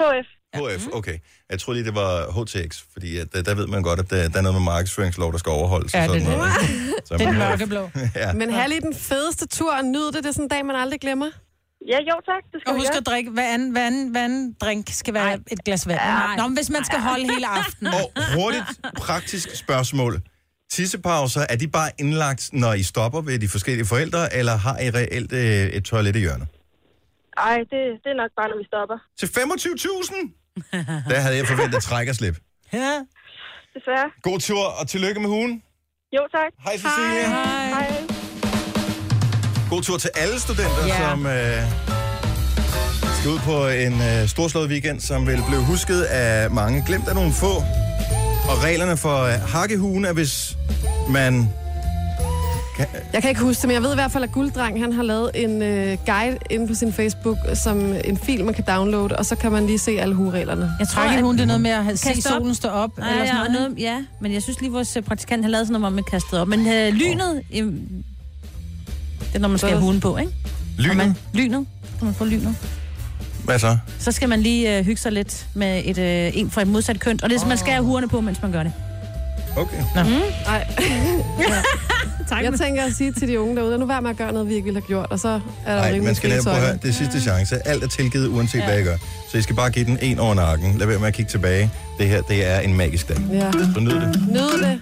Speaker 13: HF.
Speaker 1: HF, okay. Jeg tror lige, det var HTX, fordi at, øh, der ved man godt, at der, der er noget med markedsføringslov, der skal overholdes. og
Speaker 3: Ja, det
Speaker 1: sådan
Speaker 3: er
Speaker 1: noget. Så man- ja.
Speaker 2: Ja. Men have lige den fedeste tur og nyd det. Det er sådan en dag, man aldrig glemmer.
Speaker 13: Ja, jo tak. Det
Speaker 3: Og husk at drikke, hvad anden, hvad anden, hvad anden drink skal være et glas vand. Nej. Nå, men hvis man skal holde hele aftenen.
Speaker 1: Og hurtigt praktisk spørgsmål. Tissepauser, er de bare indlagt, når I stopper ved de forskellige forældre, eller har I reelt øh, et toilet i hjørnet?
Speaker 13: Ej, det, det er nok bare, når vi stopper.
Speaker 1: Til 25.000? Der havde jeg forventet træk og slip.
Speaker 3: Ja.
Speaker 13: Desværre.
Speaker 1: God tur, og tillykke med hugen.
Speaker 13: Jo, tak.
Speaker 1: Hej, Cecilie.
Speaker 13: Hej. Hej.
Speaker 1: God tur til alle studenter,
Speaker 13: Ja.
Speaker 1: yeah. som øh, skal ud på en øh, storslået weekend, som vil blive husket af mange, glemt af nogle få. Og reglerne for øh, hakkehugen er, hvis man... Kan,
Speaker 2: Jeg kan ikke huske det, men jeg ved i hvert fald, at Gulddreng han har lavet en øh, guide inde på sin Facebook, som en fil, man kan downloade, og så kan man lige se alle hureglerne.
Speaker 3: Jeg tror, at hun det er noget med at have- se
Speaker 4: Kaste op.
Speaker 3: solen stå op.
Speaker 4: Nej,
Speaker 3: eller sådan
Speaker 4: ja,
Speaker 3: noget.
Speaker 4: noget, ja, men jeg synes lige, vores øh, praktikant har lavet sådan noget, om man kastede op. Men øh, lynet, øh, det er, når man skal have hunden på, ikke?
Speaker 1: Lynet?
Speaker 4: Man, lynet. Kan man få lynet?
Speaker 1: Hvad så?
Speaker 4: Så skal man lige øh, hygge sig lidt med et, øh, en fra et modsat køn. Og det er, oh. man skal have hurene på, mens man gør det.
Speaker 1: Okay.
Speaker 4: Nå. Mm.
Speaker 2: Nej. tak. Jeg tænker at sige til de unge derude, at nu vær med at gøre noget, vi ikke ville have gjort, og så er der
Speaker 1: Nej,
Speaker 2: rimelig
Speaker 1: man skal
Speaker 2: frie
Speaker 1: netop prøve at
Speaker 2: tøjler.
Speaker 1: høre, det er sidste chance. Alt er tilgivet, uanset
Speaker 2: Ja.
Speaker 1: ja. hvad I gør. Så I skal bare give den en over nakken. Lad være med at kigge tilbage. Det her, det er en magisk dag.
Speaker 2: Ja.
Speaker 1: Så nyd det.
Speaker 2: Nyd det.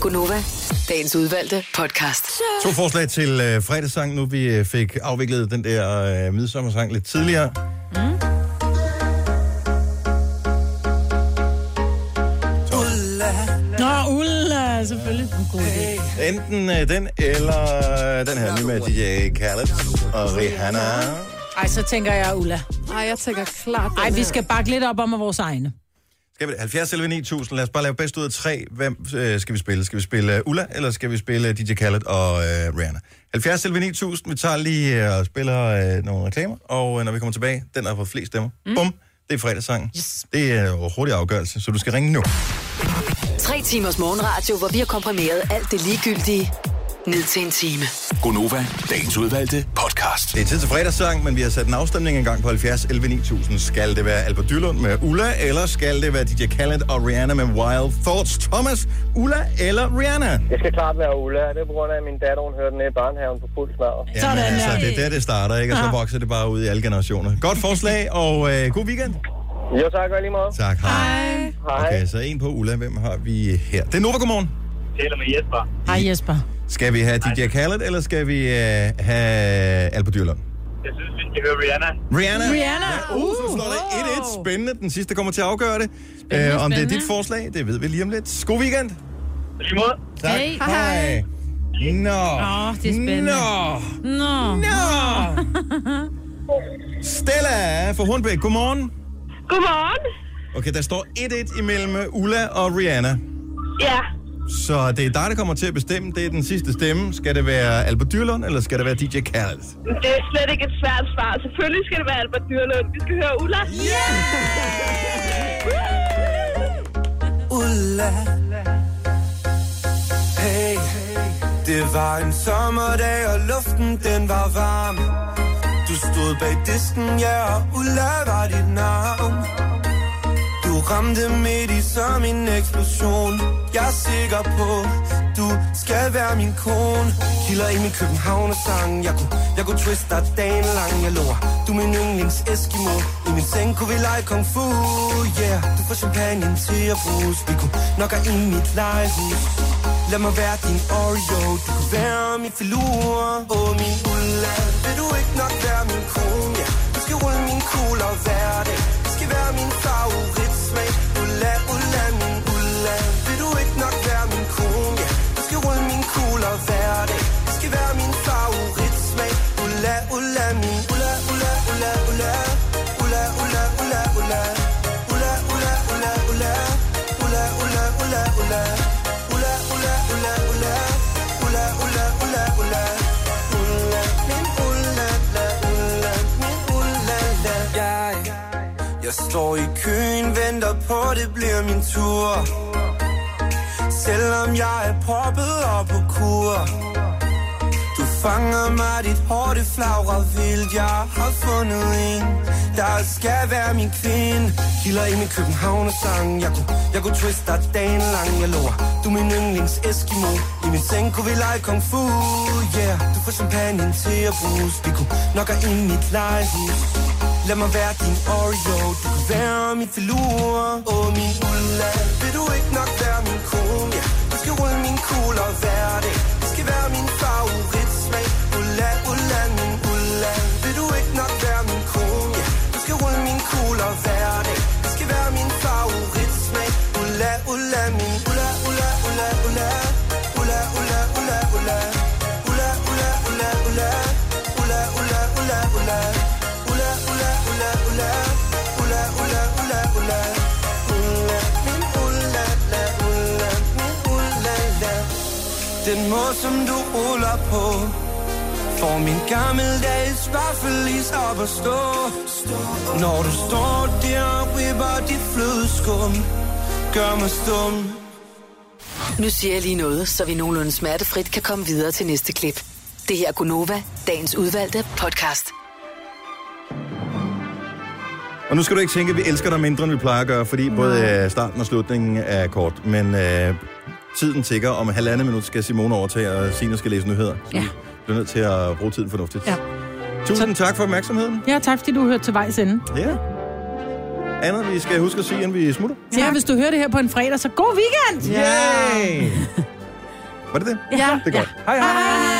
Speaker 5: Gunova, dagens udvalgte podcast.
Speaker 1: To forslag til øh, fredagssang, nu vi øh, fik afviklet den der øh, midsommersang lidt tidligere. Mm.
Speaker 3: Ulla. Nå, Ulla, selvfølgelig. En god idé.
Speaker 1: Enten øh, den, eller øh, den her nye med DJ Khaled og Rihanna.
Speaker 3: Ej, så tænker jeg Ulla.
Speaker 2: Ej, jeg tænker klart
Speaker 3: Ej, vi skal bakke lidt op om af vores egne.
Speaker 1: Skal vi 70 eller 9000? Lad os bare lave bedst ud af tre. Hvem øh, skal vi spille? Skal vi spille øh, Ulla, eller skal vi spille øh, DJ Khaled og øh, Rihanna? 70 eller 9000. Vi tager lige øh, og spiller øh, nogle reklamer, og øh, når vi kommer tilbage, den har fået flest stemmer. Mm. Bum! Det er fredagssangen. Yes. Det er jo hurtig afgørelse, så du skal ringe nu.
Speaker 5: Tre timers morgenradio, hvor vi har komprimeret alt det ligegyldige ned til en time.
Speaker 1: Gonova, dagens udvalgte podcast. Det er tid til fredagssang, men vi har sat en afstemning en gang på 70 11 9000. Skal det være Albert Dyrlund med Ulla, eller skal det være DJ Khaled og Rihanna med Wild Thoughts? Thomas, Ulla eller Rihanna?
Speaker 15: Det skal klart være Ulla, og det er på grund af, at min datter, hun hørte den ned i børnehaven på fuld smadret.
Speaker 1: Jamen, altså, det er der, det starter, ikke? Og så vokser det bare ud i alle generationer. Godt forslag, og øh, god weekend.
Speaker 15: Jo, tak og i lige måde.
Speaker 1: Tak, hej.
Speaker 15: Hej.
Speaker 1: Okay, så en på Ulla. Hvem har vi her? Det er Nova, godmorgen.
Speaker 16: Taler med Jesper.
Speaker 3: Hej Jesper.
Speaker 1: Skal vi have DJ Khaled, eller skal vi øh, have Albert Dyrlund?
Speaker 16: Jeg synes, vi skal høre Rihanna.
Speaker 1: Rihanna.
Speaker 16: Rihanna.
Speaker 1: Ja, uh, så slår det 1-1. Spændende. Den sidste kommer til at afgøre det. Spændende, uh, om det er dit forslag, det ved vi lige om lidt. God weekend.
Speaker 16: Lige måde.
Speaker 1: Tak.
Speaker 16: Hey.
Speaker 1: Hej. Nå.
Speaker 16: Åh, det er spændende.
Speaker 1: Nå.
Speaker 4: Nå.
Speaker 1: Nå. Stella fra Hornbæk, godmorgen.
Speaker 13: Godmorgen.
Speaker 1: Okay, der står 1-1 imellem Ulla og Rihanna.
Speaker 13: Ja.
Speaker 1: Så det er dig, der kommer til at bestemme. Det er den sidste stemme. Skal det være Albert Dyrlund, eller skal det være DJ Khaled?
Speaker 13: Det er slet ikke et svært svar. Selvfølgelig skal det være Albert Dyrlund. Vi skal høre Ulla. Yeah!
Speaker 8: Ulla. Hey, det var en sommerdag, og luften den var varm. Du stod bag disken, ja, og Ulla var dit navn. Du ramte midt i som en eksplosion. Jeg er sikker på, du skal være min kone. Kilder i min københavnersang. Jeg kunne, jeg kunne twiste dig dagen lang. Jeg lover, du er min yndlings Eskimo. I min seng kunne vi lege kung fu, yeah. Du får champagne til at bruges. Vi kunne nok have i mit legehus.
Speaker 17: Lad mig være din Oreo Du kan være min filur Åh, min ulla Vil du ikke nok være min kone? Ja, du skal rulle min kugle og være det Du skal være min favorit smag Ulla, ulla, min ulla Vil du ikke nok være min kone? Ja, du skal rulle min kugle og være det Du skal være min favorit smag Ulla, ulla, min ulla, ulla, ulla, ulla Ulla, ulla, ulla, ulla Ulla, ulla, ulla, ulla Ulla, ulla, ulla, ulla Ulla, ulla, ulla, ulla. Ulla, ulla, ulla, ulla. Ulla, min ulla, la, ulla, min ulla, la. Jeg, jeg står i køen, venter på, det bliver min tur. Selvom jeg er proppet og på kur. Du fanger mig, dit hår, det flagrer vildt. Jeg har fundet en, der skal være min kvinde. Kilder i min københavnersang. Jeg kunne, jeg kunne twiste dig dagen lang, jeg lover. Du er min yndlings Eskimo. I min seng kunne vi lege kung fu, yeah. Du får champagne til at bruges. Vi kunne nok i mit legehus. Lad mig være din Oreo. Du kan være min filur. Åh, min ulla. Vil du ikke nok være min kone, ja? Du skal rulle min kugle og være det. Du skal være min favoritsmag. Ulla, ulla, min ulla. Vil du ikke nok være min kone, ja? Du skal rulle min kugle og være det. Du skal være min favoritsmag. Ulla, ulla, min ulla, ulla, ulla, ulla. Ulla, ulla, ulla, ulla. Ulla, ulla, ulla, ulla. Ulla, ulla, ulla, ulla. Ulla, ulla, ulla, ulla. Ulla, ulla, ulla, ulla. Ulla, min ulla, la, ulla, min ulla, la. Den måde, som du ruller på, får min gammeldags vaffelis op at stå. Når du står der og ripper dit flødeskum, gør mig stum.
Speaker 5: Nu siger jeg lige noget, så vi nogenlunde smertefrit kan komme videre til næste klip. Det her er Gunova, dagens udvalgte podcast.
Speaker 1: Og nu skal du ikke tænke, at vi elsker dig mindre, end vi plejer at gøre, fordi Nej. både øh, starten og slutningen er kort. Men øh, tiden tigger. Om halvandet minut skal Simone overtage, og Signe skal læse nyheder. Så ja. vi bliver nødt til at bruge tiden fornuftigt. Ja. Tusind tak for opmærksomheden.
Speaker 3: Ja, tak fordi du hørte til vejs ende.
Speaker 1: Ja. Andet, vi skal huske at sige, inden vi smutter.
Speaker 3: Ja, hvis du hører det her på en fredag, så god weekend!
Speaker 1: Yay! Var det det?
Speaker 3: Ja.
Speaker 1: Det er godt. Hej, hej.